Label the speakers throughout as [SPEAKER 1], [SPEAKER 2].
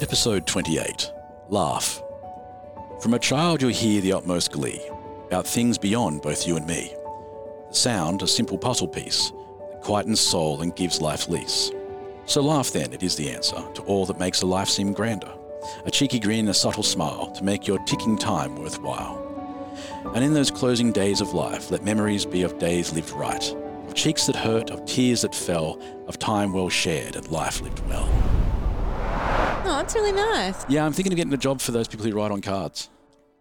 [SPEAKER 1] Episode 28 Laugh. From a child, you'll hear the utmost glee about things beyond both you and me. The sound, a simple puzzle piece that quietens soul and gives life lease. So laugh then, it is the answer to all that makes a life seem grander. A cheeky grin, a subtle smile to make your ticking time worthwhile. And in those closing days of life, let memories be of days lived right, of cheeks that hurt, of tears that fell, of time well shared and life lived well.
[SPEAKER 2] Oh, it's really nice.
[SPEAKER 1] Yeah, I'm thinking of getting a job for those people who write on cards.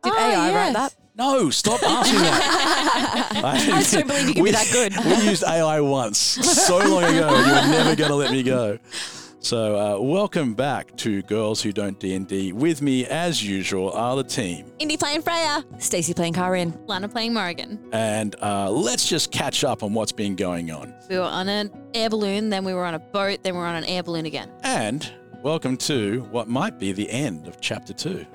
[SPEAKER 3] Did
[SPEAKER 2] Oh,
[SPEAKER 3] AI write
[SPEAKER 2] yes.
[SPEAKER 3] that?
[SPEAKER 1] No, stop asking that. I,
[SPEAKER 3] just don't believe you can be that good.
[SPEAKER 1] We used AI once so long ago. You were never going to let me go. So, uh, welcome back to Girls Who Don't D and D. With me, as usual, are the team,
[SPEAKER 2] Indie playing Freya.
[SPEAKER 3] Stacey playing Karin.
[SPEAKER 4] Lana playing Morrigan.
[SPEAKER 1] and uh, let's just catch up on what's been going on.
[SPEAKER 4] We were on an air balloon, then we were on a boat, then we were on an air balloon again.
[SPEAKER 1] And welcome to what might be the end of chapter two.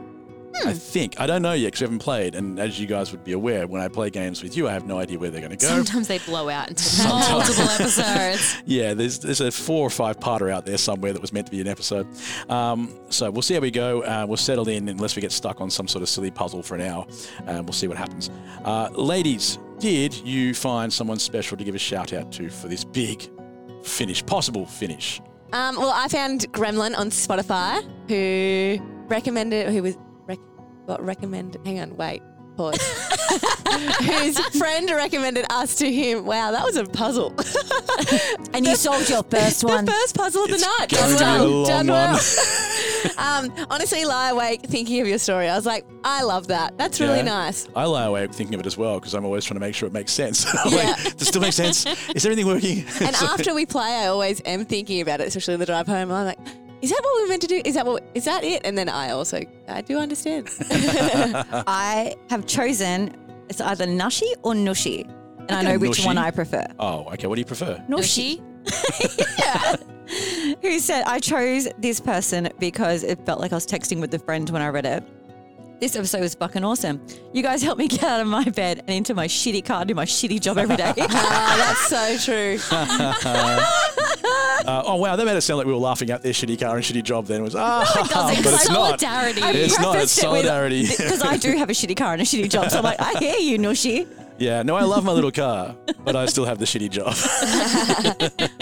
[SPEAKER 3] Hmm.
[SPEAKER 1] I think I don't know yet because we haven't played. And as you guys would be aware, when I play games with you, I have no idea where they're going to go.
[SPEAKER 4] Sometimes they blow out into
[SPEAKER 1] Sometimes.
[SPEAKER 4] multiple episodes.
[SPEAKER 1] Yeah, there's there's a four or five parter out there somewhere that was meant to be an episode. Um, so we'll see how we go. Uh, we'll settle in unless we get stuck on some sort of silly puzzle for an hour, and we'll see what happens. Uh, ladies, did you find someone special to give a shout out to for this big finish, possible finish?
[SPEAKER 2] Um, well, I found Gremlin on Spotify who recommended, who was, rec- what recommended, hang on, wait, pause. Whose friend recommended us to him. Wow, that was a puzzle.
[SPEAKER 3] And you solved your first one.
[SPEAKER 2] the first puzzle of the
[SPEAKER 1] It's
[SPEAKER 2] night.
[SPEAKER 1] going to be a long
[SPEAKER 2] done
[SPEAKER 1] one.
[SPEAKER 2] well. um, honestly, lie awake thinking of your story. I was like, I love that. That's really
[SPEAKER 1] Yeah.
[SPEAKER 2] nice.
[SPEAKER 1] I lie awake thinking of it as well because I'm always trying to make sure it makes sense. I'm like, Does it still make sense? Is everything working?
[SPEAKER 2] And
[SPEAKER 1] So-
[SPEAKER 2] after we play, I always am thinking about it, especially on the drive home. I'm like, is that what we were meant to do? Is that what? Is that it? And then I also, I do understand.
[SPEAKER 3] I have chosen it's either Nushi or Nushi. And I
[SPEAKER 1] Okay,
[SPEAKER 3] know which
[SPEAKER 1] Nushi.
[SPEAKER 3] one I prefer.
[SPEAKER 1] oh, okay. What do you prefer?
[SPEAKER 4] Was she?
[SPEAKER 3] Who said, I chose this person because it felt like I was texting with a friend when I read it. This episode was fucking awesome. You guys helped me get out of my bed and into my shitty car, do my shitty job every day.
[SPEAKER 2] Ah, that's so true.
[SPEAKER 1] Uh, oh, wow. That made it sound like we were laughing at their shitty car and shitty job then. It was, ah, but it's not.
[SPEAKER 4] Solidarity.
[SPEAKER 1] It's not. It's
[SPEAKER 3] Prefaced it with-
[SPEAKER 1] solidarity.
[SPEAKER 3] Because I do have a shitty car and a shitty job. So I'm like, I hear you, Nushi.
[SPEAKER 1] Yeah, no, I love my little car, but I still have the shitty job.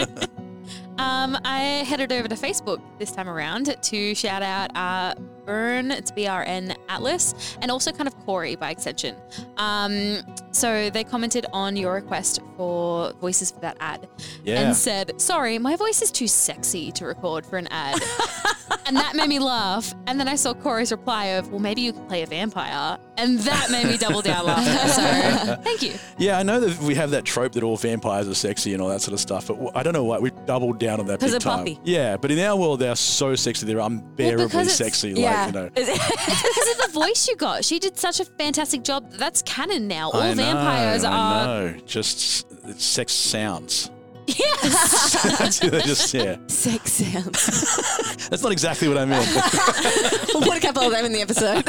[SPEAKER 4] Um, I headed over to Facebook this time around to shout out uh, Burn, it's B R N Atlas, and also kind of Corey by extension. Um, so they commented on your request for voices for that ad
[SPEAKER 1] Yeah.
[SPEAKER 4] and said, Sorry, my voice is too sexy to record for an ad. and that made me laugh. And then I saw Corey's reply of, Well, maybe you could play a vampire. And that made me double down laughing. So thank you.
[SPEAKER 1] Yeah, I know that we have that trope that all vampires are sexy and all that sort of stuff, but w- I don't know why we've doubled down on that
[SPEAKER 3] 'Cause
[SPEAKER 1] big
[SPEAKER 3] of
[SPEAKER 1] time.
[SPEAKER 3] Buffy.
[SPEAKER 1] Yeah, but in our world, they are so sexy. They're unbearably
[SPEAKER 4] because it's-
[SPEAKER 1] sexy. Like, you know.
[SPEAKER 4] Because of the voice you got, she did such a fantastic job. That's canon now. All
[SPEAKER 1] I know,
[SPEAKER 4] vampires
[SPEAKER 1] I
[SPEAKER 4] are.
[SPEAKER 1] know. Just s- sex sounds.
[SPEAKER 4] Yes.
[SPEAKER 1] That's- they just, yeah.
[SPEAKER 2] Sex sounds.
[SPEAKER 1] That's not exactly what I meant.
[SPEAKER 2] We'll put a couple of them in the episode.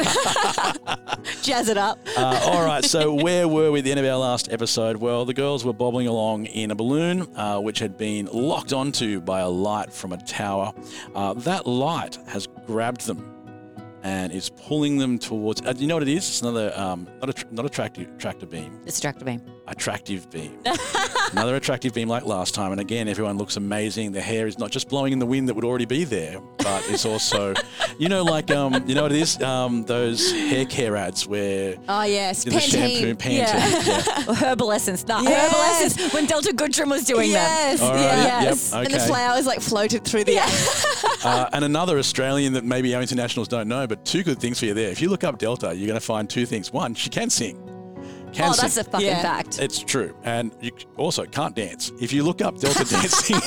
[SPEAKER 2] Jazz it up.
[SPEAKER 1] Uh, all right, so where were we at the end of our last episode? Well, the girls were bobbling along in a balloon, uh, which had been locked onto by a light from a tower. Uh, that light has grabbed them and is pulling them towards. Uh, you know what it is? It's another um, not a tr- not attractive tractor beam,
[SPEAKER 3] It's attractive me.
[SPEAKER 1] attractive beam. another attractive beam like last time. And again, everyone looks amazing. The hair is not just blowing in the wind that would already be there, but it's also, you know, like um, you know what it is? Um, those hair care ads where
[SPEAKER 3] Ah,
[SPEAKER 2] Oh yes,
[SPEAKER 1] in the shampoo
[SPEAKER 2] Pantene.
[SPEAKER 1] Pantene.
[SPEAKER 2] Yeah.
[SPEAKER 1] Yeah.
[SPEAKER 3] Or Herbal Essence. No,
[SPEAKER 2] Yes.
[SPEAKER 3] Herbal Essence when Delta Goodrum was doing
[SPEAKER 2] Yes,
[SPEAKER 1] All right, yep,
[SPEAKER 2] yes. And the
[SPEAKER 1] okay.
[SPEAKER 2] flowers like floated through the air.
[SPEAKER 1] Uh, and another Australian that maybe our internationals don't know, but two good things for you there. If you look up Delta, you're going to find two things. One, she can sing.
[SPEAKER 3] that.
[SPEAKER 1] Can
[SPEAKER 3] Oh,
[SPEAKER 1] sing.
[SPEAKER 3] that's a fucking
[SPEAKER 2] Yeah.
[SPEAKER 3] fact.
[SPEAKER 1] it's true, and you c- also can't dance. If you look up Delta dancing,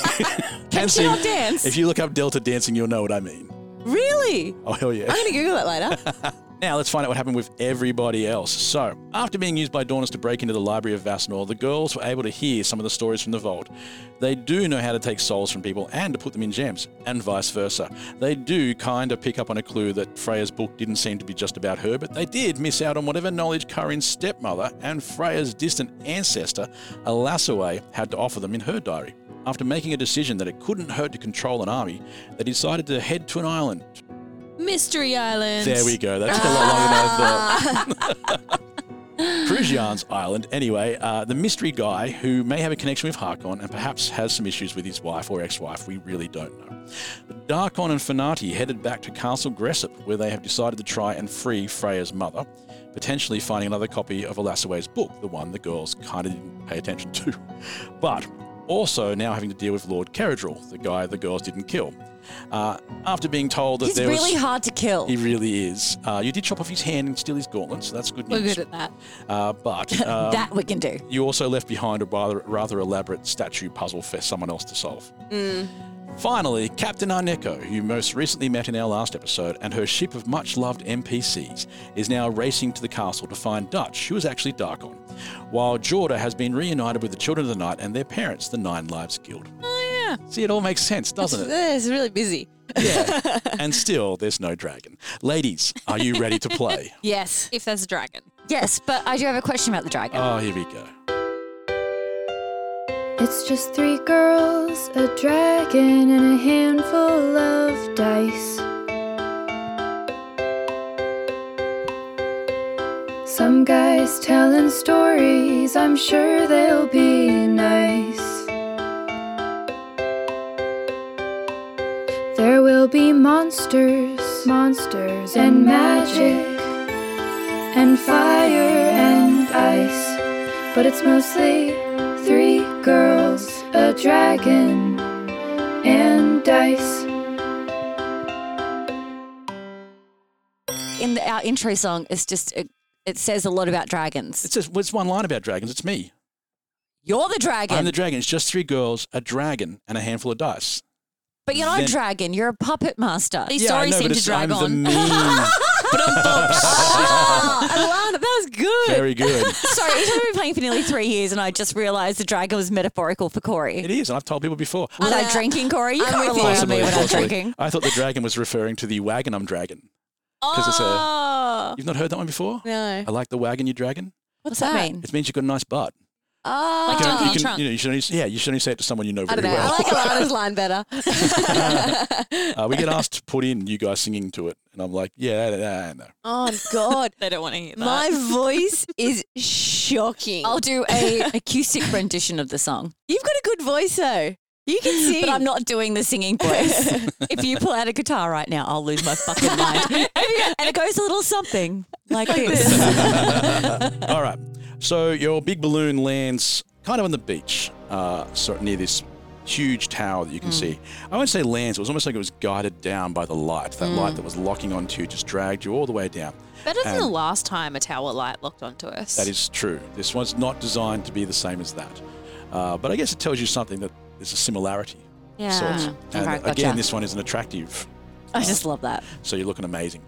[SPEAKER 1] can sing.
[SPEAKER 3] not dance.
[SPEAKER 1] If you look up Delta dancing, you'll know what I mean.
[SPEAKER 2] really?
[SPEAKER 1] Oh hell yeah!
[SPEAKER 2] I'm gonna Google it later.
[SPEAKER 1] Now let's find out what happened with everybody else. So, after being used by Dawners to break into the library of Vassnor, the girls were able to hear some of the stories from the vault. They do know how to take souls from people and to put them in gems, and vice versa. They do kind of pick up on a clue that Freya's book didn't seem to be just about her, but they did miss out on whatever knowledge Corinne's stepmother and Freya's distant ancestor, Alasaway, had to offer them in her diary. After making a decision that it couldn't hurt to control an army, they decided to head to an island
[SPEAKER 4] Mystery Ah. Island.
[SPEAKER 1] There we go. That took a lot longer than I thought. Prusian's Island. Anyway, uh, the mystery guy who may have a connection with Harkon and perhaps has some issues with his wife or ex-wife. We really don't know. Darkon and Fanati headed back to Castle Gressip, where they have decided to try and free Freya's mother, potentially finding another copy of Olassaway's book, the one the girls kind of didn't pay attention to. But also now having to deal with Lord Caradril, the guy the girls didn't kill. Uh, after being told that
[SPEAKER 3] He's
[SPEAKER 1] there
[SPEAKER 3] really
[SPEAKER 1] was...
[SPEAKER 3] hard to kill.
[SPEAKER 1] He really is. Uh, you did chop off his hand and steal his gauntlet, so that's good
[SPEAKER 4] We're
[SPEAKER 1] news.
[SPEAKER 4] good at that.
[SPEAKER 1] Uh, but um,
[SPEAKER 3] that we can do.
[SPEAKER 1] you also left behind a rather, rather elaborate statue puzzle for someone else to solve.
[SPEAKER 2] Mm.
[SPEAKER 1] Finally, Captain Arneko, who you most recently met in our last episode, and her ship of much loved NPCs, is now racing to the castle to find Dutch, who is actually Darkon, while Jorda has been reunited with the Children of the Night and their parents, the Nine Lives Guild.
[SPEAKER 4] Oh,
[SPEAKER 1] See, it all makes sense, doesn't it?
[SPEAKER 2] It's really busy.
[SPEAKER 1] Yeah. and still, there's no dragon. Ladies, are you ready to play?
[SPEAKER 2] Yes.
[SPEAKER 4] If there's a dragon.
[SPEAKER 3] Yes, but I do have a question about the dragon.
[SPEAKER 1] Oh, here we go.
[SPEAKER 5] It's just three girls, a dragon, and a handful of dice. Some guys telling stories, I'm sure they'll be nice. There will be monsters, monsters, and magic, and fire and ice but it's mostly three girls, a dragon, and dice.
[SPEAKER 3] In the, our intro song, it's just it, it says a lot about dragons.
[SPEAKER 1] It's just it's one line about dragons. It's me.
[SPEAKER 3] You're the dragon,
[SPEAKER 1] I'm the dragon. It's just three girls, a dragon, and a handful of dice.
[SPEAKER 3] but you're not
[SPEAKER 1] Then-
[SPEAKER 3] a dragon. You're a puppet master.
[SPEAKER 4] These
[SPEAKER 1] I
[SPEAKER 4] stories
[SPEAKER 1] know, but
[SPEAKER 4] seem to
[SPEAKER 1] it's- I'm
[SPEAKER 4] drag
[SPEAKER 1] the
[SPEAKER 4] on.
[SPEAKER 1] mean.
[SPEAKER 2] I love it. That was good.
[SPEAKER 1] Very good.
[SPEAKER 3] Ah, Sorry, each of been playing for nearly three years, and I just realised the dragon was metaphorical for Corey.
[SPEAKER 1] It is, and I've told people before.
[SPEAKER 3] Was
[SPEAKER 2] uh,
[SPEAKER 3] I drinking, Corey? You
[SPEAKER 2] I'm
[SPEAKER 3] can't
[SPEAKER 2] with
[SPEAKER 3] rely on
[SPEAKER 1] Possibly,
[SPEAKER 3] me when I'm
[SPEAKER 1] possibly.
[SPEAKER 3] drinking.
[SPEAKER 1] I thought the dragon was referring to the wagon I'm dragon. it's a-
[SPEAKER 4] Oh.
[SPEAKER 1] You've not heard that one before?
[SPEAKER 2] No.
[SPEAKER 1] I like the wagon you dragon.
[SPEAKER 3] What's that, mean?
[SPEAKER 1] It means you've got a nice butt.
[SPEAKER 2] Oh,
[SPEAKER 4] Like Donkey
[SPEAKER 1] you,
[SPEAKER 4] and Trunk.
[SPEAKER 1] you know, you should only, yeah, you should only say it to someone you know
[SPEAKER 2] I
[SPEAKER 1] very
[SPEAKER 2] don't know.
[SPEAKER 1] well.
[SPEAKER 2] I like Alana's line better.
[SPEAKER 1] uh, we get asked to put in you guys singing to it, and I'm like, yeah, I don't know.
[SPEAKER 2] oh God,
[SPEAKER 4] They don't want to hear that.
[SPEAKER 2] my voice is shocking.
[SPEAKER 3] I'll do a acoustic rendition of the song,
[SPEAKER 2] You've got a good voice though. You can sing.
[SPEAKER 3] but I'm not doing the singing voice. if you pull out a guitar right now, I'll lose my fucking mind. and it goes a little something like this.
[SPEAKER 1] All right. So your big balloon lands kind of on the beach, uh, sort of near this huge tower that you
[SPEAKER 4] Mm.
[SPEAKER 1] can see. I won't say lands. It was almost like it was guided down by the light. That light that was locking onto you just dragged you all the way down.
[SPEAKER 4] Mm. Better than
[SPEAKER 1] And-
[SPEAKER 4] the last time a tower light locked onto us.
[SPEAKER 1] That is true. This one's not designed to be the same as that. Uh, but I guess it tells you something that there's a similarity. of
[SPEAKER 4] Yeah.
[SPEAKER 1] sorts.
[SPEAKER 4] Mm.
[SPEAKER 1] And
[SPEAKER 3] Okay,
[SPEAKER 1] again,
[SPEAKER 3] gotcha.
[SPEAKER 1] this one is an attractive
[SPEAKER 3] I just love that.
[SPEAKER 1] so you're looking amazing.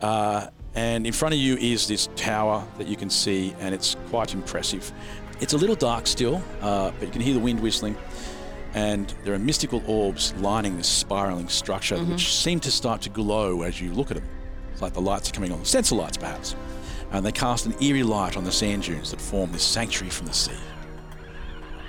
[SPEAKER 1] Uh, and in front of you is this tower that you can see, and it's quite impressive. It's a little dark still, uh, but you can hear the wind whistling, and there are mystical orbs lining this spiraling structure, which seem to start to glow as you look at them. It's like the lights are coming on, sensor lights perhaps, and they cast an eerie light on the sand dunes that form this sanctuary from the sea.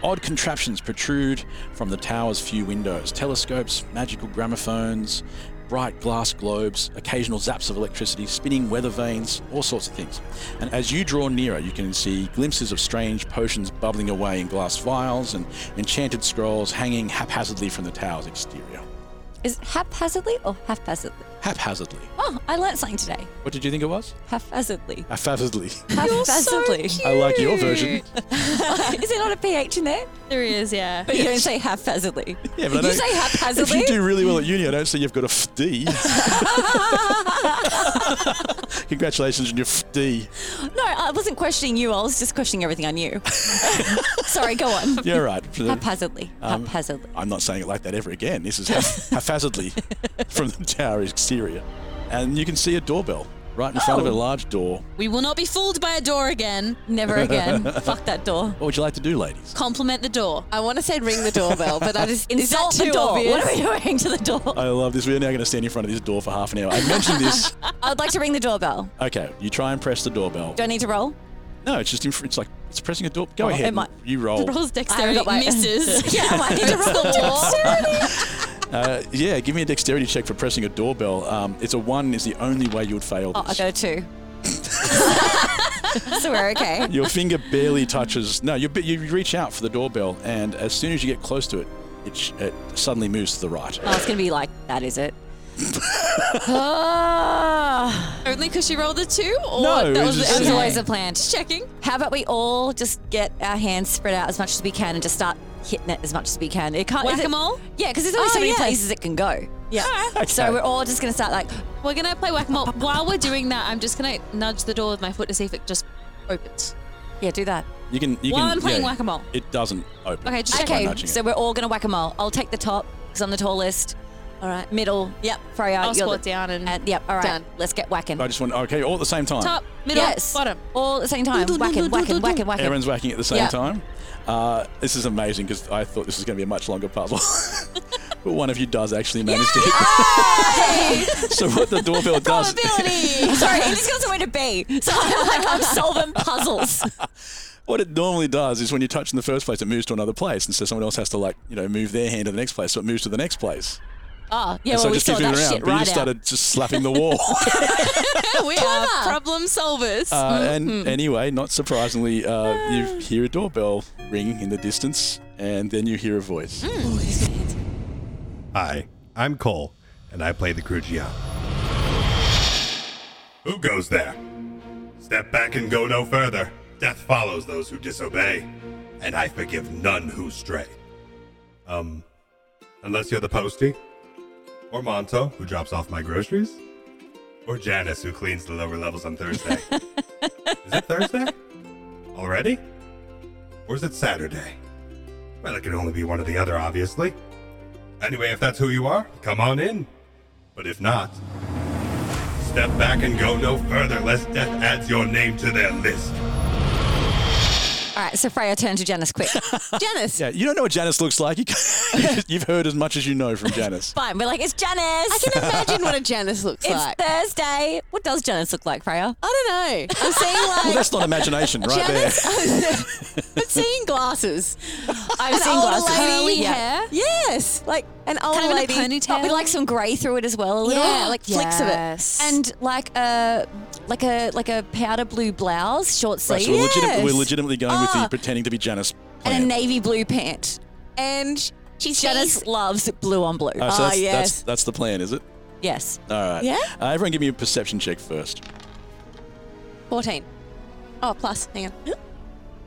[SPEAKER 1] Odd contraptions protrude from the tower's few windows telescopes, magical gramophones, bright glass globes, occasional zaps of electricity, spinning weather vanes, all sorts of things. And as you draw nearer, you can see glimpses of strange potions bubbling away in glass vials and enchanted scrolls hanging haphazardly from the tower's exterior.
[SPEAKER 3] Is it haphazardly or haphazardly?
[SPEAKER 1] Haphazardly.
[SPEAKER 3] Oh, I learnt something today.
[SPEAKER 1] What did you think it was?
[SPEAKER 3] Haphazardly.
[SPEAKER 1] Haphazardly.
[SPEAKER 3] Haphazardly.
[SPEAKER 1] I like your version.
[SPEAKER 3] Is there not a pH in there?
[SPEAKER 4] There is, yeah.
[SPEAKER 3] But you don't say haphazardly.
[SPEAKER 1] Yeah, but I
[SPEAKER 3] you
[SPEAKER 1] don't-
[SPEAKER 3] say
[SPEAKER 1] If
[SPEAKER 3] haphazardly.
[SPEAKER 1] you do really well at uni, I don't see you've got a FD. Congratulations on your FD.
[SPEAKER 3] No, I wasn't questioning you. I was just questioning everything I knew. Sorry, go on.
[SPEAKER 1] You're right. For the-
[SPEAKER 3] Haphazardly.
[SPEAKER 1] Um,
[SPEAKER 3] haphazardly.
[SPEAKER 1] I'm not saying it like that ever again. This is hap- haphazardly from the tower exterior. And you can see a doorbell right in front of
[SPEAKER 3] Oh.
[SPEAKER 1] a large door.
[SPEAKER 4] We will not be fooled by a door again.
[SPEAKER 3] Never again. Fuck that door.
[SPEAKER 1] What would you like to do, ladies?
[SPEAKER 4] Compliment the door.
[SPEAKER 2] I want to say ring the doorbell, but I just is that
[SPEAKER 3] Insult the
[SPEAKER 2] too
[SPEAKER 3] door.
[SPEAKER 2] obvious?
[SPEAKER 3] What are we doing to the door?
[SPEAKER 1] I love this. We're now going to stand in front of this door for half an hour. I mentioned this.
[SPEAKER 3] I'd like to ring the doorbell.
[SPEAKER 1] Okay, you try and press the doorbell.
[SPEAKER 3] Do I need to roll?
[SPEAKER 1] No, it's just in fr- it's like it's pressing a door. Go
[SPEAKER 3] Oh,
[SPEAKER 1] ahead.
[SPEAKER 3] it might-
[SPEAKER 1] You roll.
[SPEAKER 4] Rolls
[SPEAKER 3] I
[SPEAKER 4] dexterity
[SPEAKER 3] haven't got my-
[SPEAKER 4] misses.
[SPEAKER 3] yeah, I need to roll.
[SPEAKER 1] Uh, yeah, give me a dexterity check for pressing a doorbell. Um, it's a one is the only way you would fail
[SPEAKER 3] Oh, I
[SPEAKER 1] this.
[SPEAKER 3] got a two. so we're okay.
[SPEAKER 1] Your finger barely touches. No, you, bi- you reach out for the doorbell, and as soon as you get close to it, it, sh- it suddenly moves to the right.
[SPEAKER 3] Oh, it's gonna be like that, is it? oh,
[SPEAKER 4] Only because she rolled a two? Or
[SPEAKER 1] No,
[SPEAKER 4] that
[SPEAKER 1] it was
[SPEAKER 4] was, the-
[SPEAKER 1] just-
[SPEAKER 3] that was
[SPEAKER 1] Okay.
[SPEAKER 3] always a plan.
[SPEAKER 4] Just checking.
[SPEAKER 3] How about we all just get our hands spread out as much as we can and just start hitting it as much as we can? It can't is it-
[SPEAKER 4] Whack-a-mole?
[SPEAKER 3] Yeah, because there's only so
[SPEAKER 2] Oh,
[SPEAKER 3] many
[SPEAKER 2] yes.
[SPEAKER 3] places it can go.
[SPEAKER 2] Yeah.
[SPEAKER 4] Ah.
[SPEAKER 3] So we're all just gonna start like
[SPEAKER 4] We're going to play whack a mole. While we're doing that, I'm just going to nudge the door with my foot to see if it just opens.
[SPEAKER 3] Yeah, do that.
[SPEAKER 1] You can. You
[SPEAKER 4] While
[SPEAKER 1] can,
[SPEAKER 4] I'm playing
[SPEAKER 1] yeah,
[SPEAKER 4] whack-a-mole.
[SPEAKER 1] It doesn't open.
[SPEAKER 4] Okay, just
[SPEAKER 1] by
[SPEAKER 4] checking.
[SPEAKER 3] Okay,
[SPEAKER 1] nudging
[SPEAKER 3] so
[SPEAKER 1] it.
[SPEAKER 3] we're all gonna whack a mole. I'll take the top because I'm the tallest.
[SPEAKER 2] All right.
[SPEAKER 3] Middle. Yep. Freya.
[SPEAKER 4] I'll
[SPEAKER 3] you're
[SPEAKER 4] squat
[SPEAKER 3] the-
[SPEAKER 4] down and
[SPEAKER 3] And, yep. All right.
[SPEAKER 2] Done.
[SPEAKER 3] Let's get whacking.
[SPEAKER 1] I just want. Okay, all at the same time.
[SPEAKER 4] top, middle,
[SPEAKER 3] Yes.
[SPEAKER 4] bottom.
[SPEAKER 3] All at the same time.
[SPEAKER 2] Do, do, do,
[SPEAKER 3] Whacking,
[SPEAKER 2] do,
[SPEAKER 3] whacking,
[SPEAKER 2] do, do.
[SPEAKER 3] whacking, whacking.
[SPEAKER 1] Everyone's whacking at the same
[SPEAKER 3] Yeah.
[SPEAKER 1] time. Uh, this is amazing because I thought this was going to be a much longer puzzle. but one of you does actually manage to hit it. so what the doorbell does.
[SPEAKER 3] Sorry, it just goes away to B. So I'm like, I'm solving puzzles.
[SPEAKER 1] What it normally does is when you touch in the first place, it moves to another place, and so someone else has to like you know move their hand to the next place, so it moves to the next place.
[SPEAKER 4] Ah,
[SPEAKER 3] Oh, yeah,
[SPEAKER 1] And
[SPEAKER 3] well,
[SPEAKER 1] so it
[SPEAKER 3] we
[SPEAKER 1] just
[SPEAKER 3] saw
[SPEAKER 1] keeps moving
[SPEAKER 3] that
[SPEAKER 1] around.
[SPEAKER 3] shit
[SPEAKER 1] but you
[SPEAKER 3] right
[SPEAKER 1] just
[SPEAKER 3] out.
[SPEAKER 1] started just slapping the wall.
[SPEAKER 4] we are problem solvers.
[SPEAKER 1] uh,
[SPEAKER 3] Mm-hmm.
[SPEAKER 1] and anyway, not surprisingly, uh, you hear a doorbell ring in the distance, and then you hear a voice.
[SPEAKER 3] Mm.
[SPEAKER 6] Hi, I'm Cole, and I play the Crugian. Who goes there? Step back and go no further. Death follows those who disobey, and I forgive none who stray. Um, unless you're the postie, or Monto, who drops off my groceries, or Janice, who cleans the lower levels on Thursday. is it Thursday? Already? Or is it Saturday? Well, it could only be one or the other, obviously. Anyway, if that's who you are, come on in. But if not, step back and go no further, lest death adds your name to their list.
[SPEAKER 3] All right, so Freya, turn to Janice quick.
[SPEAKER 2] Janice.
[SPEAKER 1] Yeah, you don't know what Janice looks like. You can't- You've heard as much as you know from Janice.
[SPEAKER 3] Fine, we're like, it's Janice.
[SPEAKER 2] I can imagine what a Janice looks
[SPEAKER 3] it's
[SPEAKER 2] like.
[SPEAKER 3] Thursday. What does Janice look like, Freya?
[SPEAKER 2] I don't know. I'm seeing like
[SPEAKER 1] Well, that's not imagination, right there.
[SPEAKER 3] oh,
[SPEAKER 2] I'm seeing glasses.
[SPEAKER 3] I've
[SPEAKER 2] An older lady.
[SPEAKER 4] Curly
[SPEAKER 3] Yeah.
[SPEAKER 4] hair.
[SPEAKER 2] Yes, like an old
[SPEAKER 4] Kind of in a
[SPEAKER 2] lady.
[SPEAKER 4] ponytail.
[SPEAKER 3] But with like some grey through it as well. A little.
[SPEAKER 2] Yeah, like flicks of it.
[SPEAKER 3] And like a like a like a powder blue blouse, short
[SPEAKER 1] Right,
[SPEAKER 3] sleeve,
[SPEAKER 1] so we're, legiti-
[SPEAKER 2] Yes.
[SPEAKER 1] we're legitimately going with the
[SPEAKER 3] Ah.
[SPEAKER 1] pretending to be Janice.
[SPEAKER 3] and
[SPEAKER 1] Plan.
[SPEAKER 3] a navy blue pant.
[SPEAKER 2] and she's
[SPEAKER 3] Janice loves blue on blue.
[SPEAKER 1] Oh, so
[SPEAKER 2] Ah,
[SPEAKER 1] that's, that's,
[SPEAKER 2] yes.
[SPEAKER 1] that's the plan, is it?
[SPEAKER 3] yes.
[SPEAKER 1] All right.
[SPEAKER 2] Yeah?
[SPEAKER 1] Uh, everyone, give me a perception check first.
[SPEAKER 2] fourteen. Oh, plus. Hang on.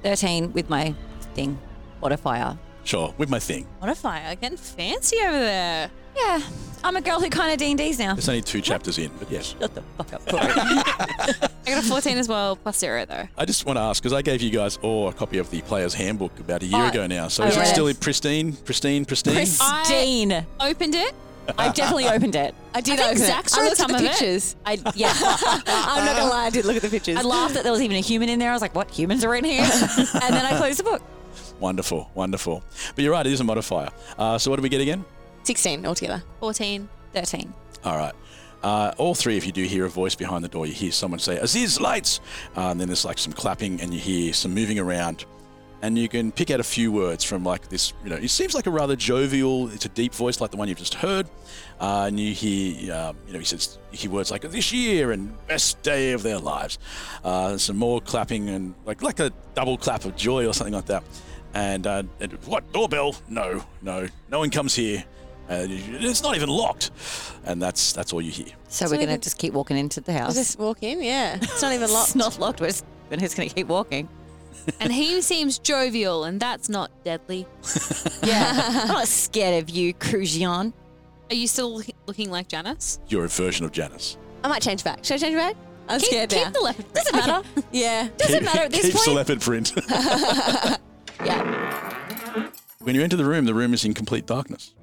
[SPEAKER 3] Thirteen with my thing, modifier.
[SPEAKER 1] Sure, with my thing.
[SPEAKER 4] Modifier. Getting fancy over there.
[SPEAKER 3] Yeah, I'm a girl who kind of D and D's now.
[SPEAKER 1] It's only two chapters in, but yes.
[SPEAKER 3] Shut the fuck up. Corey.
[SPEAKER 4] I got a 14 as well, plus zero though.
[SPEAKER 1] I just want to ask because I gave you guys all a copy of the Player's Handbook about a year
[SPEAKER 3] Oh,
[SPEAKER 1] ago now. So
[SPEAKER 3] I
[SPEAKER 1] is it
[SPEAKER 3] read it.
[SPEAKER 1] still pristine, pristine, pristine?
[SPEAKER 3] Pristine.
[SPEAKER 4] Opened it.
[SPEAKER 3] I've definitely opened it.
[SPEAKER 2] I did
[SPEAKER 4] I think
[SPEAKER 2] open it.
[SPEAKER 4] Zach's
[SPEAKER 2] I
[SPEAKER 4] read
[SPEAKER 2] looked
[SPEAKER 4] some
[SPEAKER 2] at
[SPEAKER 4] of
[SPEAKER 2] the
[SPEAKER 4] it.
[SPEAKER 2] pictures.
[SPEAKER 3] I yeah.
[SPEAKER 2] I'm not gonna lie, I did look at the pictures.
[SPEAKER 3] I laughed that there was even a human in there. I was like, "What humans are in here?" and then I closed the book.
[SPEAKER 1] Wonderful, wonderful. But you're right, it is a modifier. Uh, so what do we get again?
[SPEAKER 2] Sixteen altogether.
[SPEAKER 4] 14.
[SPEAKER 3] Thirteen.
[SPEAKER 1] All right. Uh, all three of you do hear a voice behind the door. You hear someone say, Aziz, lights! Uh, and then there's like some clapping and you hear some moving around. And you can pick out a few words from like this, you know, it seems like a rather jovial, it's a deep voice like the one you've just heard. Uh, and you hear, um, you know, he says, you hear words like this year and best day of their lives. Uh, some more clapping and like like a double clap of joy or something like that. And, uh, and what, doorbell? No, no, no one comes here. And you- it's not even locked. And that's that's all you hear.
[SPEAKER 3] So, we're gonna just keep walking into the
[SPEAKER 2] I'll
[SPEAKER 3] house.
[SPEAKER 2] just walk in, yeah. It's not even
[SPEAKER 3] It's
[SPEAKER 2] locked.
[SPEAKER 3] not locked. We're just, we're just gonna keep walking.
[SPEAKER 4] And he seems jovial, and that's not deadly.
[SPEAKER 3] Yeah. I'm not scared of you, Crugian.
[SPEAKER 4] Are you still look- looking like Janice?
[SPEAKER 1] You're a version of Janice.
[SPEAKER 2] I might change back. Should I change back? I'm
[SPEAKER 4] Keep,
[SPEAKER 2] scared
[SPEAKER 4] keep
[SPEAKER 2] now.
[SPEAKER 4] the leopard.
[SPEAKER 3] Doesn't matter.
[SPEAKER 2] yeah.
[SPEAKER 3] Doesn't matter at this
[SPEAKER 1] Keeps the
[SPEAKER 3] point.
[SPEAKER 1] leopard print. When you enter the room, the room is in complete darkness.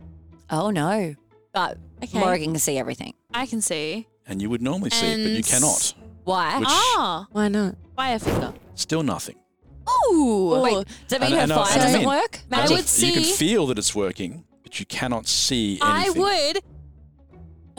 [SPEAKER 3] Oh no. But
[SPEAKER 2] Okay.
[SPEAKER 3] Morgan can see everything.
[SPEAKER 4] I can see.
[SPEAKER 1] And you would normally see it, but you
[SPEAKER 4] And-
[SPEAKER 1] cannot.
[SPEAKER 3] Why?
[SPEAKER 1] Which-
[SPEAKER 4] Ah,
[SPEAKER 2] Why not?
[SPEAKER 4] fire finger.
[SPEAKER 1] Still nothing.
[SPEAKER 3] oh,
[SPEAKER 2] Ooh.
[SPEAKER 3] wait. Does that
[SPEAKER 1] And-
[SPEAKER 3] mean her
[SPEAKER 1] and I-
[SPEAKER 3] fire
[SPEAKER 1] and I
[SPEAKER 3] doesn't
[SPEAKER 1] mean-
[SPEAKER 3] work?
[SPEAKER 4] I
[SPEAKER 1] So
[SPEAKER 4] would
[SPEAKER 1] You can
[SPEAKER 4] see-
[SPEAKER 1] feel that it's working, but you cannot see
[SPEAKER 4] I
[SPEAKER 1] anything.
[SPEAKER 4] would.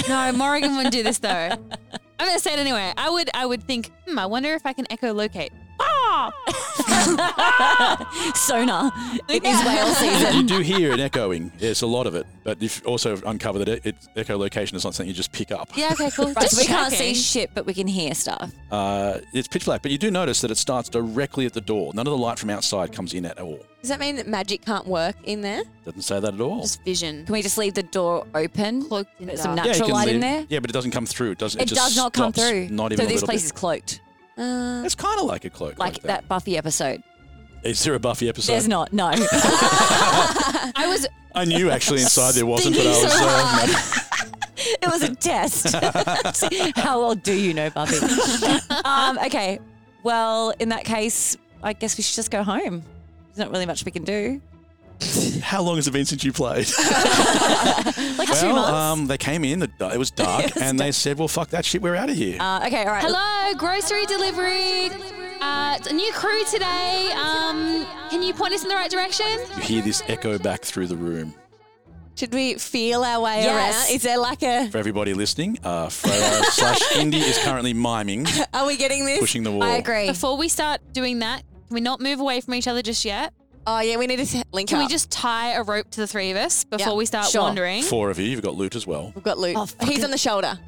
[SPEAKER 4] No, Morgan wouldn't do this though. I'm gonna say it anyway. I would. I would think. Hmm. I wonder if I can echolocate. Ah! Ah!
[SPEAKER 3] Sonar It is whale season.
[SPEAKER 1] you do hear it echoing. It's a lot of it, but you've also uncovered that it, it echolocation is not something you just pick up.
[SPEAKER 4] Yeah, okay, cool.
[SPEAKER 3] Right,
[SPEAKER 4] Just
[SPEAKER 3] so we can't see
[SPEAKER 4] checking.
[SPEAKER 3] shit, but we can hear stuff.
[SPEAKER 1] Uh, it's pitch black, but you do notice that it starts directly at the door. None of the light from outside comes in at all.
[SPEAKER 2] Does that mean that magic can't work in there?
[SPEAKER 1] Doesn't say that at all.
[SPEAKER 4] Just vision.
[SPEAKER 3] Can we just leave the door open?
[SPEAKER 4] Cloaked in
[SPEAKER 3] Put some
[SPEAKER 4] dark.
[SPEAKER 1] you
[SPEAKER 3] natural
[SPEAKER 1] can
[SPEAKER 3] light in
[SPEAKER 1] leave-
[SPEAKER 3] there.
[SPEAKER 1] Yeah, but it doesn't come through. It does. It,
[SPEAKER 3] It,
[SPEAKER 1] just
[SPEAKER 3] does not come
[SPEAKER 1] stops,
[SPEAKER 3] through.
[SPEAKER 1] Not even
[SPEAKER 3] so
[SPEAKER 1] a
[SPEAKER 3] this
[SPEAKER 1] little
[SPEAKER 3] place
[SPEAKER 1] bit.
[SPEAKER 3] is cloaked,
[SPEAKER 2] Uh,
[SPEAKER 1] It's kind of like a cloak.
[SPEAKER 3] like that. Buffy episode.
[SPEAKER 1] Is there a Buffy episode?
[SPEAKER 3] There's not. No.
[SPEAKER 4] I was
[SPEAKER 1] I knew actually inside there wasn't, but I
[SPEAKER 3] Thinking
[SPEAKER 1] was.
[SPEAKER 3] so
[SPEAKER 1] uh,
[SPEAKER 3] It was a test. See, How well do you know Buffy? um, okay. Well, in that case, I guess we should just go home. There's not really much we can do.
[SPEAKER 1] how long has it been since you played?
[SPEAKER 3] Like
[SPEAKER 1] well,
[SPEAKER 3] two months.
[SPEAKER 1] um, they came in. the- It was dark, and they said, "Well, fuck that shit. We're out of here."
[SPEAKER 3] uh, okay. All right.
[SPEAKER 4] hello, grocery delivery. Uh, it's a new crew today. Um, can you point us in the right direction?
[SPEAKER 1] you hear this echo back through the room.
[SPEAKER 2] should we feel our way
[SPEAKER 3] Yes.
[SPEAKER 2] around? Is there like a.
[SPEAKER 1] For everybody listening, uh, Froyo slash Indy is currently miming,
[SPEAKER 2] Are we getting this?
[SPEAKER 1] pushing the wall.
[SPEAKER 3] I agree.
[SPEAKER 4] Before we start doing that, can we not move away from each other just yet?
[SPEAKER 2] Oh, yeah, we need to s- link
[SPEAKER 4] Can
[SPEAKER 2] up.
[SPEAKER 4] we just tie a rope to the three of us before
[SPEAKER 2] Yeah,
[SPEAKER 4] we start
[SPEAKER 3] sure.
[SPEAKER 4] wandering?
[SPEAKER 1] Four of you. You've got loot as well.
[SPEAKER 2] We've got Luke.
[SPEAKER 3] Oh,
[SPEAKER 2] He's
[SPEAKER 3] fucking-
[SPEAKER 2] on the shoulder.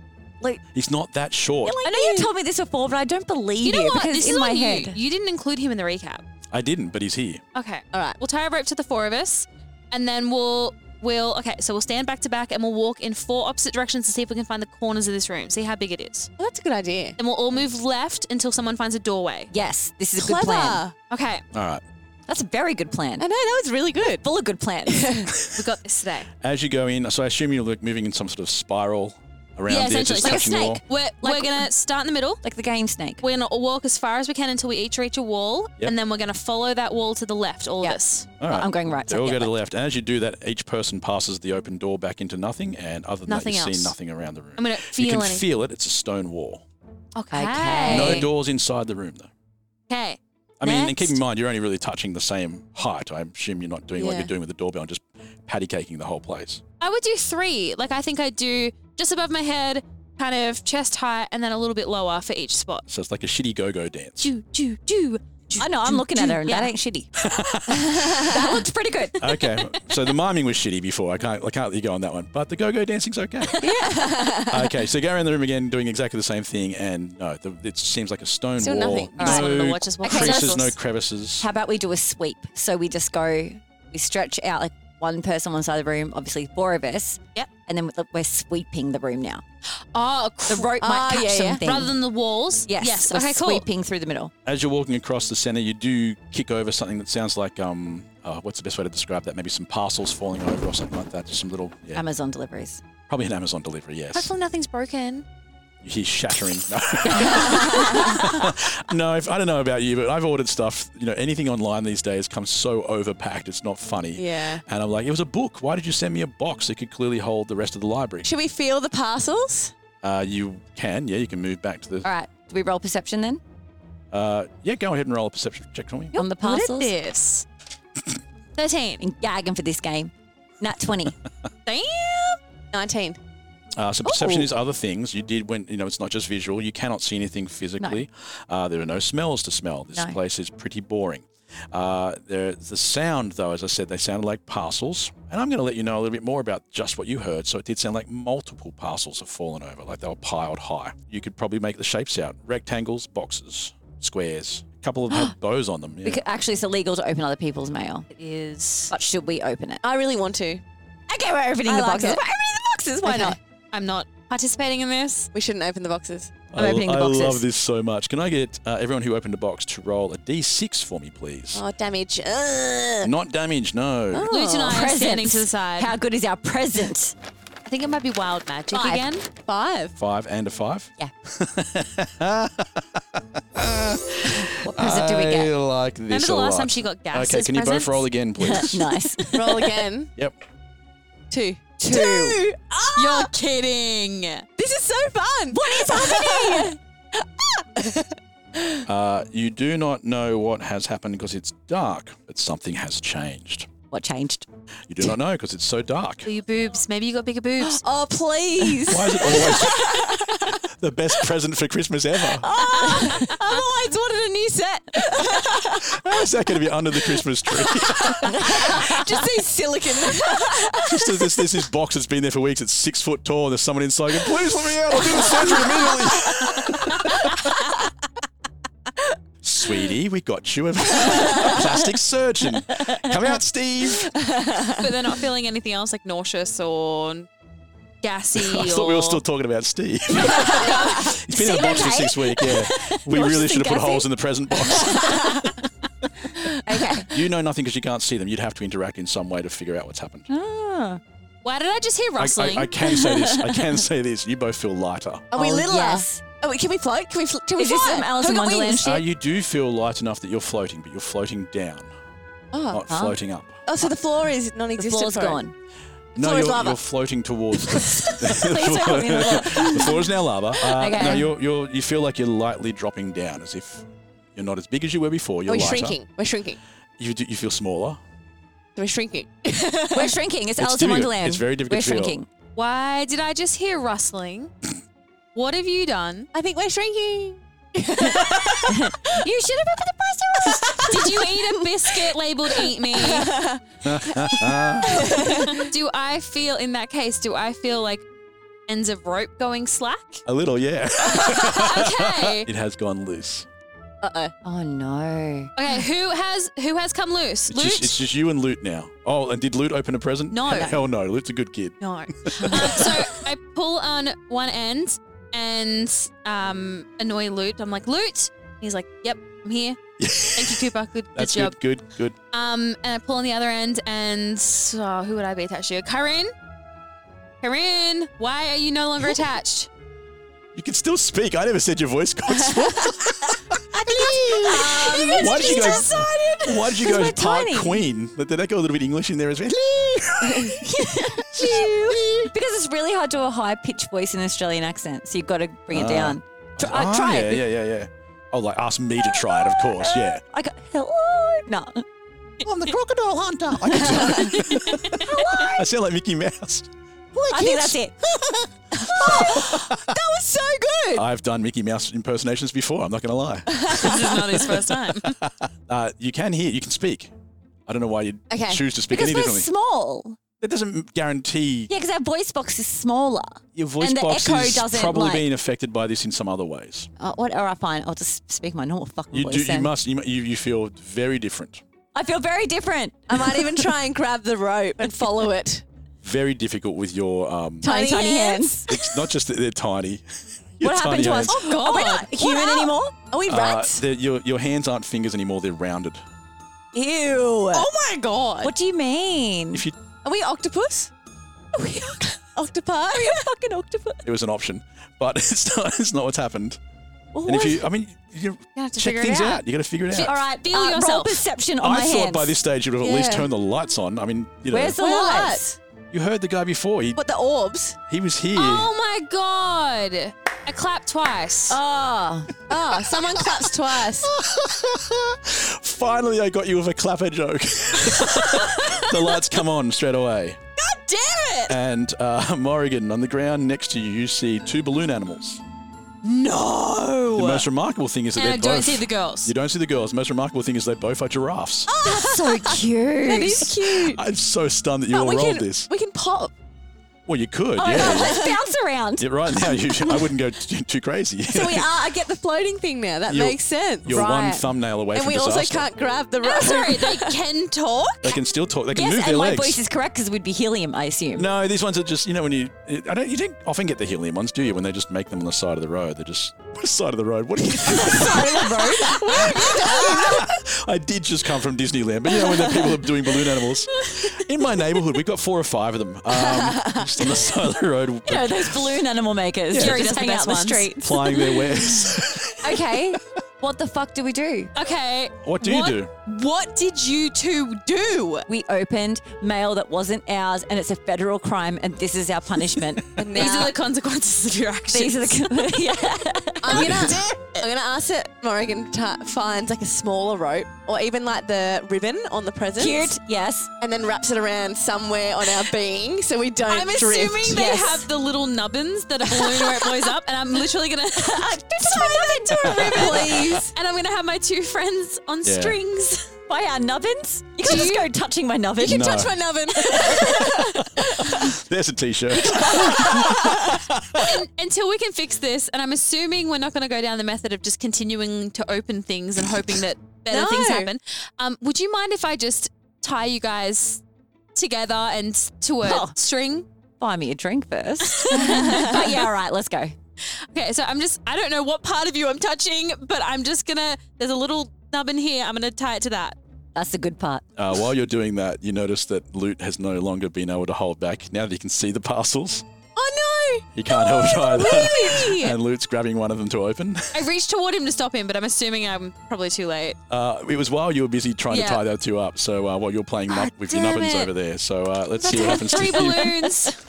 [SPEAKER 1] He's not that short.
[SPEAKER 3] I know you told me this before, but I don't believe
[SPEAKER 4] You
[SPEAKER 3] you,
[SPEAKER 4] know what?
[SPEAKER 3] because
[SPEAKER 4] This
[SPEAKER 3] it's
[SPEAKER 4] is
[SPEAKER 3] in my
[SPEAKER 4] on you.
[SPEAKER 3] head.
[SPEAKER 4] You didn't include him in the recap.
[SPEAKER 1] I didn't, but he's here.
[SPEAKER 4] Okay.
[SPEAKER 2] All right.
[SPEAKER 4] We'll tie a rope to the four of us, and then we'll we'll okay. So we'll stand back to back, and we'll walk in four opposite directions to see if we can find the corners of this room. See how big it is.
[SPEAKER 2] Well, that's a good idea.
[SPEAKER 4] Then we'll all move left until someone finds a doorway.
[SPEAKER 3] Yes, this is a
[SPEAKER 2] Clever.
[SPEAKER 3] good plan.
[SPEAKER 4] Okay,
[SPEAKER 1] All right.
[SPEAKER 3] That's a very good plan.
[SPEAKER 2] I know, that was really good.
[SPEAKER 3] Full of good plans.
[SPEAKER 4] we got this today.
[SPEAKER 1] As you go in, so I assume you're like moving in some sort of spiral around
[SPEAKER 4] Yeah,
[SPEAKER 1] the
[SPEAKER 4] essentially,
[SPEAKER 1] edges,
[SPEAKER 4] like a
[SPEAKER 1] touching the wall.
[SPEAKER 4] We're we're
[SPEAKER 3] Like-
[SPEAKER 4] gonna start in the middle.
[SPEAKER 3] like the game snake.
[SPEAKER 4] We're gonna walk as far as we can until we each reach a wall,
[SPEAKER 1] Yep.
[SPEAKER 4] and then we're gonna follow that wall to the left. All of us.
[SPEAKER 1] All right.
[SPEAKER 3] I'm going right.
[SPEAKER 1] They
[SPEAKER 3] so
[SPEAKER 1] all
[SPEAKER 3] yeah,
[SPEAKER 1] go to the
[SPEAKER 3] right.
[SPEAKER 1] left. And as you do that, each person passes the open door back into nothing, and other than
[SPEAKER 4] Nothing
[SPEAKER 1] that, you
[SPEAKER 4] else.
[SPEAKER 1] see nothing around the room.
[SPEAKER 4] I'm gonna
[SPEAKER 1] you
[SPEAKER 4] feel
[SPEAKER 1] can
[SPEAKER 4] anything.
[SPEAKER 1] feel it. It's a stone wall.
[SPEAKER 4] Okay.
[SPEAKER 3] Okay.
[SPEAKER 1] No
[SPEAKER 3] Hey.
[SPEAKER 1] doors inside the room, though.
[SPEAKER 4] Okay.
[SPEAKER 1] I mean, and keep in
[SPEAKER 4] Next.
[SPEAKER 1] mind, you're only really touching the same height. I assume you're not doing what
[SPEAKER 2] Yeah.
[SPEAKER 1] you're doing with the doorbell and just patty caking the whole place.
[SPEAKER 4] I would do three. Like I think I'd do just above my head, kind of chest height, and then a little bit lower for each spot.
[SPEAKER 1] So it's like a shitty go go dance.
[SPEAKER 4] Do do do.
[SPEAKER 3] I know. I'm looking at her, and
[SPEAKER 4] Yeah.
[SPEAKER 3] that ain't shitty. that looked pretty good.
[SPEAKER 1] okay. So the miming was shitty before. I can't I can't let you go on that one. But the go go dancing's okay. Yeah. okay, so go around the room again doing exactly the same thing and no, the, it seems like a stone
[SPEAKER 2] Still
[SPEAKER 1] wall.
[SPEAKER 2] nothing.
[SPEAKER 4] I just wanted to
[SPEAKER 1] No
[SPEAKER 4] watch us walk
[SPEAKER 3] Okay, so
[SPEAKER 1] creases, no
[SPEAKER 4] circles.
[SPEAKER 1] crevices.
[SPEAKER 3] How about we do a sweep? So we just go, we stretch out like one person on one side of the room, obviously four of us.
[SPEAKER 4] Yep.
[SPEAKER 3] And then we're- we're sweeping the room now.
[SPEAKER 4] Oh,
[SPEAKER 3] The
[SPEAKER 4] cr-
[SPEAKER 3] rope
[SPEAKER 2] Ah,
[SPEAKER 3] might catch
[SPEAKER 2] yeah, yeah.
[SPEAKER 3] something.
[SPEAKER 4] rather than the walls.
[SPEAKER 3] yes.
[SPEAKER 4] Yes.
[SPEAKER 3] we're
[SPEAKER 4] Okay. Cool.
[SPEAKER 3] Sweeping through the middle.
[SPEAKER 1] As you're walking across the center, you do kick over something that sounds like um uh, what's the best way to describe that? Maybe some parcels falling over or something like that. Just some little yeah.
[SPEAKER 3] Amazon deliveries.
[SPEAKER 1] probably an Amazon delivery, yes.
[SPEAKER 4] Hopefully nothing's broken.
[SPEAKER 1] You hear shattering. No, no if, I don't know about you, but I've ordered stuff. You know, anything online these days comes so overpacked, it's not funny.
[SPEAKER 2] Yeah.
[SPEAKER 1] And I'm like, it was a book. Why did you send me a box that could clearly hold the rest of the library?
[SPEAKER 2] Should we feel the parcels?
[SPEAKER 1] Uh, you can, yeah, you can move back to the.
[SPEAKER 3] All right. Do we roll perception then
[SPEAKER 1] Uh, yeah, go ahead and roll a perception check for me.
[SPEAKER 3] on the
[SPEAKER 4] Look at
[SPEAKER 3] parcels?
[SPEAKER 4] this. Thirteen.
[SPEAKER 3] And gagging for this game. Nat 20.
[SPEAKER 4] Damn.
[SPEAKER 2] 19.
[SPEAKER 1] Uh, so perception
[SPEAKER 3] Ooh.
[SPEAKER 1] is other things you did when you know it's not just visual. You cannot see anything physically. Uh, there are no smells to smell. This
[SPEAKER 3] No.
[SPEAKER 1] place is pretty boring. Uh, there, the sound, though, as I said, they sounded like parcels. And I'm going to let you know a little bit more about just what you heard. So it did sound like multiple parcels have fallen over, like they were piled high. You could probably make the shapes out: rectangles, boxes, squares. A couple of them had bows on them. yeah.
[SPEAKER 3] Because Actually, it's illegal to open other people's mail.
[SPEAKER 4] It is.
[SPEAKER 3] But should we open it?
[SPEAKER 2] I really want to.
[SPEAKER 3] Okay, we're opening
[SPEAKER 2] I
[SPEAKER 3] the
[SPEAKER 2] like
[SPEAKER 3] boxes.
[SPEAKER 2] it.
[SPEAKER 3] We're opening the boxes. Why
[SPEAKER 2] Okay.
[SPEAKER 3] not?
[SPEAKER 4] I'm not participating in this.
[SPEAKER 2] We shouldn't open the boxes.
[SPEAKER 3] I'm
[SPEAKER 1] I-
[SPEAKER 3] opening the
[SPEAKER 1] I
[SPEAKER 3] boxes.
[SPEAKER 1] love this so much. Can I get uh, everyone who opened a box to roll a d6 for me, please?
[SPEAKER 2] Oh, damage. Ugh.
[SPEAKER 1] Not damage, no.
[SPEAKER 2] Uh. Oh.
[SPEAKER 4] Luke and I are
[SPEAKER 3] Presents.
[SPEAKER 4] standing to the side.
[SPEAKER 3] How good is our present?
[SPEAKER 4] I think it might be wild magic
[SPEAKER 3] Five.
[SPEAKER 4] again.
[SPEAKER 2] Five.
[SPEAKER 1] Five and a five.
[SPEAKER 3] Yeah. what present do we
[SPEAKER 1] I
[SPEAKER 3] get?
[SPEAKER 1] like this
[SPEAKER 4] Remember the
[SPEAKER 1] a
[SPEAKER 4] last
[SPEAKER 1] lot.
[SPEAKER 4] time she got gas?
[SPEAKER 1] Okay,
[SPEAKER 4] as
[SPEAKER 1] can you both
[SPEAKER 4] presents?
[SPEAKER 1] roll again, please?
[SPEAKER 3] nice.
[SPEAKER 2] Roll again.
[SPEAKER 1] Yep.
[SPEAKER 2] Two.
[SPEAKER 3] Two.
[SPEAKER 4] You're kidding.
[SPEAKER 2] This is so fun. What is
[SPEAKER 1] Uh, you do not know what has happened because it's dark, but something has changed.
[SPEAKER 3] What changed?
[SPEAKER 1] You do not know because it's so dark.
[SPEAKER 3] Oh,
[SPEAKER 4] Well, your boobs. Maybe you got bigger boobs.
[SPEAKER 2] Oh, please.
[SPEAKER 1] Why is it always? the best present for Christmas ever.
[SPEAKER 2] Otherwise, wanted a new set.
[SPEAKER 1] How's that going to be under the Christmas tree?
[SPEAKER 2] Just see silicon.
[SPEAKER 1] Just as this, there's this box that's been there for weeks. It's six foot tall, and there's someone inside going, "Please let me out! I'll do the surgery immediately." Sweetie, we got you a, a plastic surgeon. Come out, Steve.
[SPEAKER 4] but they're not feeling anything else like nauseous or gassy.
[SPEAKER 1] I
[SPEAKER 4] or...
[SPEAKER 1] thought we were still talking about Steve. He's been in a box for six weeks. Yeah, we really should have put holes in the present box.
[SPEAKER 2] okay.
[SPEAKER 1] you know nothing because you can't see them. You'd have to interact in some way to figure out what's happened.
[SPEAKER 4] Ah. Why did I just hear
[SPEAKER 1] I, I,
[SPEAKER 4] rustling?
[SPEAKER 1] I can say this. I can say this. You both feel lighter.
[SPEAKER 2] Are we
[SPEAKER 3] Oh,
[SPEAKER 2] littler?
[SPEAKER 3] yes.
[SPEAKER 2] Are we, can we float? Can we, fl- can we
[SPEAKER 3] Is
[SPEAKER 2] fly?
[SPEAKER 3] this some Alice in
[SPEAKER 2] Have Oh. we got
[SPEAKER 3] Wonderland
[SPEAKER 2] wings?
[SPEAKER 3] shit?
[SPEAKER 1] Uh, you do feel light enough that you're floating, but you're floating down,
[SPEAKER 2] Oh.
[SPEAKER 1] not floating up.
[SPEAKER 2] oh, so the floor is
[SPEAKER 3] The
[SPEAKER 2] non-existent.
[SPEAKER 3] floor's
[SPEAKER 2] for it.
[SPEAKER 3] gone.
[SPEAKER 1] No,
[SPEAKER 2] floor is
[SPEAKER 1] you're,
[SPEAKER 2] lava.
[SPEAKER 1] you're floating towards. The,
[SPEAKER 3] Please help me.
[SPEAKER 1] the floor is now lava. Uh,
[SPEAKER 3] Okay.
[SPEAKER 1] No, you're, you're, you feel like you're lightly dropping down, as if you're not as big as you were before.
[SPEAKER 2] Oh,
[SPEAKER 1] You're
[SPEAKER 2] we're
[SPEAKER 1] lighter.
[SPEAKER 2] shrinking. We're shrinking.
[SPEAKER 1] You do, you feel smaller.
[SPEAKER 2] We're shrinking.
[SPEAKER 3] We're shrinking. It's, Alice
[SPEAKER 1] difficult.
[SPEAKER 3] in Wonderland.
[SPEAKER 1] It's very difficult
[SPEAKER 3] We're
[SPEAKER 1] to feel.
[SPEAKER 3] shrinking.
[SPEAKER 4] Why did I just hear rustling? what have you done?
[SPEAKER 2] I think we're shrinking.
[SPEAKER 3] You should have opened the press release.
[SPEAKER 4] Did you eat a biscuit labeled "Eat Me"? do I feel in that case? Do I feel like ends of rope going slack?
[SPEAKER 1] A little, yeah.
[SPEAKER 4] Okay.
[SPEAKER 1] it has gone loose.
[SPEAKER 2] Uh-oh.
[SPEAKER 3] Oh no.
[SPEAKER 4] Okay. Who has who has come loose?
[SPEAKER 1] It's
[SPEAKER 4] Loot.
[SPEAKER 1] just, it's just you and Loot now. Oh, and did Loot open a present?
[SPEAKER 4] No.
[SPEAKER 1] Hell no. Loot's a good kid.
[SPEAKER 4] No. Um, so I pull on one end and um, annoy Loot. I'm like, Loot. He's like, Yep, I'm here. Thank you, Cooper. Good, good
[SPEAKER 1] That's
[SPEAKER 4] job.
[SPEAKER 1] good. Good. Good.
[SPEAKER 4] Um, and I pull on the other end, and oh, who would I be attached to? Karin. Karin, why are you no longer attached?
[SPEAKER 1] You can still speak. I never said your voice got small. Why did you guys? Why did you guys
[SPEAKER 3] Because we're
[SPEAKER 1] part
[SPEAKER 3] tiny.
[SPEAKER 1] queen? Did that go a little bit English in there as well?
[SPEAKER 3] because it's really hard to do a high pitched voice in an Australian accent, so you've got to bring it
[SPEAKER 1] Ah.
[SPEAKER 3] down. Tr- uh,
[SPEAKER 1] Ah,
[SPEAKER 3] try
[SPEAKER 1] yeah,
[SPEAKER 3] it.
[SPEAKER 1] yeah, yeah, yeah. Oh, like ask me to try it, of course. Yeah.
[SPEAKER 3] I got hello. No.
[SPEAKER 1] I'm the crocodile hunter. I, can do it. I sound like Mickey Mouse.
[SPEAKER 3] I think that's it.
[SPEAKER 2] That was so good.
[SPEAKER 1] I've done Mickey Mouse impersonations before. I'm not going to lie.
[SPEAKER 4] this is not his first time.
[SPEAKER 1] Uh, you can hear. You can speak. I don't know why you would
[SPEAKER 2] Okay.
[SPEAKER 1] choose to speak
[SPEAKER 3] Because
[SPEAKER 1] any
[SPEAKER 3] we're
[SPEAKER 1] differently.
[SPEAKER 3] small.
[SPEAKER 1] that doesn't guarantee
[SPEAKER 3] Yeah, because our voice box is smaller.
[SPEAKER 1] your voice
[SPEAKER 3] and the
[SPEAKER 1] box
[SPEAKER 3] echo
[SPEAKER 1] is
[SPEAKER 3] doesn't,
[SPEAKER 1] probably
[SPEAKER 3] like-
[SPEAKER 1] being affected by this in some other ways.
[SPEAKER 3] Uh, what? All right, fine. I'll just speak my normal fucking
[SPEAKER 1] You
[SPEAKER 3] voice.
[SPEAKER 1] do. You
[SPEAKER 3] then.
[SPEAKER 1] must. You, mu- you you feel very different.
[SPEAKER 3] I feel very different.
[SPEAKER 2] I might even try and grab the rope and follow it.
[SPEAKER 1] Very difficult with your um.
[SPEAKER 3] Tiny,
[SPEAKER 2] Tiny
[SPEAKER 3] tiny hands.
[SPEAKER 1] It's not just that they're tiny. Your
[SPEAKER 3] What happened
[SPEAKER 1] tiny
[SPEAKER 3] to
[SPEAKER 1] hands.
[SPEAKER 3] us? Oh, God. Are we not human
[SPEAKER 2] What up?
[SPEAKER 3] anymore?
[SPEAKER 2] Are we
[SPEAKER 1] Uh,
[SPEAKER 2] rats?
[SPEAKER 1] they're- your, your hands aren't fingers anymore, they're rounded.
[SPEAKER 3] Ew.
[SPEAKER 2] oh my god.
[SPEAKER 3] What do you mean?
[SPEAKER 1] If you,
[SPEAKER 2] Are we octopus? Are we octopi? Are we a fucking octopus?
[SPEAKER 1] it was an option, but it's not, it's not what's happened.
[SPEAKER 3] Well,
[SPEAKER 1] And if
[SPEAKER 3] what-
[SPEAKER 1] you, I mean, you
[SPEAKER 4] have to
[SPEAKER 1] check
[SPEAKER 4] figure it
[SPEAKER 1] things
[SPEAKER 4] out.
[SPEAKER 1] You got to figure it out.
[SPEAKER 4] All right, feel
[SPEAKER 3] uh, roll
[SPEAKER 4] yourself.
[SPEAKER 3] perception on
[SPEAKER 1] I
[SPEAKER 3] my
[SPEAKER 1] thought
[SPEAKER 3] hands.
[SPEAKER 1] by this stage you'd have at least
[SPEAKER 2] Yeah.
[SPEAKER 1] turned the lights on. I mean, you know,
[SPEAKER 3] Where's the
[SPEAKER 2] Where are
[SPEAKER 3] lights?
[SPEAKER 1] you heard the guy before. He,
[SPEAKER 2] What the orbs?
[SPEAKER 1] he was here.
[SPEAKER 4] Oh my god! I clapped twice.
[SPEAKER 3] Oh,
[SPEAKER 2] Oh, someone claps twice.
[SPEAKER 1] Finally, I got you with a clapper joke. the lights come on straight away.
[SPEAKER 2] Damn it!
[SPEAKER 1] And uh, Morrigan, on the ground next to you, you see two balloon animals.
[SPEAKER 2] No.
[SPEAKER 1] The most remarkable thing is that
[SPEAKER 4] and I
[SPEAKER 1] they're
[SPEAKER 4] don't
[SPEAKER 1] both.
[SPEAKER 4] see the girls.
[SPEAKER 1] You don't see the girls. The most remarkable thing is they both are giraffes.
[SPEAKER 3] that's so cute.
[SPEAKER 2] Oh, That is cute.
[SPEAKER 1] I'm so stunned that you
[SPEAKER 2] But
[SPEAKER 1] all
[SPEAKER 2] we
[SPEAKER 1] rolled
[SPEAKER 2] can,
[SPEAKER 1] this.
[SPEAKER 2] we can pop.
[SPEAKER 1] Well, you could,
[SPEAKER 3] Oh my God,
[SPEAKER 1] yeah.
[SPEAKER 3] let's bounce around.
[SPEAKER 1] yeah. Right now, you, I wouldn't go t- too crazy.
[SPEAKER 2] So we are. I get the floating thing now. That
[SPEAKER 1] You're-
[SPEAKER 2] makes sense.
[SPEAKER 1] You're one thumbnail away
[SPEAKER 2] and
[SPEAKER 1] from
[SPEAKER 2] we
[SPEAKER 1] disaster.
[SPEAKER 2] also can't grab the rope.
[SPEAKER 4] I'm sorry, they can talk.
[SPEAKER 1] They can still talk. They can
[SPEAKER 3] Yes,
[SPEAKER 1] move
[SPEAKER 3] and
[SPEAKER 1] their
[SPEAKER 3] my
[SPEAKER 1] legs.
[SPEAKER 3] voice is correct because we'd be helium, I assume.
[SPEAKER 1] no, these ones are just you know when you I don't you don't often get the helium ones, do you? When they just make them on the side of the road, they're just what side of the road? What are you I did just come from Disneyland, but you know when the people are doing balloon animals in my neighbourhood, we've got four or five of them um, just on the side of the road,
[SPEAKER 3] You know, those balloon animal makers.
[SPEAKER 4] Yeah.
[SPEAKER 3] Jerry
[SPEAKER 4] Just the
[SPEAKER 3] just hang out
[SPEAKER 4] best
[SPEAKER 3] in
[SPEAKER 4] ones.
[SPEAKER 3] the streets.
[SPEAKER 1] plying their wares.
[SPEAKER 2] Okay.
[SPEAKER 3] What the fuck do we do?
[SPEAKER 4] Okay.
[SPEAKER 1] What do you do?
[SPEAKER 4] What did you two do?
[SPEAKER 3] We opened mail that wasn't ours, and it's a federal crime, and this is our punishment.
[SPEAKER 2] And
[SPEAKER 4] These
[SPEAKER 2] now-
[SPEAKER 4] are the consequences of your actions.
[SPEAKER 3] These are the yeah.
[SPEAKER 2] I'm gonna, I'm gonna ask that Morrigan t- finds like a smaller rope or even like the ribbon on the present,
[SPEAKER 3] cute. Yes,
[SPEAKER 2] and then wraps it around somewhere on our being so we don't.
[SPEAKER 4] I'm
[SPEAKER 2] drift.
[SPEAKER 4] assuming they
[SPEAKER 3] Yes.
[SPEAKER 4] have the little nubbins that a balloon where it blows up, and I'm literally gonna
[SPEAKER 2] please.
[SPEAKER 4] and I'm gonna have my two friends on
[SPEAKER 1] Yeah.
[SPEAKER 4] strings.
[SPEAKER 3] by our nubbins. You can
[SPEAKER 4] Do
[SPEAKER 3] just
[SPEAKER 4] you-
[SPEAKER 3] go touching my nubbin.
[SPEAKER 1] No.
[SPEAKER 2] Touch my nubbin.
[SPEAKER 1] There's a t-shirt.
[SPEAKER 4] Un- until we can fix this, and I'm assuming we're not gonna go down the method of just continuing to open things and hoping that better
[SPEAKER 2] No.
[SPEAKER 4] things happen. Um, would you mind if I just tie you guys together and s- to a
[SPEAKER 3] Oh.
[SPEAKER 4] string?
[SPEAKER 3] Buy me a drink first. but yeah, all right, let's go.
[SPEAKER 4] Okay, so I'm just I don't know what part of you I'm touching, but I'm just gonna there's a little nubbin here. I'm gonna tie it to that.
[SPEAKER 3] That's the good part.
[SPEAKER 1] Uh, while you're doing that, you notice that Loot has no longer been able to hold back. Now that he can see the parcels,
[SPEAKER 2] oh no!
[SPEAKER 1] he can't hold it either. And Loot's grabbing one of them to open.
[SPEAKER 4] I reached toward him to stop him, but I'm assuming I'm probably too late.
[SPEAKER 1] Uh, it was while you were busy trying
[SPEAKER 4] Yeah. Ah,
[SPEAKER 1] to tie that two up. So uh, while you're playing nub- with your
[SPEAKER 4] damn
[SPEAKER 1] nubbins
[SPEAKER 4] it.
[SPEAKER 1] over there, so uh, let's see what happens to you.
[SPEAKER 4] Three balloons.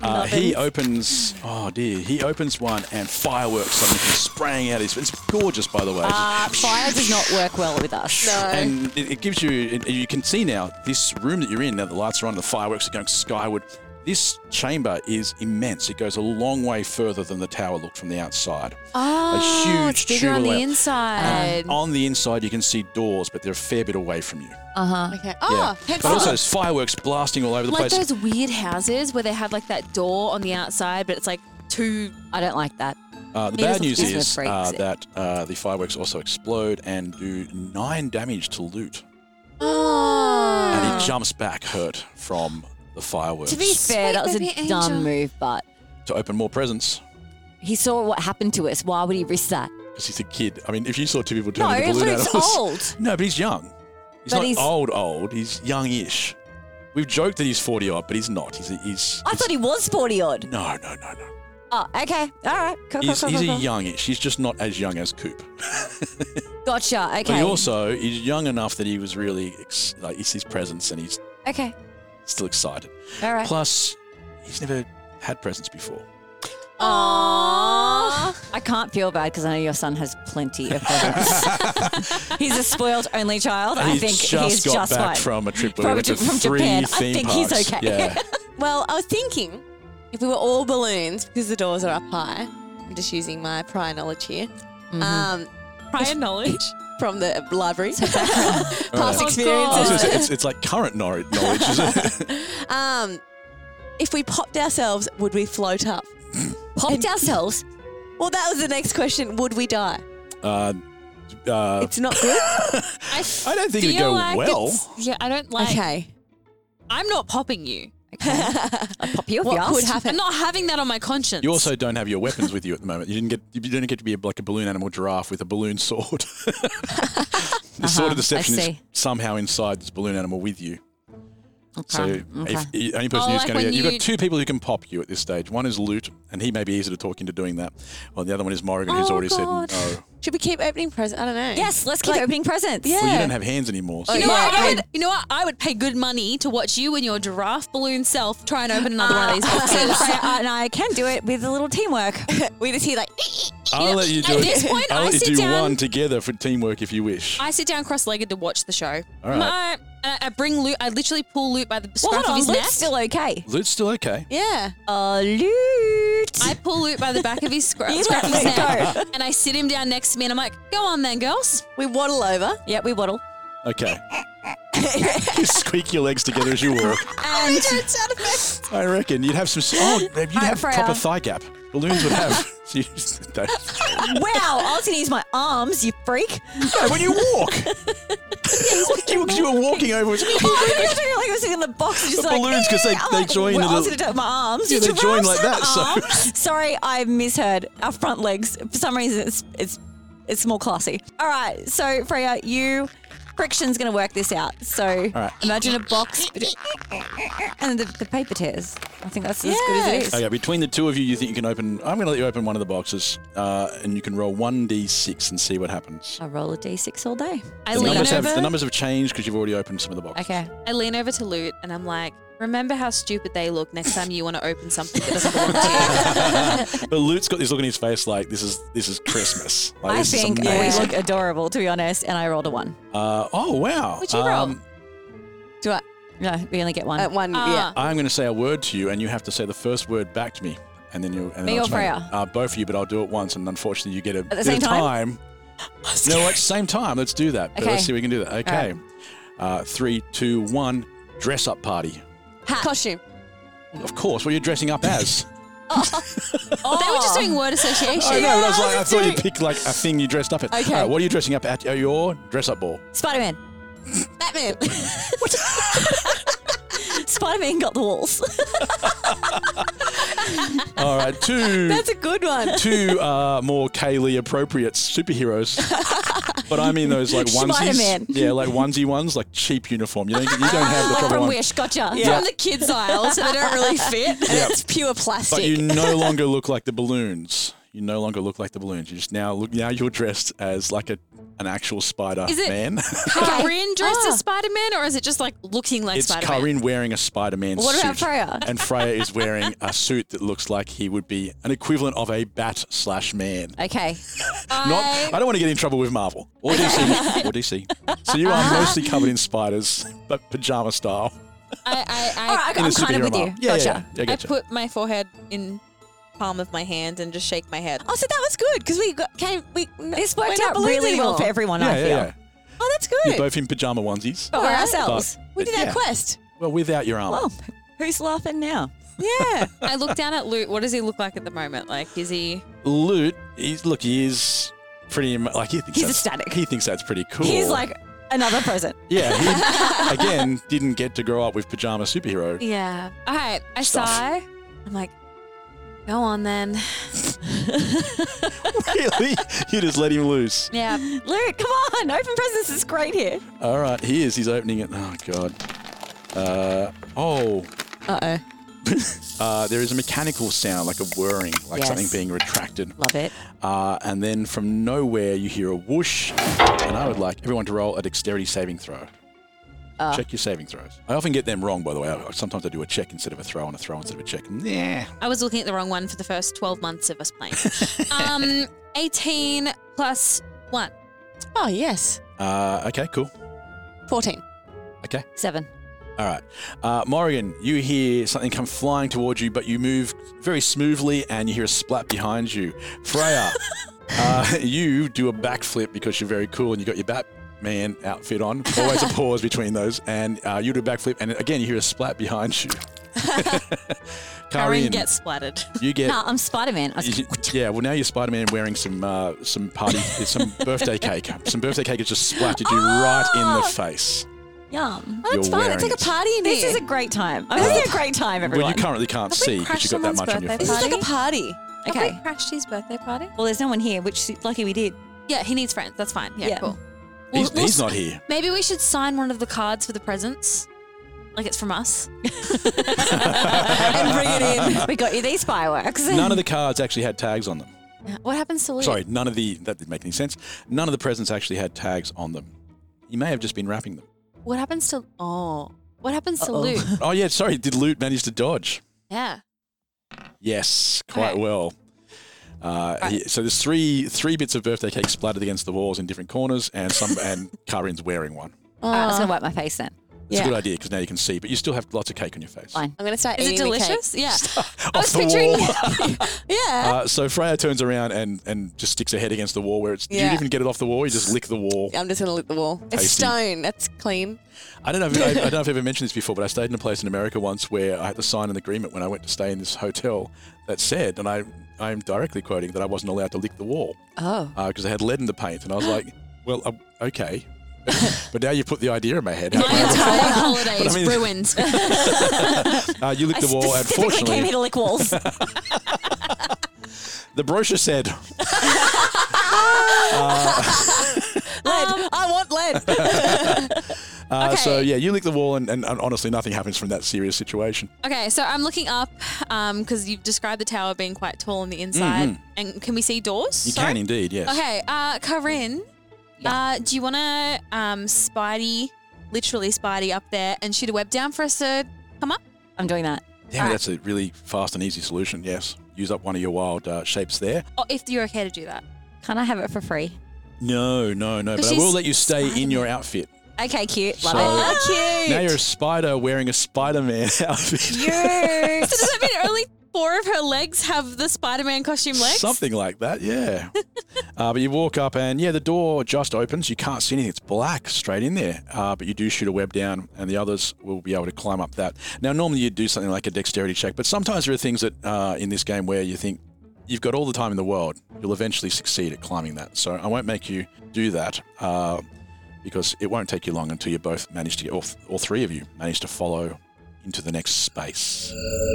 [SPEAKER 1] Uh, he opens. Oh dear! He opens one, and fireworks suddenly come spraying out. His. It's gorgeous, by the way.
[SPEAKER 4] Ah,
[SPEAKER 3] Uh, fire does not work well with us.
[SPEAKER 1] and it, it gives you. It, you can see now this room that you're in. Now the lights are on. The fireworks are going skyward. This chamber is immense. It goes a long way further than the tower looked from the outside.
[SPEAKER 3] Ah.
[SPEAKER 4] Oh,
[SPEAKER 1] huge Um,
[SPEAKER 4] it's bigger on the
[SPEAKER 1] jubilee.
[SPEAKER 4] inside.
[SPEAKER 1] And on the inside, you can see doors, but they're a fair bit away from you.
[SPEAKER 2] Okay.
[SPEAKER 3] Ah,
[SPEAKER 2] Oh, heads
[SPEAKER 1] but also,
[SPEAKER 2] up.
[SPEAKER 1] there's fireworks blasting all over the
[SPEAKER 4] Uh-huh. like
[SPEAKER 1] place.
[SPEAKER 4] those weird houses where they have like that door on the outside, but it's like two.
[SPEAKER 3] I don't like that.
[SPEAKER 1] Uh, the
[SPEAKER 3] Needles
[SPEAKER 1] bad
[SPEAKER 3] of
[SPEAKER 1] news
[SPEAKER 3] Kismet
[SPEAKER 1] is uh,
[SPEAKER 3] breaks it.
[SPEAKER 1] that uh, the fireworks also explode and do nine damage to loot.
[SPEAKER 3] Ah.
[SPEAKER 1] And he jumps back hurt from the fireworks
[SPEAKER 3] To be fair, that was a dumb move, but
[SPEAKER 1] to open more presents
[SPEAKER 3] he saw what happened to us. Why would he risk that?
[SPEAKER 1] because he's a kid. I mean, if you saw two people
[SPEAKER 3] No,
[SPEAKER 1] turn into balloon
[SPEAKER 3] Luke's
[SPEAKER 1] animals,
[SPEAKER 3] old.
[SPEAKER 1] no, but he's young. He's
[SPEAKER 3] But
[SPEAKER 1] not
[SPEAKER 3] he's-
[SPEAKER 1] old, old. He's youngish. We've joked that he's forty odd, but he's not. He's he's.
[SPEAKER 3] I thought he was 40 odd.
[SPEAKER 1] No, no, no, no.
[SPEAKER 3] Oh, okay. All right. Cool, cool,
[SPEAKER 1] He's,
[SPEAKER 3] cool,
[SPEAKER 1] he's
[SPEAKER 3] cool,
[SPEAKER 1] a
[SPEAKER 3] cool.
[SPEAKER 1] youngish. He's just not as young as Coop.
[SPEAKER 3] Gotcha.
[SPEAKER 1] But
[SPEAKER 3] Okay.
[SPEAKER 1] he also is young enough that he was really ex- like it's his presence and he's
[SPEAKER 3] okay.
[SPEAKER 1] still excited.
[SPEAKER 3] All right.
[SPEAKER 1] Plus, he's never had presents before.
[SPEAKER 3] Aww. I can't feel bad because I know your son has plenty of presents. he's a spoiled only child. I
[SPEAKER 1] he's
[SPEAKER 3] think
[SPEAKER 1] just
[SPEAKER 3] he's
[SPEAKER 1] got
[SPEAKER 3] just
[SPEAKER 1] back
[SPEAKER 3] fine.
[SPEAKER 1] from a trip
[SPEAKER 3] From
[SPEAKER 1] where we
[SPEAKER 3] a
[SPEAKER 1] went to
[SPEAKER 3] trip from
[SPEAKER 1] three
[SPEAKER 3] Japan. I
[SPEAKER 1] theme
[SPEAKER 3] think he's
[SPEAKER 1] parks.
[SPEAKER 3] okay.
[SPEAKER 1] Yeah.
[SPEAKER 2] Well, I was thinking if we were all balloons because the doors are up high. I'm just using my prior knowledge here. Um,
[SPEAKER 4] Prior knowledge.
[SPEAKER 2] from the library, past
[SPEAKER 1] Oh, I was
[SPEAKER 2] experiences.
[SPEAKER 1] gonna say, it's, it's like current knor- knowledge. Is it?
[SPEAKER 2] Um, if we popped ourselves, would we float up?
[SPEAKER 3] Popped ourselves.
[SPEAKER 2] Well, that was the next question. Would we die?
[SPEAKER 1] uh, uh,
[SPEAKER 2] It's not good.
[SPEAKER 4] I, f-
[SPEAKER 1] I don't think it'd
[SPEAKER 4] feel
[SPEAKER 1] go
[SPEAKER 4] like
[SPEAKER 1] well.
[SPEAKER 4] it's- Yeah, I don't like.
[SPEAKER 2] okay.
[SPEAKER 4] I'm not popping you.
[SPEAKER 3] Pop you off
[SPEAKER 2] What
[SPEAKER 3] your
[SPEAKER 2] could
[SPEAKER 3] ass.
[SPEAKER 2] happen?
[SPEAKER 4] I'm not having that on my conscience.
[SPEAKER 1] you also don't have your weapons with you at the moment. You didn't get. You didn't get to be a, like a balloon animal giraffe with a balloon sword. the sword
[SPEAKER 3] I
[SPEAKER 4] Uh-huh.
[SPEAKER 1] of deception is
[SPEAKER 3] see.
[SPEAKER 1] somehow inside this balloon animal with you. So
[SPEAKER 3] Okay, okay.
[SPEAKER 1] if the only person
[SPEAKER 4] Oh,
[SPEAKER 1] who's going
[SPEAKER 4] like
[SPEAKER 1] to
[SPEAKER 4] when
[SPEAKER 1] get, you've
[SPEAKER 4] you-
[SPEAKER 1] got two people who can pop you at this stage. One is Loot, and he may be easier to talk into doing that. Well, the other one is Morrigan, who's
[SPEAKER 4] Oh,
[SPEAKER 1] already
[SPEAKER 4] God.
[SPEAKER 1] said no.
[SPEAKER 2] Should we keep opening presents? I don't know.
[SPEAKER 3] yes, let's keep
[SPEAKER 2] Like-
[SPEAKER 3] opening presents.
[SPEAKER 2] Yeah.
[SPEAKER 1] Well, you don't have hands anymore. So
[SPEAKER 4] You know,
[SPEAKER 2] Yeah,
[SPEAKER 4] what? I
[SPEAKER 2] and-
[SPEAKER 4] would, you know what? I would pay good money to watch you and your giraffe balloon self try and open another one of these boxes.
[SPEAKER 3] and Uh, I can do it with a little teamwork.
[SPEAKER 2] We just hear like,
[SPEAKER 1] I'll let you do
[SPEAKER 4] At
[SPEAKER 1] it.
[SPEAKER 4] this point,
[SPEAKER 1] I'll
[SPEAKER 4] I
[SPEAKER 1] let you
[SPEAKER 4] sit
[SPEAKER 1] do
[SPEAKER 4] down-
[SPEAKER 1] one together for teamwork if you wish.
[SPEAKER 4] I sit down cross-legged to watch the show.
[SPEAKER 1] All right.
[SPEAKER 4] My- uh, I, I bring Luke. I literally pull Luke by the
[SPEAKER 3] Well,
[SPEAKER 4] scruff
[SPEAKER 3] hold
[SPEAKER 4] of
[SPEAKER 3] on,
[SPEAKER 4] his
[SPEAKER 3] Luke's
[SPEAKER 4] neck.
[SPEAKER 3] still okay.
[SPEAKER 1] Loot's still okay.
[SPEAKER 2] yeah.
[SPEAKER 3] Uh, loot.
[SPEAKER 4] I pull Luke by the back of his scruff,
[SPEAKER 3] You
[SPEAKER 4] scruff of his
[SPEAKER 3] let
[SPEAKER 4] neck, and I sit him down next to me, and I'm like, "Go on then, girls."
[SPEAKER 2] We waddle over.
[SPEAKER 3] yeah, we waddle.
[SPEAKER 1] Okay. you squeak your legs together as you walk.
[SPEAKER 3] And
[SPEAKER 1] I reckon you'd have some. Oh, you'd have
[SPEAKER 3] Freya.
[SPEAKER 1] proper thigh gap. Balloons would have. You just don't-
[SPEAKER 3] wow, I was gonna use my arms, you freak.
[SPEAKER 1] no, when you walk. you, 'cause you were walking over.
[SPEAKER 3] Oh, I was doing like I was in the box, and just
[SPEAKER 1] The
[SPEAKER 3] like
[SPEAKER 1] balloons, 'cause they-
[SPEAKER 3] eh, I'm
[SPEAKER 1] they
[SPEAKER 3] like,
[SPEAKER 1] join
[SPEAKER 3] Well,
[SPEAKER 1] the
[SPEAKER 3] I was
[SPEAKER 1] little-
[SPEAKER 3] gonna do it with my arms.
[SPEAKER 1] Yeah, they
[SPEAKER 3] Giraffes
[SPEAKER 1] join like
[SPEAKER 3] have
[SPEAKER 1] that, so-
[SPEAKER 3] arms. Sorry, I misheard. Our front legs. For some reason, it's it's it's more classy. All right, so Freya, you Friction's going to work this out. So
[SPEAKER 1] right.
[SPEAKER 3] imagine a box bet- and the, the paper tears. I think that's as good as it is.
[SPEAKER 1] Okay, between the two of you, you think you can open. I'm going to let you open one of the boxes, uh, and you can roll one d6 and see what happens.
[SPEAKER 3] I roll a d6 all day.
[SPEAKER 4] I
[SPEAKER 1] The
[SPEAKER 4] lean
[SPEAKER 1] numbers, have,
[SPEAKER 4] over.
[SPEAKER 1] the numbers have changed because you've already opened some of the boxes.
[SPEAKER 3] Okay.
[SPEAKER 4] I lean over to Loot and I'm like, remember how stupid they look next time you want to open something that doesn't belong to you.
[SPEAKER 1] but Lute's got this look on his face like this is this is Christmas. Like,
[SPEAKER 3] I
[SPEAKER 1] this is
[SPEAKER 3] think we
[SPEAKER 1] amazing.
[SPEAKER 3] look adorable, to be honest, and I rolled a one.
[SPEAKER 1] Uh, oh wow!
[SPEAKER 4] What'd you roll?
[SPEAKER 2] Do I?
[SPEAKER 3] No, we only get one.
[SPEAKER 2] At one,
[SPEAKER 4] Ah.
[SPEAKER 3] Uh,
[SPEAKER 2] yeah.
[SPEAKER 1] I'm going to say a word to you, and you have to say the first word back to me, and then you. And
[SPEAKER 3] Me
[SPEAKER 1] then I'll
[SPEAKER 3] or
[SPEAKER 1] explain it.
[SPEAKER 3] Freya?
[SPEAKER 1] Uh, both of you, but I'll do it once, and unfortunately, you get a, At
[SPEAKER 3] the same time?
[SPEAKER 1] time. no, at the same time. Let's do that. But
[SPEAKER 3] Okay.
[SPEAKER 1] Let's see if we can do that. Okay. Uh, three, two, one. Dress up party.
[SPEAKER 2] Costume.
[SPEAKER 1] Of course. What are you dressing up as?
[SPEAKER 4] But They were just doing word association.
[SPEAKER 1] I know. but I was like, I
[SPEAKER 2] just
[SPEAKER 1] thought you
[SPEAKER 2] doing-
[SPEAKER 1] picked like a thing you dressed up as.
[SPEAKER 2] Okay.
[SPEAKER 1] All right, what are you dressing up at? Uh, Your dress up ball.
[SPEAKER 3] Spider Man.
[SPEAKER 2] Batman.
[SPEAKER 3] Spider Man got the walls.
[SPEAKER 1] All right. Two.
[SPEAKER 2] That's a good one.
[SPEAKER 1] two uh, more Kaylee appropriate superheroes. but I mean those like onesies.
[SPEAKER 3] Spider-Man.
[SPEAKER 1] Yeah, like onesie ones, like cheap uniform. You don't, you don't have the proper
[SPEAKER 3] From
[SPEAKER 1] one.
[SPEAKER 3] Wish, gotcha.
[SPEAKER 1] Yeah.
[SPEAKER 2] Ah, From the kids aisle, so they don't really fit. And
[SPEAKER 1] Yeah.
[SPEAKER 2] It's pure plastic.
[SPEAKER 1] But you no longer look like the balloons. You no longer look like the balloons. You just now look now you're dressed as like a an actual spider
[SPEAKER 4] Is it-
[SPEAKER 1] Oh, man.
[SPEAKER 4] Corinne dressed as Spider Man, or is it just like looking like
[SPEAKER 1] it's
[SPEAKER 4] Spider Man?
[SPEAKER 1] Karin wearing a Spider Man suit.
[SPEAKER 3] What about Freya?
[SPEAKER 1] And Freya is wearing a suit that looks like he would be an equivalent of a bat slash man.
[SPEAKER 3] Okay.
[SPEAKER 1] Not, I don't want to get in trouble with Marvel or DC or DC. So you are
[SPEAKER 3] Ah.
[SPEAKER 1] mostly covered in spiders, but pajama style.
[SPEAKER 4] I, I, I,
[SPEAKER 3] All right, I,
[SPEAKER 1] in a
[SPEAKER 3] I'm kind of
[SPEAKER 1] superhero
[SPEAKER 3] with you.
[SPEAKER 1] marvel. Yeah, yeah,
[SPEAKER 3] gotcha.
[SPEAKER 1] yeah, I
[SPEAKER 4] I
[SPEAKER 1] getcha.
[SPEAKER 4] put my forehead in palm of my hand and just shake my head.
[SPEAKER 2] oh, so that was good because we got, came. We
[SPEAKER 3] This
[SPEAKER 2] we're
[SPEAKER 3] worked
[SPEAKER 2] not
[SPEAKER 3] out
[SPEAKER 2] balloons
[SPEAKER 3] really well
[SPEAKER 2] anymore.
[SPEAKER 3] for everyone, I
[SPEAKER 1] yeah, yeah,
[SPEAKER 3] feel.
[SPEAKER 1] yeah.
[SPEAKER 2] Oh, that's
[SPEAKER 1] You're
[SPEAKER 2] good.
[SPEAKER 1] both in pajama onesies.
[SPEAKER 3] But we're
[SPEAKER 2] Alright.
[SPEAKER 3] ourselves.
[SPEAKER 2] We did our
[SPEAKER 1] yeah.
[SPEAKER 2] quest.
[SPEAKER 1] Well, without your armor.
[SPEAKER 3] Well, who's laughing now?
[SPEAKER 2] Yeah.
[SPEAKER 4] I look down at Luke. What does he look like at the moment? Like, is he?
[SPEAKER 1] Loot, he's, look, he is pretty, im- like, he thinks
[SPEAKER 3] He's
[SPEAKER 1] that's-
[SPEAKER 3] ecstatic.
[SPEAKER 1] He thinks that's pretty cool.
[SPEAKER 3] He's like another present.
[SPEAKER 1] yeah, he, again, didn't get to grow up with pajama superhero.
[SPEAKER 4] Yeah. All right. I
[SPEAKER 1] Stuff.
[SPEAKER 4] sigh. I'm like, go on then.
[SPEAKER 1] really? You just let him loose.
[SPEAKER 4] Yeah.
[SPEAKER 3] Luke, come on. Open presents is great here.
[SPEAKER 1] All right, he is. He's opening it. Oh, God. Uh, oh,
[SPEAKER 2] Uh oh.
[SPEAKER 1] Uh, there is a mechanical sound, like a whirring, like
[SPEAKER 3] Yes.
[SPEAKER 1] something being retracted.
[SPEAKER 3] Love it.
[SPEAKER 1] Uh, and then from nowhere, you hear a whoosh. And I would like everyone to roll a dexterity saving throw.
[SPEAKER 3] Uh.
[SPEAKER 1] Check your saving throws. I often get them wrong, by the way. I, sometimes I do a check instead of a throw and a throw instead of a check. Nah.
[SPEAKER 4] Uh, I was looking at the wrong one for the first 12 months of us playing. um, 18 plus one.
[SPEAKER 2] Oh yes.
[SPEAKER 1] Uh, okay, cool.
[SPEAKER 2] Fourteen.
[SPEAKER 1] Okay.
[SPEAKER 3] Seven.
[SPEAKER 1] All right. Uh, Morrigan, you hear something come flying towards you, but you move very smoothly and you hear a splat behind you. Freya, uh, you do a backflip because you're very cool and you got your Batman outfit on. Always a pause between those. And uh, you do a backflip and again, you hear a splat behind you.
[SPEAKER 4] Karen
[SPEAKER 1] Karin,
[SPEAKER 4] gets splattered.
[SPEAKER 1] you get.
[SPEAKER 3] No, I'm Spider Man.
[SPEAKER 1] you- Yeah, well now you're Spider-Man wearing some uh, some party, some birthday cake. Some birthday cake has just splattered you right in the face.
[SPEAKER 3] Yum.
[SPEAKER 2] Oh,
[SPEAKER 1] You're
[SPEAKER 2] that's fun. It's
[SPEAKER 1] wearing
[SPEAKER 2] like a
[SPEAKER 1] it.
[SPEAKER 2] party in
[SPEAKER 3] This
[SPEAKER 2] here.
[SPEAKER 3] is a great time. I'm having a great time, everyone.
[SPEAKER 1] Well, you currently can't see because
[SPEAKER 4] crashed
[SPEAKER 1] you've got that
[SPEAKER 4] someone's
[SPEAKER 1] much on your
[SPEAKER 4] birthday
[SPEAKER 1] face.
[SPEAKER 2] this is like a
[SPEAKER 4] party.
[SPEAKER 2] party.
[SPEAKER 4] Have
[SPEAKER 3] okay.
[SPEAKER 4] we crashed his birthday party?
[SPEAKER 3] Well, there's no one here, which lucky we did.
[SPEAKER 4] Yeah, he needs friends. That's fine. Yeah,
[SPEAKER 3] Yeah.
[SPEAKER 4] cool.
[SPEAKER 1] He's,
[SPEAKER 4] We'll-
[SPEAKER 1] he's
[SPEAKER 4] we'll-
[SPEAKER 1] not here.
[SPEAKER 4] Maybe we should sign one of the cards for the presents. Like it's from us.
[SPEAKER 3] and bring it in. We got you these fireworks.
[SPEAKER 1] None of the cards actually had tags on
[SPEAKER 2] Oh,
[SPEAKER 1] them.
[SPEAKER 4] What happens to Luke?
[SPEAKER 1] Sorry, none of the that didn't make any sense. None of the presents actually had tags on them. He may have just been wrapping them.
[SPEAKER 4] What happens to oh? What happens to
[SPEAKER 3] Uh-oh.
[SPEAKER 4] Luke?
[SPEAKER 1] Oh yeah, sorry. Did Loot manage to dodge?
[SPEAKER 4] Yeah.
[SPEAKER 1] Yes, quite
[SPEAKER 4] Okay.
[SPEAKER 1] well. Uh, he- so there's three three bits of birthday cake splattered against the walls in different corners, and some and Karin's wearing one.
[SPEAKER 3] All right, I was going to wipe my face then.
[SPEAKER 1] It's a
[SPEAKER 2] Yeah.
[SPEAKER 1] good idea because now you can see, but you still have lots of cake on your face.
[SPEAKER 3] Fine.
[SPEAKER 2] I'm gonna start
[SPEAKER 4] Is it
[SPEAKER 2] eating the cake.
[SPEAKER 4] delicious? Yeah. I
[SPEAKER 1] Off
[SPEAKER 4] was
[SPEAKER 1] the
[SPEAKER 4] picturing
[SPEAKER 1] wall.
[SPEAKER 2] Yeah.
[SPEAKER 1] Uh, so Freya turns around and, and just sticks her head against the wall where it's. Did
[SPEAKER 2] Yeah.
[SPEAKER 1] you even get it off the wall? You just lick the wall.
[SPEAKER 2] I'm just gonna lick the wall. It's
[SPEAKER 1] Tasty.
[SPEAKER 2] stone. That's clean.
[SPEAKER 1] I don't know. If, I, I don't know if I've ever mentioned this before, but I stayed in a place in America once where I had to sign an agreement when I went to stay in this hotel that said, and I I'm directly quoting that I wasn't allowed to lick the wall
[SPEAKER 3] Oh.
[SPEAKER 1] because I had lead in the paint, and I was like, well, um, okay, but now you put the idea in my head.
[SPEAKER 4] My entire holiday
[SPEAKER 1] But I
[SPEAKER 4] is
[SPEAKER 1] mean-
[SPEAKER 4] ruined.
[SPEAKER 1] Uh, you lick the wall, and
[SPEAKER 3] specifically
[SPEAKER 1] fortunately,
[SPEAKER 3] came here to lick walls.
[SPEAKER 1] the brochure said.
[SPEAKER 4] Ah.
[SPEAKER 3] Um,
[SPEAKER 2] Lead. I want lead.
[SPEAKER 1] Uh, So
[SPEAKER 4] Okay.
[SPEAKER 1] yeah, you lick the wall, and, and, and honestly, nothing happens from that serious situation.
[SPEAKER 4] Okay, so I'm looking up because you've described the tower being quite tall on the inside. And can we see doors?
[SPEAKER 1] Mm-hmm. You
[SPEAKER 4] Sorry?
[SPEAKER 1] can indeed, yes.
[SPEAKER 4] Okay, uh, Corinne, uh, do you want to um, Spidey, literally Spidey up there and shoot a web down for us to come up?
[SPEAKER 3] I'm doing that.
[SPEAKER 1] Damn, it, that's a really fast and easy solution. Yes, use up one of your wild uh, shapes there.
[SPEAKER 4] Or Oh, if you're okay to do that.
[SPEAKER 3] Can I have it for free?
[SPEAKER 1] No, no, no. But,
[SPEAKER 4] But
[SPEAKER 1] I will
[SPEAKER 4] she's
[SPEAKER 1] let you stay in your outfit.
[SPEAKER 3] Okay, cute. Love
[SPEAKER 1] So-
[SPEAKER 3] it.
[SPEAKER 1] Oh,
[SPEAKER 2] cute.
[SPEAKER 1] Now you're a spider wearing a Spider-Man outfit.
[SPEAKER 4] so does that mean only four of her legs have the Spider-Man costume legs?
[SPEAKER 1] Something like that, yeah. uh, but you walk up, and yeah, the door just opens. You can't see anything; it's black straight in there. Uh, but you do shoot a web down, and the others will be able to climb up that. Now, normally you'd do something like a dexterity check, but sometimes there are things that uh, in this game where you think you've got all the time in the world. You'll eventually succeed at climbing that. So I won't make you do that. Uh, because it won't take you long until you both manage to, or all three of you manage to follow into the next space.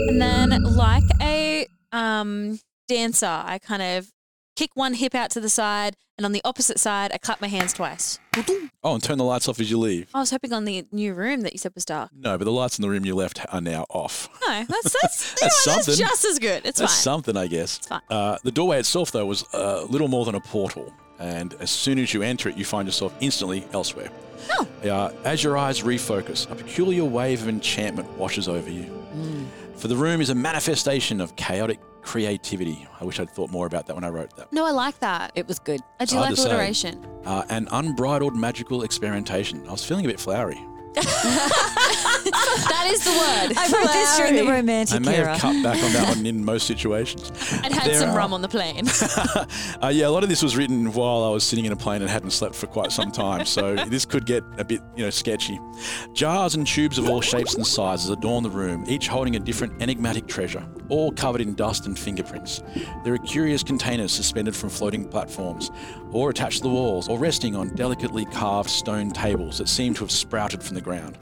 [SPEAKER 4] And then, like a um, dancer, I kind of kick one hip out to the side, and on the opposite side, I clap my hands twice.
[SPEAKER 1] Oh, and turn the lights off as you leave.
[SPEAKER 4] I was hoping on the new room that you said was dark.
[SPEAKER 1] No, but the lights in the room you left are now off.
[SPEAKER 4] No, that's that's, you
[SPEAKER 1] That's
[SPEAKER 4] know, that's
[SPEAKER 1] something.
[SPEAKER 4] just as good. It's
[SPEAKER 1] That's
[SPEAKER 4] fine.
[SPEAKER 1] something, I guess.
[SPEAKER 4] It's fine.
[SPEAKER 1] Uh, the doorway itself, though, was uh, little more than a portal, and as soon as you enter it, you find yourself instantly elsewhere.
[SPEAKER 4] Oh.
[SPEAKER 1] Uh, as your eyes refocus, a peculiar wave of enchantment washes over you.
[SPEAKER 3] Mm.
[SPEAKER 1] For the room is a manifestation of chaotic creativity. I wish I'd thought more about that when I wrote that.
[SPEAKER 4] No, I like that.
[SPEAKER 3] It was good.
[SPEAKER 4] I do
[SPEAKER 1] hard
[SPEAKER 4] like
[SPEAKER 1] to say.
[SPEAKER 4] alliteration.
[SPEAKER 1] Uh, an unbridled magical experimentation. I was feeling a bit flowery.
[SPEAKER 4] That is the word.
[SPEAKER 3] I wrote this during the
[SPEAKER 2] Flowery.
[SPEAKER 3] romantic
[SPEAKER 1] I may
[SPEAKER 3] era.
[SPEAKER 1] have cut back on that one in most situations.
[SPEAKER 4] I'd had
[SPEAKER 1] There
[SPEAKER 4] some
[SPEAKER 1] are-
[SPEAKER 4] rum on the plane.
[SPEAKER 1] Uh, yeah, a lot of this was written while I was sitting in a plane and hadn't slept for quite some time, so this could get a bit, you know, sketchy. Jars and tubes of all shapes and sizes adorn the room, each holding a different enigmatic treasure, all covered in dust and fingerprints. There are curious containers suspended from floating platforms, or attached to the walls, or resting on delicately carved stone tables that seem to have sprouted from the ground.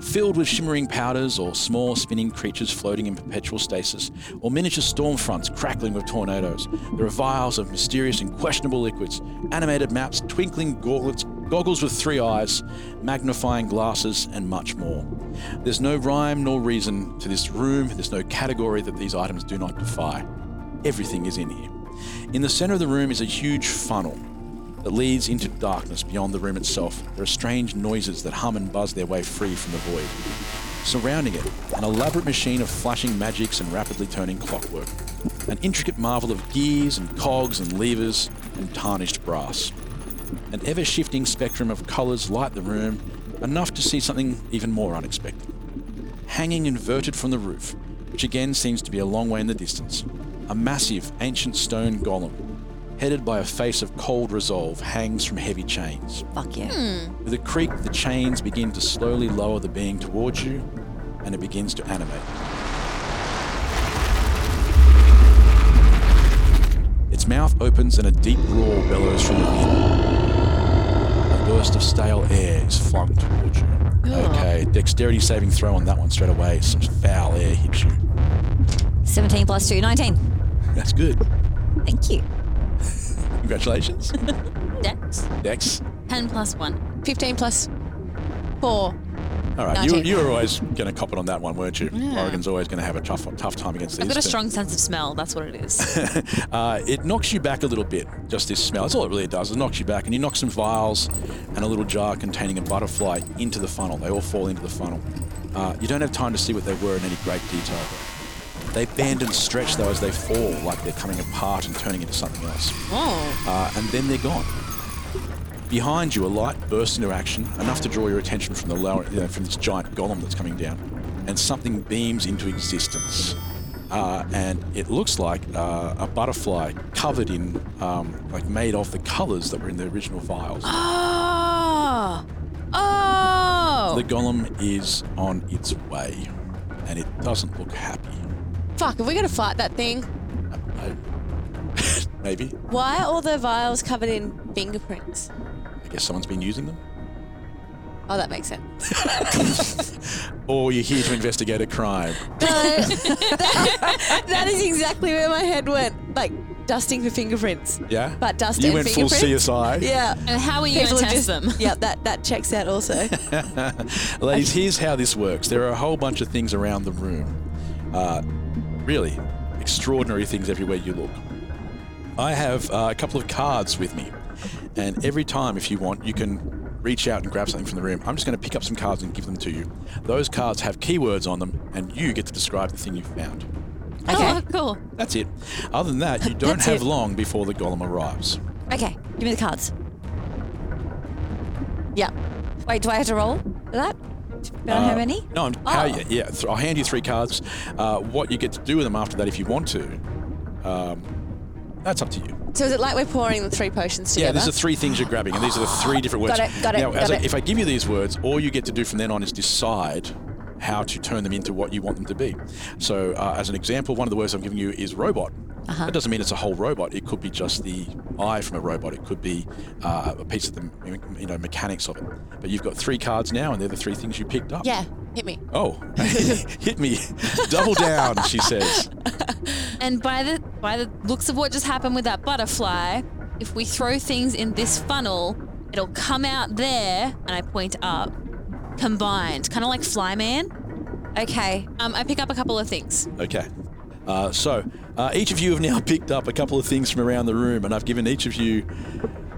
[SPEAKER 1] Filled with shimmering powders, or small spinning creatures floating in perpetual stasis, or miniature storm fronts crackling with tornadoes, there are vials of mysterious and questionable liquids, animated maps, twinkling gauntlets, goggles with three eyes, magnifying glasses, and much more. There's no rhyme nor reason to this room, there's no category that these items do not defy. Everything is in here. In the center of the room is a huge funnel that leads into darkness beyond the room itself. There are strange noises that hum and buzz their way free from the void. Surrounding it, an elaborate machine of flashing magics and rapidly turning clockwork. An intricate marvel of gears and cogs and levers and tarnished brass. An ever shifting spectrum of colours light the room, enough to see something even more unexpected hanging inverted from the roof, which again seems to be a long way in the distance. A massive ancient stone golem, headed by a face of cold resolve, hangs from heavy chains.
[SPEAKER 3] Fuck yeah.
[SPEAKER 7] Hmm.
[SPEAKER 1] With a creak, the chains begin to slowly lower the being towards you, and it begins to animate. Its mouth opens and a deep roar bellows from within. A burst of stale air is flung towards you. Okay, dexterity saving throw on that one straight away. Some foul air hits you.
[SPEAKER 3] 17 plus 2, 19.
[SPEAKER 1] That's good.
[SPEAKER 3] Thank you.
[SPEAKER 1] Congratulations.
[SPEAKER 4] Dex.
[SPEAKER 1] Dex.
[SPEAKER 4] 10 plus 1.
[SPEAKER 2] 15 plus 4.
[SPEAKER 1] All right, you,
[SPEAKER 2] Nineteen.
[SPEAKER 1] you were always going to cop it on that one, weren't you? Oregon's always going to have a tough tough time against these.
[SPEAKER 4] I've got a
[SPEAKER 1] but-
[SPEAKER 4] strong sense of smell. That's what it is.
[SPEAKER 1] Uh, it knocks you back a little bit, just this smell. That's all it really does. It knocks you back, and you knock some vials and a little jar containing a butterfly into the funnel. They all fall into the funnel. Uh, you don't have time to see what they were in any great detail. though. They bend and stretch, though, as they fall, like they're coming apart and turning into something else.
[SPEAKER 4] oh.
[SPEAKER 1] Uh, and then they're gone. Behind you, a light bursts into action, enough to draw your attention from the lower, you know, from this giant golem that's coming down, and something beams into existence. Uh, and it looks like uh, a butterfly covered in, um, like made of the colours that were in the original vials.
[SPEAKER 4] Oh. Oh.
[SPEAKER 1] The golem is on its way, and it doesn't look happy.
[SPEAKER 2] Fuck, are we going to fight that thing?
[SPEAKER 1] No. Maybe.
[SPEAKER 2] Why are all the vials covered in fingerprints?
[SPEAKER 1] I guess someone's been using them.
[SPEAKER 2] Oh, that makes sense.
[SPEAKER 1] Or you're here to investigate a crime.
[SPEAKER 2] No, that- that is exactly where my head went. Like dusting for fingerprints.
[SPEAKER 1] Yeah?
[SPEAKER 2] But dust
[SPEAKER 1] You
[SPEAKER 2] and
[SPEAKER 1] went full
[SPEAKER 2] fingerprints?
[SPEAKER 1] CSI.
[SPEAKER 2] Yeah.
[SPEAKER 4] And how are you going
[SPEAKER 2] People
[SPEAKER 4] to
[SPEAKER 2] are
[SPEAKER 4] test
[SPEAKER 2] just-
[SPEAKER 4] them?
[SPEAKER 2] Yeah, that, that checks out also.
[SPEAKER 1] Ladies, here's how this works. There are a whole bunch of things around the room. Uh, really, extraordinary things everywhere you look. I have uh, a couple of cards with me, and every time, if you want, you can reach out and grab something from the room. I'm just going to pick up some cards and give them to you. Those cards have keywords on them, and you get to describe the thing you found.
[SPEAKER 4] Oh, cool.
[SPEAKER 1] That's it. Other than that, you don't
[SPEAKER 3] That's
[SPEAKER 1] have
[SPEAKER 3] it.
[SPEAKER 1] long before the golem arrives.
[SPEAKER 3] Okay, give me the cards.
[SPEAKER 2] yeah.
[SPEAKER 3] Wait, do I have to roll for that? But I don't
[SPEAKER 1] Uh,
[SPEAKER 3] have any?
[SPEAKER 1] No, I'm,
[SPEAKER 2] Oh.
[SPEAKER 1] how, yeah, yeah, th- I'll hand you three cards. Uh, what you get to do with them after that, if you want to, um, that's up to you.
[SPEAKER 2] So is it like we're pouring the three potions
[SPEAKER 1] Yeah,
[SPEAKER 2] together?
[SPEAKER 1] these are three things you're grabbing, and these are the three different words.
[SPEAKER 2] Got it, got it,
[SPEAKER 1] Now,
[SPEAKER 2] got
[SPEAKER 1] as I-
[SPEAKER 2] it.
[SPEAKER 1] if I give you these words, all you get to do from then on is decide how to turn them into what you want them to be. So, uh, as an example, one of the words I'm giving you is robot.
[SPEAKER 2] Uh-huh.
[SPEAKER 1] That doesn't mean it's a whole robot. It could be just the eye from a robot. It could be uh, a piece of the me- you know mechanics of it. But you've got three cards now, and they're the three things you picked up.
[SPEAKER 2] Yeah, hit me.
[SPEAKER 1] Oh, hit me. Double down, she says.
[SPEAKER 4] And by the by the looks of what just happened with that butterfly, if we throw things in this funnel, it'll come out there, and I point up, combined, kind of like Flyman.
[SPEAKER 3] Okay.
[SPEAKER 4] Um, I pick up a couple of things.
[SPEAKER 1] Okay. Uh, so, uh, each of you have now picked up a couple of things from around the room, and I've given each of you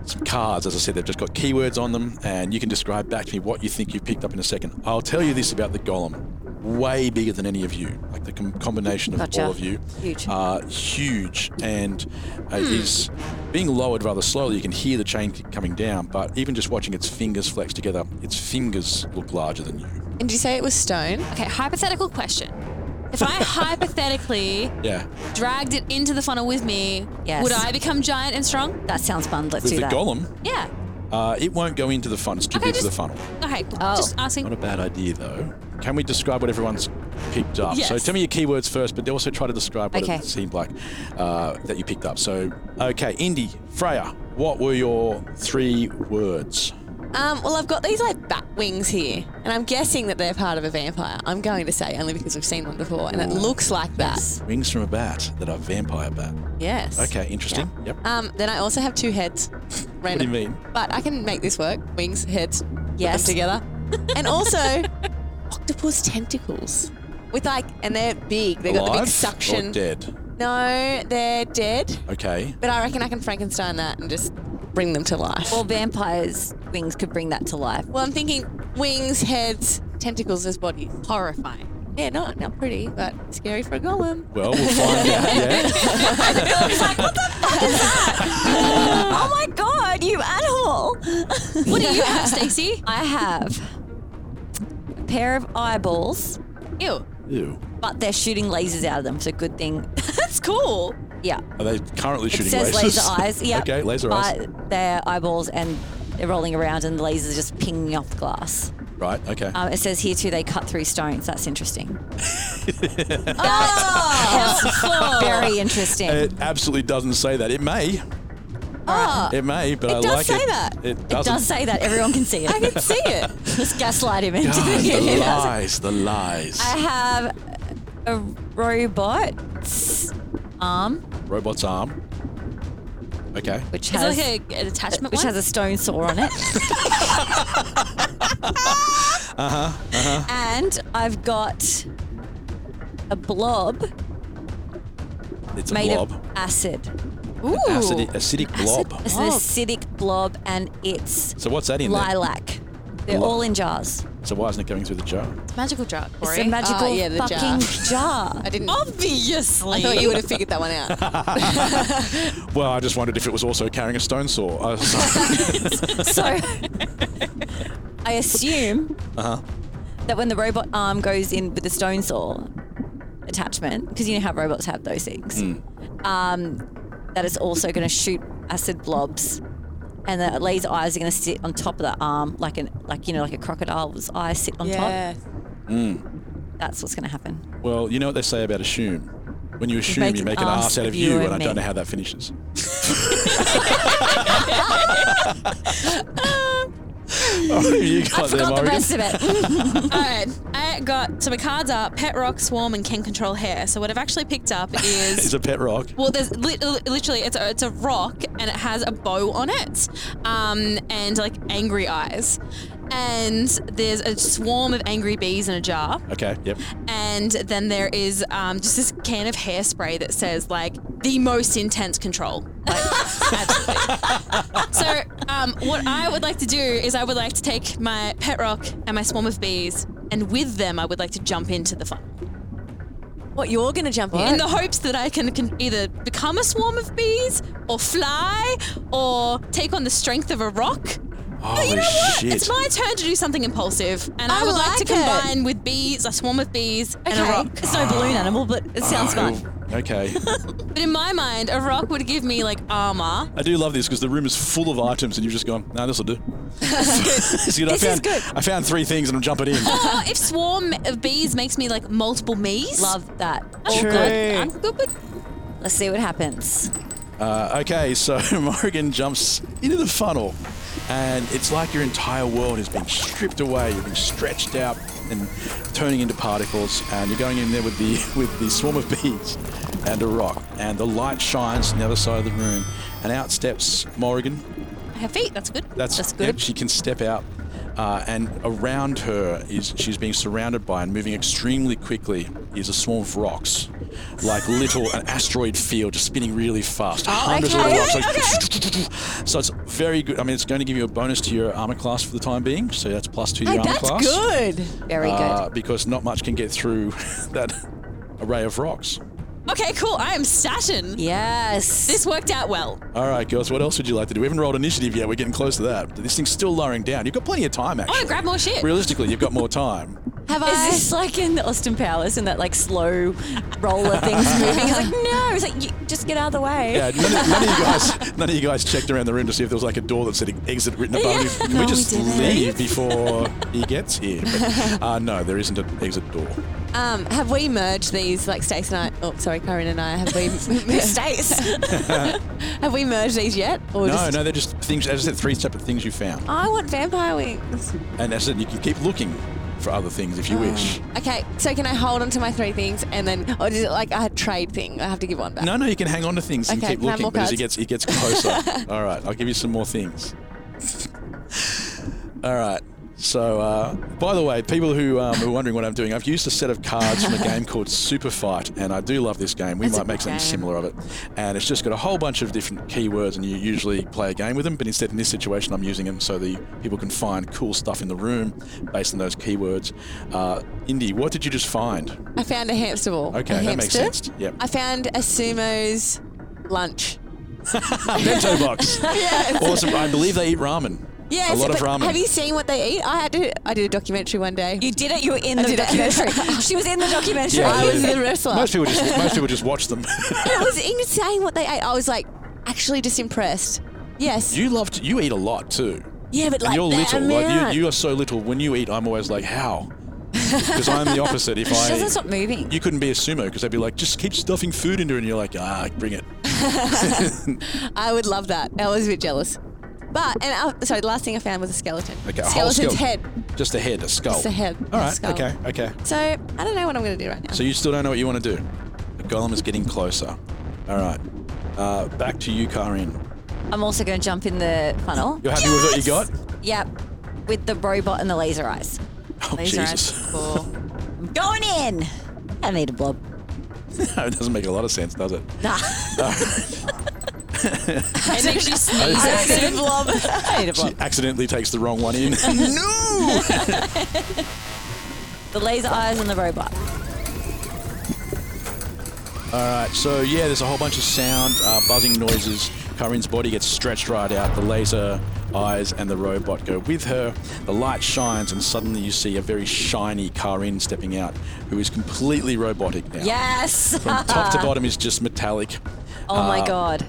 [SPEAKER 1] some cards. As I said, they've just got keywords on them, and you can describe back to me what you think you picked up in a second. I'll tell you this about the golem way bigger than any of you, like the com- combination of
[SPEAKER 3] Gotcha.
[SPEAKER 1] all of you.
[SPEAKER 3] Huge.
[SPEAKER 1] Uh, huge. And uh, is being lowered rather slowly. You can hear the chain c- coming down, but even just watching its fingers flex together, its fingers look larger than you.
[SPEAKER 2] And did you say it was stone?
[SPEAKER 4] Okay, hypothetical question. If I hypothetically
[SPEAKER 1] Yeah.
[SPEAKER 4] dragged it into the funnel with me,
[SPEAKER 3] Yes.
[SPEAKER 4] would I become giant and strong?
[SPEAKER 3] That sounds fun. Let's
[SPEAKER 1] With
[SPEAKER 3] do
[SPEAKER 1] the
[SPEAKER 3] that.
[SPEAKER 1] golem,
[SPEAKER 4] Yeah.
[SPEAKER 1] Uh, it won't go into the funnel. It's too
[SPEAKER 4] Okay,
[SPEAKER 1] big for the
[SPEAKER 4] just-
[SPEAKER 1] funnel.
[SPEAKER 4] Okay, cool.
[SPEAKER 3] Oh.
[SPEAKER 4] just
[SPEAKER 1] Not
[SPEAKER 4] asking.
[SPEAKER 1] a bad idea, though. Can we describe what everyone's picked up? So
[SPEAKER 4] Yes.
[SPEAKER 1] tell me your keywords first, but also try to describe what
[SPEAKER 3] Okay.
[SPEAKER 1] it seemed like uh, that you picked up. So, okay, Indy, Freya, what were your three words?
[SPEAKER 2] Um, well, I've got these like bat wings here, and I'm guessing that they're part of a vampire. I'm going to say only because we've seen one before, and it looks like that. Yes.
[SPEAKER 1] Wings from a bat that are vampire bat. Okay, interesting. Yep.
[SPEAKER 2] Um, then I also have two heads. Random.
[SPEAKER 1] What do you mean?
[SPEAKER 2] But I can make this work. Wings, heads,
[SPEAKER 3] Yes.
[SPEAKER 2] yes. them together, and also octopus tentacles with like, and they're big. They've got the
[SPEAKER 1] Alive
[SPEAKER 2] big suction.
[SPEAKER 1] Or dead.
[SPEAKER 2] No, they're dead.
[SPEAKER 1] Okay.
[SPEAKER 2] But I reckon I can Frankenstein that and just bring them to life.
[SPEAKER 3] Well, vampires' wings could bring that to life.
[SPEAKER 2] Well, I'm thinking wings, heads, tentacles as bodies.
[SPEAKER 4] Horrifying.
[SPEAKER 2] Yeah, not not pretty, but scary for a golem.
[SPEAKER 1] Well, we'll find out. Yeah.
[SPEAKER 3] oh my god, you animal!
[SPEAKER 4] What do you have, Stacey?
[SPEAKER 3] I have a pair of eyeballs,
[SPEAKER 4] Ew.
[SPEAKER 1] Ew.
[SPEAKER 3] but they're shooting lasers out of them, so good thing.
[SPEAKER 4] That's cool.
[SPEAKER 3] Yeah.
[SPEAKER 1] Are they currently
[SPEAKER 3] It
[SPEAKER 1] shooting
[SPEAKER 3] says
[SPEAKER 1] lasers?
[SPEAKER 3] laser eyes. Yeah.
[SPEAKER 1] okay, laser
[SPEAKER 3] but
[SPEAKER 1] eyes.
[SPEAKER 3] they're eyeballs and they're rolling around and the lasers are just pinging off the glass.
[SPEAKER 1] Right, okay.
[SPEAKER 3] Um, it says here too they cut through stones. That's interesting.
[SPEAKER 4] Helpful.
[SPEAKER 3] Very interesting.
[SPEAKER 1] It uh, absolutely doesn't say that. It may.
[SPEAKER 3] Oh.
[SPEAKER 1] It may, but I
[SPEAKER 2] does
[SPEAKER 1] like
[SPEAKER 2] say
[SPEAKER 1] it.
[SPEAKER 2] that.
[SPEAKER 1] It
[SPEAKER 3] it
[SPEAKER 1] doesn't.
[SPEAKER 3] Ah. does say that. Everyone can see it.
[SPEAKER 2] I can see it.
[SPEAKER 3] Just gaslight him into
[SPEAKER 1] God, the
[SPEAKER 3] thinking.
[SPEAKER 1] lies, the lies.
[SPEAKER 3] I have a robot's arm,
[SPEAKER 1] Robot's arm. Okay.
[SPEAKER 3] which
[SPEAKER 4] Is
[SPEAKER 3] has
[SPEAKER 4] it like a, an attachment
[SPEAKER 3] which
[SPEAKER 4] one?
[SPEAKER 3] has a stone saw on it. uh-huh, uh-huh. And I've got a blob
[SPEAKER 1] It's a
[SPEAKER 3] made
[SPEAKER 1] blob.
[SPEAKER 3] of acid.
[SPEAKER 4] Ooh.
[SPEAKER 1] Acid, acidic blob.
[SPEAKER 3] It's
[SPEAKER 2] Oh.
[SPEAKER 3] an acidic blob, and it's
[SPEAKER 1] So what's that in
[SPEAKER 3] lilac. They're
[SPEAKER 1] Lo-
[SPEAKER 3] all in jars.
[SPEAKER 1] there? So why isn't it going through the jar?
[SPEAKER 4] Magical drug.
[SPEAKER 3] It's
[SPEAKER 4] Corey.
[SPEAKER 3] a magical
[SPEAKER 2] Oh, yeah, the jar.
[SPEAKER 3] fucking jar.
[SPEAKER 2] Ah, I didn't.
[SPEAKER 4] Obviously.
[SPEAKER 2] I thought you would have figured that one out.
[SPEAKER 1] Well, I just wondered if it was also carrying a stone saw. I was-
[SPEAKER 3] So I assume
[SPEAKER 1] uh-huh.
[SPEAKER 3] that when the robot arm goes in with the stone saw attachment, because you know how robots have those things, um, that it's also going to shoot acid blobs, and the laser eyes are going to sit on top of the arm like an like you know like a crocodile's eyes sit on
[SPEAKER 2] yeah.
[SPEAKER 1] Mm.
[SPEAKER 3] top. That's what's going to happen.
[SPEAKER 1] well, you know what they say about assume. When you assume, you make, an ass out of you, and
[SPEAKER 3] and
[SPEAKER 1] I don't
[SPEAKER 3] me.
[SPEAKER 1] know how that finishes. Oh, you got
[SPEAKER 3] I
[SPEAKER 1] there,
[SPEAKER 3] forgot the
[SPEAKER 1] Morrigan?
[SPEAKER 3] rest of it.
[SPEAKER 4] All right, I got so my cards are pet rock, swarm, and can control hair. So what I've actually picked up
[SPEAKER 1] It's
[SPEAKER 4] is.
[SPEAKER 1] a pet rock.
[SPEAKER 4] Well, there's li- li- literally it's a, it's a rock and it has a bow on it, um, and like angry eyes, and there's a swarm of angry bees in a jar,
[SPEAKER 1] Okay, yep.
[SPEAKER 4] and then there is um, just this can of hairspray that says like the most intense control. Like, absolutely. so um, what I would like to do is I would like to take my pet rock and my swarm of bees, and with them I would like to jump into the funnel
[SPEAKER 2] What, you're going to jump
[SPEAKER 4] in
[SPEAKER 2] in?
[SPEAKER 4] the hopes that I can, can either become a swarm of bees or fly or take on the strength of a rock.
[SPEAKER 1] Holy
[SPEAKER 4] You know what?
[SPEAKER 1] shit.
[SPEAKER 4] It's my turn to do something impulsive, and I,
[SPEAKER 2] I
[SPEAKER 4] would like, to
[SPEAKER 2] like it.
[SPEAKER 4] combine with bees, a swarm of bees, and a rock.
[SPEAKER 3] It's no balloon animal, but it sounds fun.
[SPEAKER 1] Ah, Okay.
[SPEAKER 4] But in my mind, a rock would give me like armor.
[SPEAKER 1] I do love this because the room is full of items and you've just gone, no, this will do. See, I
[SPEAKER 3] This is
[SPEAKER 1] found,
[SPEAKER 3] good.
[SPEAKER 1] I found three things and I'm jumping in.
[SPEAKER 4] Or if swarm of bees makes me like multiple me's,
[SPEAKER 3] Love that.
[SPEAKER 4] I'm
[SPEAKER 3] All
[SPEAKER 4] good.
[SPEAKER 3] good.
[SPEAKER 4] I'm good with
[SPEAKER 3] Let's see what happens.
[SPEAKER 1] Uh, okay, so Morgan jumps into the funnel, and it's like your entire world is being stripped away. You're being stretched out and turning into particles, and you're going in there with the with the swarm of bees and a rock. And the light shines on the other side of the room, and out steps Morgan.
[SPEAKER 4] I have feet. That's good.
[SPEAKER 1] That's,
[SPEAKER 3] That's
[SPEAKER 1] yep,
[SPEAKER 3] good.
[SPEAKER 1] she can step out, uh, and around her is she's being surrounded by and moving extremely quickly is a swarm of rocks, like little an asteroid field just spinning really fast. Hundreds of
[SPEAKER 2] okay.
[SPEAKER 1] rocks. like- So it's very good. I mean, it's going to give you a bonus to your armor class for the time being. So that's plus two to
[SPEAKER 2] Hey,
[SPEAKER 1] your armor
[SPEAKER 2] that's
[SPEAKER 1] class.
[SPEAKER 2] good.
[SPEAKER 3] Oh, Very
[SPEAKER 1] Uh, because not much can get through that array of rocks.
[SPEAKER 4] Okay, cool. I am Saturn.
[SPEAKER 3] good. Yes.
[SPEAKER 4] This worked out well.
[SPEAKER 1] All right, girls. What else would you like to do? We haven't rolled initiative yet. We're getting close to that. This thing's still lowering down. You've got plenty of time,
[SPEAKER 4] I
[SPEAKER 1] actually.
[SPEAKER 4] want to grab more shit.
[SPEAKER 1] Realistically, you've got more time.
[SPEAKER 2] Have
[SPEAKER 3] Is
[SPEAKER 2] I?
[SPEAKER 3] this like in Austin Powers and that like slow roller thing's moving? It's like, no, it's like, you, just get out of the way.
[SPEAKER 1] Yeah, none of, none of you guys, none of you guys checked around the room to see if there was like a door that said "exit" written above. you. Can we just leave before he gets here? But, uh, no, there isn't an exit door.
[SPEAKER 2] Um, have we merged these, like Stace and I? Oh, sorry, Corinne and I. Have we? Stace. have we merged these yet? Or
[SPEAKER 1] No,
[SPEAKER 2] just,
[SPEAKER 1] no, they're just things. As I said, three separate things you found,
[SPEAKER 2] I want vampire wings.
[SPEAKER 1] and as I said, you can keep looking for other things
[SPEAKER 2] Ah.
[SPEAKER 1] if you wish.
[SPEAKER 2] Okay, so can I hold on to my three things and then, or is it like a trade thing? I have to give one back.
[SPEAKER 1] No, no, you can hang on to things and
[SPEAKER 2] Okay,
[SPEAKER 1] keep
[SPEAKER 2] can I have
[SPEAKER 1] looking.
[SPEAKER 2] more
[SPEAKER 1] But as he gets
[SPEAKER 2] cards?
[SPEAKER 1] he gets closer. All right, I'll give you some more things. All right. So, uh, by the way, people who um, are wondering what I'm doing, I've used a set of cards from a game called Super Fight, and I do love this game. We might make something similar of it. And it's just got a whole bunch of different keywords, and you usually play a game with them. But instead, in this situation, I'm using them so the people can find cool stuff in the room based on those keywords. Uh, Indy, what did you just find?
[SPEAKER 2] I found a hamster ball.
[SPEAKER 1] Okay,
[SPEAKER 2] a
[SPEAKER 1] that makes
[SPEAKER 2] hamster.
[SPEAKER 1] sense. Yep.
[SPEAKER 2] I found a sumo's lunch.
[SPEAKER 1] A bento box.
[SPEAKER 2] Yes.
[SPEAKER 1] Awesome. I believe they eat ramen.
[SPEAKER 2] Yes,
[SPEAKER 1] a lot of
[SPEAKER 2] but
[SPEAKER 1] ramen.
[SPEAKER 2] Have you seen what they eat? I had to. I did a documentary one day.
[SPEAKER 3] You did it. You were in the
[SPEAKER 2] did it.
[SPEAKER 3] documentary. she was in the documentary.
[SPEAKER 1] Yeah,
[SPEAKER 2] I
[SPEAKER 1] yeah.
[SPEAKER 2] was the wrestler.
[SPEAKER 1] Most people just most people just watch them.
[SPEAKER 2] it was insane what they ate. I was like, actually, just impressed. Yes.
[SPEAKER 1] you love to, you eat a lot too.
[SPEAKER 2] yeah, but
[SPEAKER 1] and
[SPEAKER 2] like
[SPEAKER 1] you're
[SPEAKER 2] that
[SPEAKER 1] little. Like
[SPEAKER 2] amount.
[SPEAKER 1] you, you are so little. When you eat, I'm always like, how? Because I'm the opposite. If
[SPEAKER 3] She doesn't
[SPEAKER 1] I
[SPEAKER 3] stop moving.
[SPEAKER 1] you couldn't be a sumo because they'd be like, just keep stuffing food into, it. and you're like, ah, bring it.
[SPEAKER 2] I would love that. I was a bit jealous. But and I, sorry, the last thing I found was a skeleton.
[SPEAKER 1] Okay, a whole
[SPEAKER 2] Skeleton's
[SPEAKER 1] skull.
[SPEAKER 2] head.
[SPEAKER 1] Just a head, a skull.
[SPEAKER 2] Just a head.
[SPEAKER 1] All right.
[SPEAKER 2] Skull.
[SPEAKER 1] Okay. Okay.
[SPEAKER 2] So I don't know what I'm going to do right now.
[SPEAKER 1] So you still don't know what you want to do. The golem is getting closer. All right. Uh, back to you, Karin.
[SPEAKER 3] I'm also going to jump in the funnel.
[SPEAKER 1] You're happy with what you got?
[SPEAKER 3] Yep. With the robot and the laser eyes.
[SPEAKER 1] Oh,
[SPEAKER 4] These are
[SPEAKER 1] Jesus.
[SPEAKER 4] cool.
[SPEAKER 3] I'm going in. I need a blob.
[SPEAKER 1] No, it doesn't make a lot of sense, does it? Uh,
[SPEAKER 3] Nah.
[SPEAKER 4] It makes you sneeze.
[SPEAKER 3] I need a blob. I need a blob.
[SPEAKER 1] She accidentally takes the wrong one in. no!
[SPEAKER 3] The laser eyes and the robot.
[SPEAKER 1] All right, so yeah, there's a whole bunch of sound, uh, buzzing noises. Karin's body gets stretched right out. The laser eyes and the robot go with her. The light shines, and suddenly you see a very shiny Karin stepping out, who is completely robotic now.
[SPEAKER 3] Yes.
[SPEAKER 1] From top to bottom Um, is just metallic. Uh,
[SPEAKER 3] oh my god.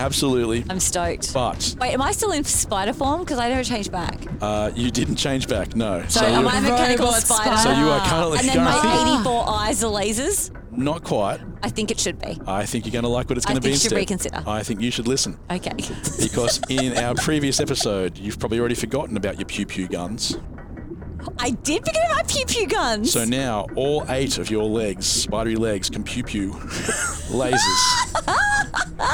[SPEAKER 1] Absolutely.
[SPEAKER 3] I'm stoked.
[SPEAKER 1] But
[SPEAKER 3] Wait, am I still in spider form? Because I never changed back.
[SPEAKER 1] uh, you didn't change back, no.
[SPEAKER 3] So am
[SPEAKER 1] you're-
[SPEAKER 3] I a mechanical
[SPEAKER 4] Robot
[SPEAKER 3] spider?
[SPEAKER 1] so you are currently
[SPEAKER 3] And then my
[SPEAKER 1] Gareth-
[SPEAKER 3] 84 eyes are lasers.
[SPEAKER 1] Not quite.
[SPEAKER 3] I think it should be.
[SPEAKER 1] I think you're going to like what it's
[SPEAKER 3] I
[SPEAKER 1] going to be
[SPEAKER 3] think you should
[SPEAKER 1] instead.
[SPEAKER 3] reconsider.
[SPEAKER 1] I think you should listen.
[SPEAKER 3] Okay.
[SPEAKER 1] Because in our previous episode, you've probably already forgotten about your pew pew guns.
[SPEAKER 3] I did pick up my pew pew guns.
[SPEAKER 1] So now all eight of your legs, spidery legs, can pew pew lasers.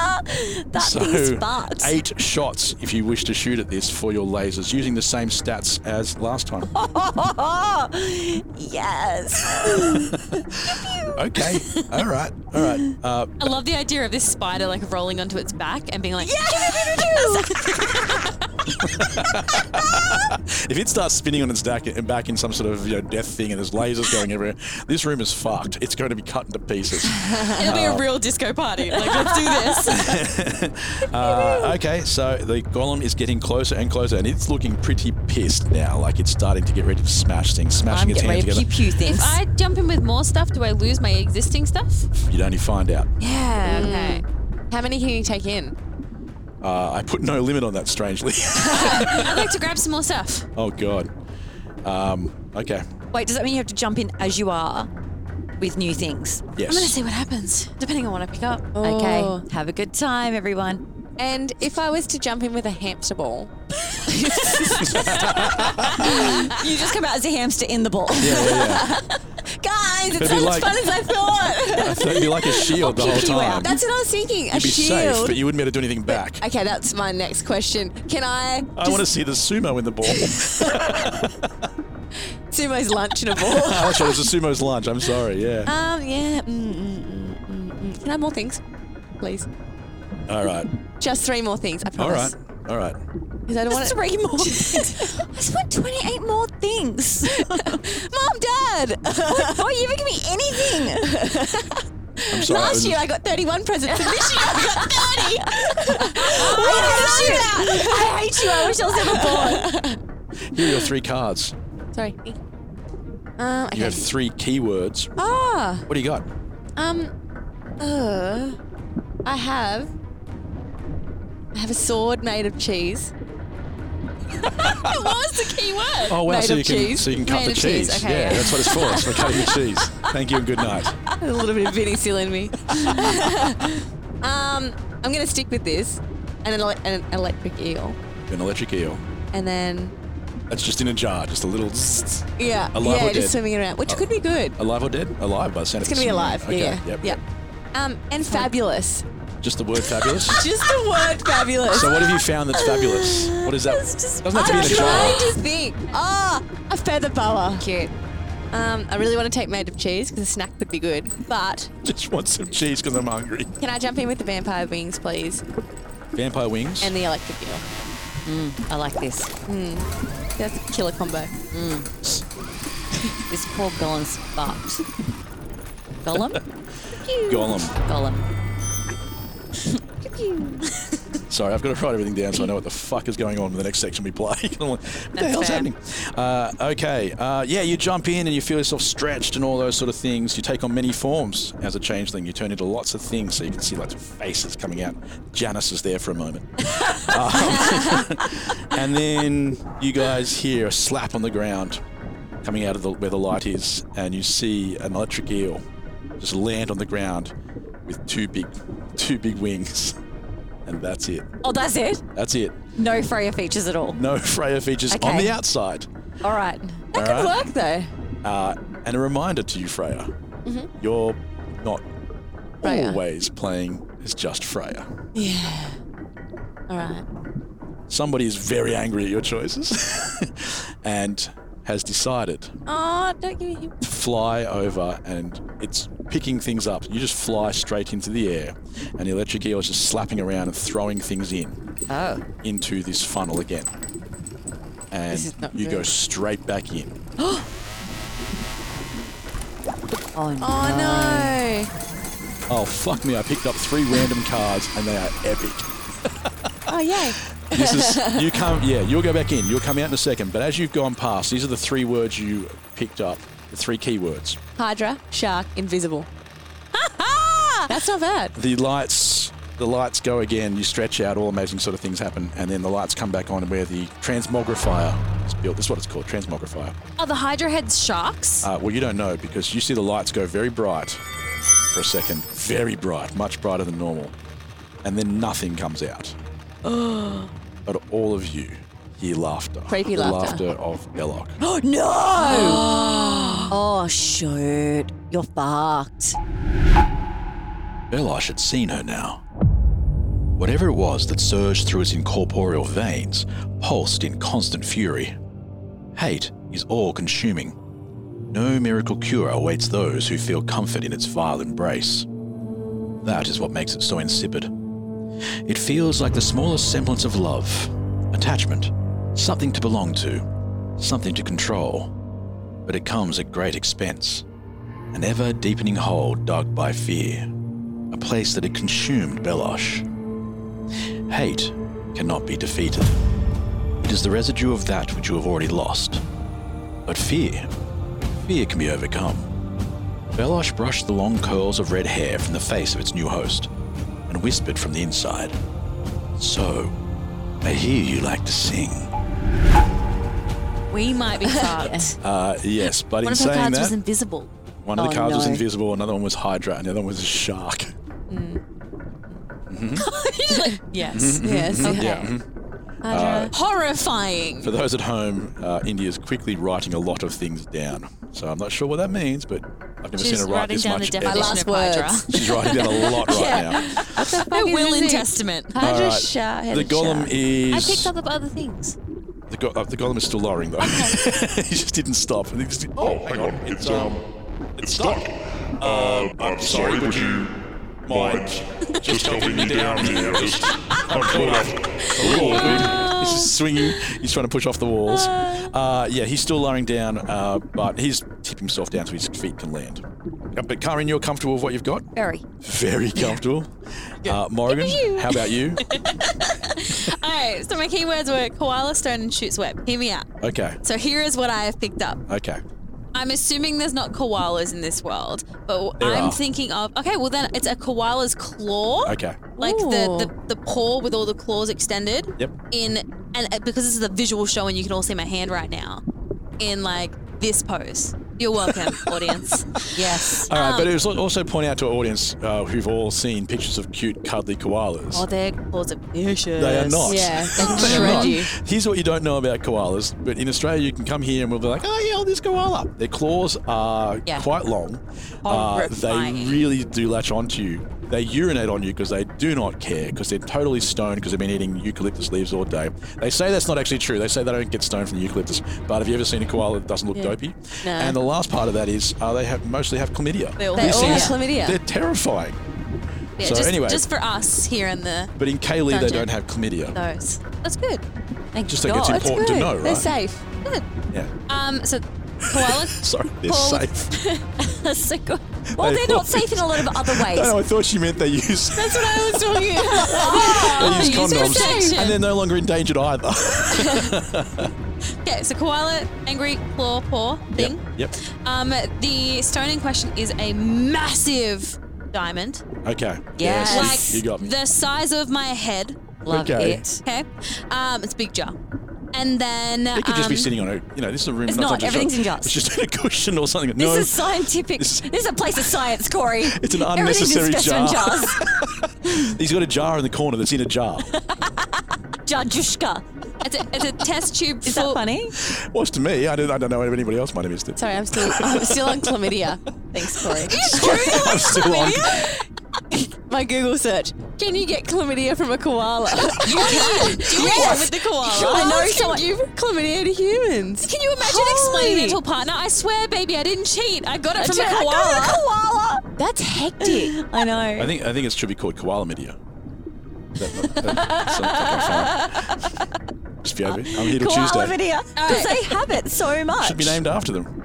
[SPEAKER 3] that
[SPEAKER 1] so
[SPEAKER 3] thing's fast.
[SPEAKER 1] eight shots if you wish to shoot at this for your lasers, using the same stats as last time.
[SPEAKER 3] yes.
[SPEAKER 1] Okay. All right. All right. Uh,
[SPEAKER 4] I love the idea of this spider like rolling onto its back and being like,
[SPEAKER 1] if it starts spinning on its back, back in some sort of you know, death thing and there's lasers going everywhere, this room is fucked. It's going to be cut into pieces. Um,
[SPEAKER 4] it'll be a real disco party. Like, let's do this.
[SPEAKER 1] Uh, okay, so the golem is getting closer and closer, and it's looking pretty pissed now. Like it's starting to get ready to smash things, smashing
[SPEAKER 3] I'm
[SPEAKER 1] its
[SPEAKER 3] getting
[SPEAKER 1] hand
[SPEAKER 3] ready to
[SPEAKER 1] together.
[SPEAKER 3] pew pew things.
[SPEAKER 4] if I jump in with more stuff, do I lose my existing stuff?
[SPEAKER 1] You'd only find out.
[SPEAKER 3] yeah.
[SPEAKER 4] Okay.
[SPEAKER 1] Mm.
[SPEAKER 2] How many can you take in?
[SPEAKER 1] Uh, I put no limit on that, strangely.
[SPEAKER 4] I'd like to grab some more stuff.
[SPEAKER 1] oh god. Um, okay.
[SPEAKER 3] Wait, does that mean you have to jump in as you are with new things?
[SPEAKER 1] Yes.
[SPEAKER 4] I'm going to see what happens, depending on what I pick up.
[SPEAKER 2] Oh.
[SPEAKER 3] Okay. Have a good time, everyone.
[SPEAKER 2] And if I was to jump in with a hamster ball,
[SPEAKER 3] You just come out as a hamster in the ball.
[SPEAKER 1] yeah, yeah,
[SPEAKER 3] Guys, it's
[SPEAKER 1] It'd
[SPEAKER 3] not
[SPEAKER 1] be
[SPEAKER 3] as
[SPEAKER 1] like-
[SPEAKER 3] fun as I thought.
[SPEAKER 1] yeah. So it'd be like a shield the whole
[SPEAKER 3] you out.
[SPEAKER 1] time.
[SPEAKER 2] that's what I was thinking. a
[SPEAKER 1] You'd be
[SPEAKER 2] shield.
[SPEAKER 1] safe, but you wouldn't be able to do anything back.
[SPEAKER 2] Okay, that's my next question. Can I
[SPEAKER 1] I want to see the sumo in the ball. oh,
[SPEAKER 2] sumo's lunch in a ball?
[SPEAKER 1] that's right, it was a sumo's lunch. I'm sorry. Yeah.
[SPEAKER 2] um, yeah. Mm, mm, mm, mm, mm. Can I have more things, please?
[SPEAKER 1] All right.
[SPEAKER 2] Just three more things. Um, I
[SPEAKER 1] All right.
[SPEAKER 2] promise.
[SPEAKER 1] All right.
[SPEAKER 2] Because I don't want
[SPEAKER 3] Three more. things. I just want 28 more things.
[SPEAKER 2] Mom, Dad.
[SPEAKER 3] Why are you giving me anything?
[SPEAKER 1] I'm sorry. it
[SPEAKER 2] Last
[SPEAKER 1] was a-
[SPEAKER 2] year I got 31 presents, and this year I got 30.
[SPEAKER 3] I hate you. Oh, I hate you. I wish I was ever born.
[SPEAKER 1] Here are your three cards.
[SPEAKER 2] Sorry. Um,
[SPEAKER 1] You
[SPEAKER 2] okay.
[SPEAKER 1] have three keywords.
[SPEAKER 2] Ah,
[SPEAKER 1] What do you got?
[SPEAKER 2] um, uh, I have, I have a sword made of cheese.
[SPEAKER 4] What was the key word?
[SPEAKER 1] Oh wow!
[SPEAKER 2] Made
[SPEAKER 1] So
[SPEAKER 2] of
[SPEAKER 1] you, can,
[SPEAKER 2] cheese.
[SPEAKER 1] so you can cut
[SPEAKER 2] Made
[SPEAKER 1] the
[SPEAKER 2] of cheese,
[SPEAKER 1] cheese.
[SPEAKER 2] okay,
[SPEAKER 1] yeah,
[SPEAKER 2] yeah.
[SPEAKER 1] that's what it's for. It's for cutting the cheese. Thank you and good night.
[SPEAKER 2] a little bit of Vinny still in me. um, I'm gonna stick with this, and an, ele- an electric eel,
[SPEAKER 1] An electric eel.
[SPEAKER 2] and then
[SPEAKER 1] That's just in a jar, just a little. zzz.
[SPEAKER 2] yeah,
[SPEAKER 1] Alive or
[SPEAKER 2] yeah,
[SPEAKER 1] dead? Uh,
[SPEAKER 2] just swimming around,
[SPEAKER 1] Oh.
[SPEAKER 2] which could be good.
[SPEAKER 1] Alive or dead? Alive by the sound
[SPEAKER 2] It's
[SPEAKER 1] of
[SPEAKER 2] gonna
[SPEAKER 1] it.
[SPEAKER 2] be alive.
[SPEAKER 1] Okay,
[SPEAKER 2] Yeah, yeah,
[SPEAKER 1] Yep.
[SPEAKER 2] yeah. Um, and fabulous.
[SPEAKER 1] Just the word fabulous.
[SPEAKER 2] Just the word fabulous.
[SPEAKER 1] so what have you found that's fabulous? What is that? Doesn't have to be
[SPEAKER 2] I'm
[SPEAKER 1] in a
[SPEAKER 2] trying
[SPEAKER 1] jar.
[SPEAKER 2] to think. Ah, a feather boa. Cute. Um, I really want to take made of cheese because a snack could be good. But
[SPEAKER 1] Just want some cheese because I'm hungry.
[SPEAKER 2] can I jump in with the vampire wings, please,
[SPEAKER 1] Vampire wings.
[SPEAKER 2] and the electric eel?
[SPEAKER 3] Mm,
[SPEAKER 2] Hmm.
[SPEAKER 3] I like this. Mm.
[SPEAKER 2] That's a killer combo.
[SPEAKER 3] This poor golem's fucked. Golem?
[SPEAKER 1] golem.
[SPEAKER 3] Golem.
[SPEAKER 1] Sorry, I've got to write everything down so I know what the fuck is going on in the next section we play. I'm like, what the hell's
[SPEAKER 4] fair.
[SPEAKER 1] happening? Uh, okay, uh, yeah, you jump in and you feel yourself stretched and all those sort of things. You take on many forms as a changeling. You turn into lots of things, so you can see lots of faces coming out. Janice is there for a moment, Um, and then you guys hear a slap on the ground coming out of the, where the light is, and you see an electric eel just land on the ground with two big, two big wings, and that's it.
[SPEAKER 3] Oh, that's it?
[SPEAKER 1] That's it.
[SPEAKER 3] No Freya features at all.
[SPEAKER 1] No Freya features on
[SPEAKER 3] Okay.
[SPEAKER 1] the outside.
[SPEAKER 3] All right.
[SPEAKER 2] That could
[SPEAKER 1] Alright.
[SPEAKER 2] work though.
[SPEAKER 1] Uh, and a reminder to you, Freya,
[SPEAKER 2] Mm-hmm.
[SPEAKER 1] you're not
[SPEAKER 2] Freya.
[SPEAKER 1] always playing as just Freya.
[SPEAKER 2] All right.
[SPEAKER 1] Somebody is very angry at your choices and has decided
[SPEAKER 2] Oh, don't give me him.
[SPEAKER 1] to fly over and it's picking things up. You just fly straight into the air and the electric eel is just slapping around and throwing things in
[SPEAKER 3] Oh.
[SPEAKER 1] into this funnel again. And
[SPEAKER 2] is not
[SPEAKER 1] you go
[SPEAKER 2] good.
[SPEAKER 1] straight back in.
[SPEAKER 3] Oh, no.
[SPEAKER 2] Oh no.
[SPEAKER 1] Oh, fuck me. I picked up three random cards and they are epic.
[SPEAKER 2] Oh yay.
[SPEAKER 1] This is, you come, yeah, you'll go back in. You'll come out in a second. But as you've gone past, these are the three words you picked up, the three keywords.
[SPEAKER 2] Hydra, shark, invisible. That's not bad.
[SPEAKER 1] The lights, the lights go again. You stretch out, all amazing sort of things happen. And then the lights come back on where the transmogrifier is built. This is what it's called, transmogrifier.
[SPEAKER 4] Are the oh, Hydra heads sharks?
[SPEAKER 1] Uh, well, you don't know because you see the lights go very bright for a second, very bright, much brighter than normal, and then nothing comes out.
[SPEAKER 2] Oh.
[SPEAKER 1] but all of you hear laughter.
[SPEAKER 2] Creepy
[SPEAKER 1] the
[SPEAKER 2] laughter.
[SPEAKER 1] laughter of Belloc.
[SPEAKER 3] Oh, no! oh, shoot. You're fucked.
[SPEAKER 1] Belash had seen her now. Whatever it was that surged through his incorporeal veins pulsed in constant fury. Hate is all consuming. No miracle cure awaits those who feel comfort in its vile embrace. That is what makes it so insipid. It feels like the smallest semblance of love, attachment, something to belong to, something to control. But it comes at great expense, an ever deepening hole dug by fear a place that had consumed Belosh. Hate cannot be defeated. It is the residue of that which you have already lost. But fear, fear can be overcome. Belosh brushed the long curls of red hair from the face of its new host and whispered from the inside, So, I hear you like to sing.
[SPEAKER 4] We might be fucked.
[SPEAKER 1] Uh, yes, but
[SPEAKER 3] One
[SPEAKER 1] in
[SPEAKER 3] of her
[SPEAKER 1] saying
[SPEAKER 3] cards
[SPEAKER 1] that,
[SPEAKER 3] was invisible.
[SPEAKER 1] one of the
[SPEAKER 3] Oh,
[SPEAKER 1] cards was
[SPEAKER 3] no.
[SPEAKER 1] invisible, another one was Hydra, and the other one was a shark.
[SPEAKER 3] Mm.
[SPEAKER 1] Mm-hmm.
[SPEAKER 4] Yes.
[SPEAKER 3] Yes.
[SPEAKER 4] Mm-hmm.
[SPEAKER 3] Okay.
[SPEAKER 1] Uh,
[SPEAKER 4] Uh, Horrifying.
[SPEAKER 1] For those at home, uh, India is quickly writing a lot of things down. So I'm not sure what that means, but I've never
[SPEAKER 4] She's
[SPEAKER 1] seen her write
[SPEAKER 4] writing
[SPEAKER 1] this
[SPEAKER 4] down the
[SPEAKER 1] much. ever.
[SPEAKER 4] definition
[SPEAKER 2] last
[SPEAKER 4] of Hydra.
[SPEAKER 2] words.
[SPEAKER 1] She's writing down a lot right now.
[SPEAKER 4] Her will
[SPEAKER 2] is this
[SPEAKER 4] and
[SPEAKER 2] thing?
[SPEAKER 4] testament.
[SPEAKER 1] All right.
[SPEAKER 3] shout, had
[SPEAKER 1] The
[SPEAKER 3] a
[SPEAKER 1] golem
[SPEAKER 3] shout.
[SPEAKER 4] I
[SPEAKER 1] is
[SPEAKER 4] picked up other things.
[SPEAKER 1] the, go- uh, the golem is still lowering though. he just didn't stop. He just- oh, hang on, it's um, it's stuck.
[SPEAKER 8] Uh, I'm sorry, would you mind just helping me down here? Just, I'm sort of a little awkward.
[SPEAKER 4] Oh.
[SPEAKER 1] He's just swinging. He's trying to push off the walls. Uh, yeah, he's still lowering down, uh, but he's tipping himself down so his feet can land. Uh, But Karin, you're comfortable with what you've got?
[SPEAKER 3] Very.
[SPEAKER 1] Very comfortable. Uh, Morgan, how about you?
[SPEAKER 4] All right, so my keywords were koala stone and shoots web. Hear me out.
[SPEAKER 1] Okay.
[SPEAKER 4] So here is what I have picked up.
[SPEAKER 1] Okay.
[SPEAKER 4] I'm assuming there's not koalas in this world, but
[SPEAKER 1] There
[SPEAKER 4] I'm
[SPEAKER 1] are.
[SPEAKER 4] thinking of okay. Well, then it's a koala's claw,
[SPEAKER 1] Okay.
[SPEAKER 4] like the,
[SPEAKER 2] Ooh.
[SPEAKER 4] the the paw with all the claws extended.
[SPEAKER 1] Yep.
[SPEAKER 4] In and uh, because this is a visual show and you can all see my hand right now, in like this pose. You're welcome, audience.
[SPEAKER 3] Yes.
[SPEAKER 1] All right,
[SPEAKER 4] Um,
[SPEAKER 1] but it was al- also point out to our audience uh, who've all seen pictures of cute, cuddly koalas.
[SPEAKER 4] Oh, their claws are vicious.
[SPEAKER 1] they are not.
[SPEAKER 2] Yeah,
[SPEAKER 1] They are
[SPEAKER 2] shred
[SPEAKER 1] not.
[SPEAKER 2] you.
[SPEAKER 1] Here's what you don't know about koalas, but in Australia you can come here and we'll be like, oh yeah, this koala. Their claws are
[SPEAKER 4] Yeah.
[SPEAKER 1] quite long. Uh, they
[SPEAKER 4] Horrifying.
[SPEAKER 1] really do latch onto you. They urinate on you because they do not care because they're totally stoned because they've been eating eucalyptus leaves all day. They say that's not actually true. They say they don't get stoned from the eucalyptus. But have you ever seen a koala that doesn't look dopey?
[SPEAKER 2] No.
[SPEAKER 1] And the last part of that is uh, they have mostly have chlamydia.
[SPEAKER 4] They all
[SPEAKER 2] They
[SPEAKER 1] These
[SPEAKER 2] all
[SPEAKER 1] things-
[SPEAKER 2] have chlamydia.
[SPEAKER 1] They're terrifying.
[SPEAKER 4] Yeah,
[SPEAKER 1] so
[SPEAKER 4] just,
[SPEAKER 1] anyway,
[SPEAKER 4] just for us here in the
[SPEAKER 1] but in Kaylee they
[SPEAKER 4] Dungeon.
[SPEAKER 1] don't have chlamydia.
[SPEAKER 4] those. That's good.
[SPEAKER 3] Thank
[SPEAKER 1] Just
[SPEAKER 3] God.
[SPEAKER 1] think it's important to
[SPEAKER 2] Good.
[SPEAKER 1] know, right?
[SPEAKER 2] They're safe.
[SPEAKER 1] Yeah.
[SPEAKER 4] Um, so koala.
[SPEAKER 1] Sorry, they're
[SPEAKER 4] Paul-
[SPEAKER 1] safe.
[SPEAKER 3] That's so good. Well,
[SPEAKER 1] They
[SPEAKER 3] they're not
[SPEAKER 1] always-
[SPEAKER 3] safe in a lot of other ways.
[SPEAKER 1] No, I thought she meant they use they
[SPEAKER 2] That's what I was talking about.
[SPEAKER 1] use
[SPEAKER 4] use
[SPEAKER 1] condoms,
[SPEAKER 4] protection.
[SPEAKER 1] and they're no longer endangered either.
[SPEAKER 4] Okay, so koala, angry claw, paw thing.
[SPEAKER 1] Yep.
[SPEAKER 4] Um, the stone in question is a massive diamond,
[SPEAKER 1] Okay.
[SPEAKER 3] Yes.
[SPEAKER 1] you-
[SPEAKER 4] like
[SPEAKER 1] you, got me.
[SPEAKER 4] the size of my head.
[SPEAKER 3] Love
[SPEAKER 1] Okay.
[SPEAKER 3] it.
[SPEAKER 4] Okay, um, it's a big jar, and then
[SPEAKER 1] It could just be
[SPEAKER 4] um,
[SPEAKER 1] sitting on a, you know, this is a room.
[SPEAKER 3] It's
[SPEAKER 1] not
[SPEAKER 3] not,
[SPEAKER 1] just a-
[SPEAKER 3] everything's in jars.
[SPEAKER 1] It's just in a cushion or something.
[SPEAKER 3] This
[SPEAKER 1] no,
[SPEAKER 3] is scientific.
[SPEAKER 1] This-
[SPEAKER 3] This, is a place of science, Corey.
[SPEAKER 1] It's an
[SPEAKER 3] Everything's
[SPEAKER 1] unnecessary
[SPEAKER 3] discussed in
[SPEAKER 1] jar.
[SPEAKER 3] jars.
[SPEAKER 1] he's got a jar in the corner that's in a jar.
[SPEAKER 3] Jarjushka.
[SPEAKER 4] It's a, it's a test tube.
[SPEAKER 3] Is
[SPEAKER 4] full-
[SPEAKER 3] that funny?
[SPEAKER 1] Was to me, I don't, I don't know if anybody else might have missed it.
[SPEAKER 2] Sorry, I'm still I'm still on chlamydia. Thanks, Corey.
[SPEAKER 1] I'm still on.
[SPEAKER 2] My Google search. Can you get chlamydia from a koala?
[SPEAKER 4] You can do it with the koala.
[SPEAKER 2] I know someone give chlamydia to humans.
[SPEAKER 4] Can you imagine explaining it to a partner? I swear, baby, I didn't cheat. I got it from a koala.
[SPEAKER 3] koala.
[SPEAKER 2] That's hectic.
[SPEAKER 3] I know.
[SPEAKER 1] I think I think it should be called koala media. That, that, that sounds like I'm fine. Just be over. I'm here till
[SPEAKER 3] Koala
[SPEAKER 1] Tuesday.
[SPEAKER 3] video. Because they have it so much.
[SPEAKER 1] Should be named after them.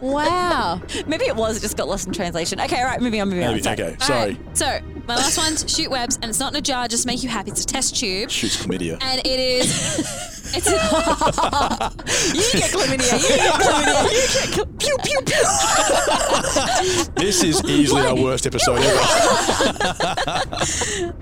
[SPEAKER 2] Wow.
[SPEAKER 3] Maybe it was. It just got lost in translation. Okay, all right. Moving on. Moving
[SPEAKER 1] Maybe.
[SPEAKER 3] on. Sorry.
[SPEAKER 1] Okay.
[SPEAKER 4] All
[SPEAKER 1] Sorry.
[SPEAKER 4] right, So my last one's shoot webs, and it's not in a jar. Just to make you happy. It's a test tube,
[SPEAKER 1] Shoots chlamydia.
[SPEAKER 4] and it is. It's a,
[SPEAKER 2] You get chlamydia. You get chlamydia.
[SPEAKER 3] Pew pew pew.
[SPEAKER 1] This is easily our worst episode ever.
[SPEAKER 4] All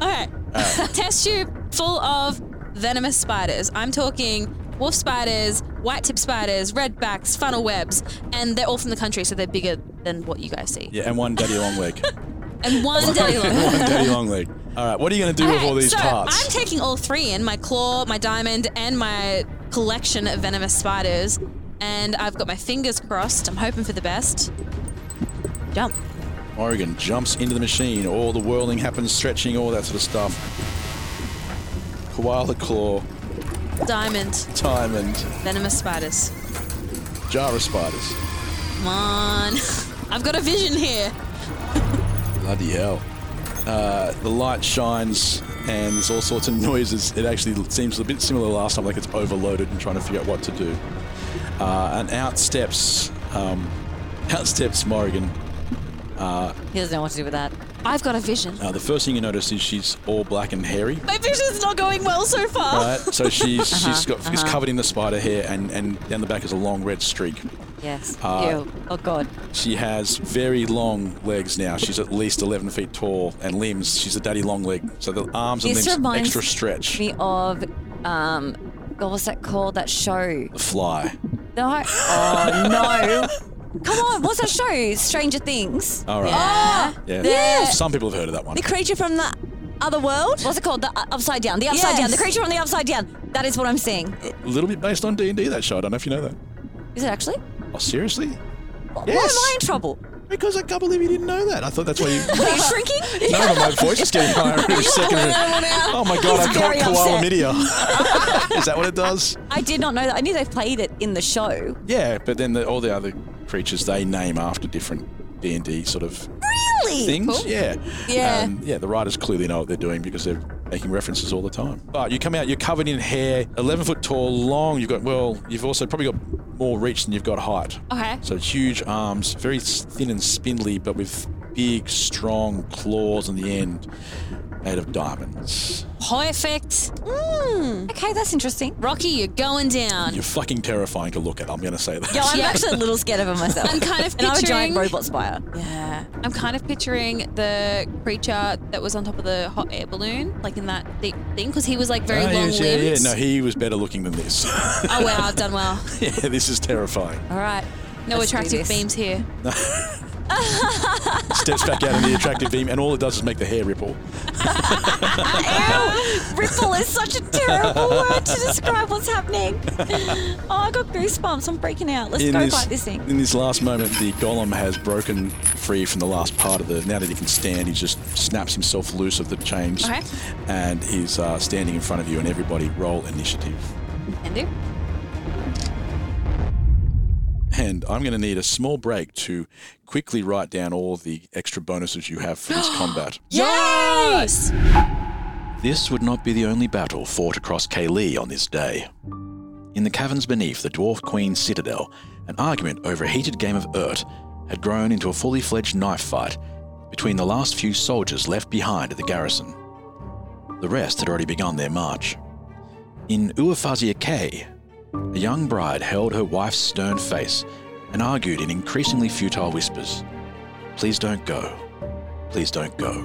[SPEAKER 4] right. Test tube full of venomous spiders. I'm talking wolf spiders, white tip spiders, red backs, funnel webs, and they're all from the country, so they're bigger than what you guys see.
[SPEAKER 1] Yeah, and one daddy long leg.
[SPEAKER 4] and one daddy long.
[SPEAKER 1] One daddy long leg. All right, what are you going to do with
[SPEAKER 4] Okay,
[SPEAKER 1] all these
[SPEAKER 4] so
[SPEAKER 1] parts?
[SPEAKER 4] I'm taking all three in my claw, my diamond, and my collection of venomous spiders. And I've got my fingers crossed. I'm hoping for the best. Jump.
[SPEAKER 1] Morrigan jumps into the machine. All the whirling happens, stretching, all that sort of stuff. Koala claw,
[SPEAKER 4] Diamond.
[SPEAKER 1] diamond,
[SPEAKER 4] Venomous spiders.
[SPEAKER 1] Jara spiders.
[SPEAKER 4] Come on. I've got a vision here.
[SPEAKER 1] Bloody hell. Uh, the light shines and there's all sorts of noises. It actually seems a bit similar to last time, like it's overloaded and trying to figure out what to do. Uh, and out steps, um, out steps Morrigan.
[SPEAKER 3] He doesn't know what to do with that.
[SPEAKER 4] I've got a vision.
[SPEAKER 1] Uh, the first thing you notice is she's all black and hairy.
[SPEAKER 4] My vision's not going well so far.
[SPEAKER 1] Right, so she's
[SPEAKER 3] Uh-huh,
[SPEAKER 1] she's got is covered in the spider hair, and and down the back is a long red streak.
[SPEAKER 3] Yes.
[SPEAKER 1] Uh,
[SPEAKER 3] Ew. Oh God.
[SPEAKER 1] She has very long legs now. She's at least 11 feet tall, and limbs. She's a daddy long leg, so the arms and
[SPEAKER 3] This
[SPEAKER 1] limbs
[SPEAKER 3] reminds
[SPEAKER 1] extra stretch.
[SPEAKER 3] Me of um, God, what's that called? That show.
[SPEAKER 1] The fly.
[SPEAKER 3] No. Oh no. Come on. What's that show? Stranger Things.
[SPEAKER 1] All right.
[SPEAKER 3] Ah,
[SPEAKER 1] Yeah.
[SPEAKER 3] Yeah.
[SPEAKER 1] Some people have heard of that one.
[SPEAKER 2] The creature from the other world.
[SPEAKER 3] What's it called? The uh, upside down. The upside down. The
[SPEAKER 2] Yes.
[SPEAKER 3] creature on the upside down. That is what I'm seeing.
[SPEAKER 1] A little bit based on D&D, that show. I don't know if you know that.
[SPEAKER 3] Is it actually?
[SPEAKER 1] Oh, seriously?
[SPEAKER 3] Why am
[SPEAKER 1] Yes.
[SPEAKER 3] I in trouble?
[SPEAKER 1] Because I can't believe you didn't know that. I thought that's why you...
[SPEAKER 3] Are you shrinking?
[SPEAKER 1] No, but my voice is getting higher every second. Oh my god, I've got
[SPEAKER 3] very
[SPEAKER 1] koala
[SPEAKER 3] upset.
[SPEAKER 1] media. is that what it does?
[SPEAKER 3] I did not know that. I knew they played it in the show.
[SPEAKER 1] Yeah, but then the, all the other creatures they name after different D and D sort of really things. Yeah, yeah, um, yeah. The writers clearly know what they're doing because they're making references all the time. But you come out, you're covered in hair, 11 foot tall, long. You've got well, you've also probably got more reach than you've got height.
[SPEAKER 4] Okay.
[SPEAKER 1] So huge arms, very s- thin and spindly, but with big, strong claws on the end, made of diamonds.
[SPEAKER 4] Perfect.
[SPEAKER 3] Hmm. Okay, that's interesting.
[SPEAKER 4] Rocky, you're going down.
[SPEAKER 1] You're fucking terrifying to look at. I'm gonna say that.
[SPEAKER 3] Yo, I'm
[SPEAKER 4] Yeah.
[SPEAKER 3] actually a little scared of it myself.
[SPEAKER 4] I'm kind of
[SPEAKER 3] and I'm a
[SPEAKER 4] picturing-
[SPEAKER 3] giant robot spider.
[SPEAKER 2] Yeah.
[SPEAKER 4] I'm kind of picturing the creature that was on top of the hot air balloon, like in that deep thing, because he was like very
[SPEAKER 1] Oh,
[SPEAKER 4] long
[SPEAKER 1] yes, yeah, yeah.
[SPEAKER 4] limbed.
[SPEAKER 1] No, he was better looking than this.
[SPEAKER 4] Oh wow, I've done well.
[SPEAKER 1] yeah, this is terrifying.
[SPEAKER 3] All right.
[SPEAKER 4] No
[SPEAKER 3] Let's do
[SPEAKER 4] attractive
[SPEAKER 3] this.
[SPEAKER 4] beams here.
[SPEAKER 1] steps back out of the attractive beam, and all it does is make the hair ripple.
[SPEAKER 3] Ripple is such a terrible word to describe what's happening. Oh, I got goosebumps. I'm breaking out. Let's go fight this thing.
[SPEAKER 1] in this last moment, the golem has broken free from the last part of the. Now that he can stand, he just snaps himself loose of the chains,
[SPEAKER 4] Okay.
[SPEAKER 1] and he's uh, standing in front of you. And everybody, roll initiative.
[SPEAKER 4] Can do.
[SPEAKER 1] And I'm going to need a small break to quickly write down all the extra bonuses you have for this combat.
[SPEAKER 4] Yes!
[SPEAKER 1] This would not be the only battle fought across Kaylee on this day. In the caverns beneath the Dwarf Queen's citadel, an argument over a heated game of Urt had grown into a fully fledged knife fight between the last few soldiers left behind at the garrison. The rest had already begun their march. In Uafazia Cay, a young bride held her wife's stern face and argued in increasingly futile whispers Please don't go. Please don't go.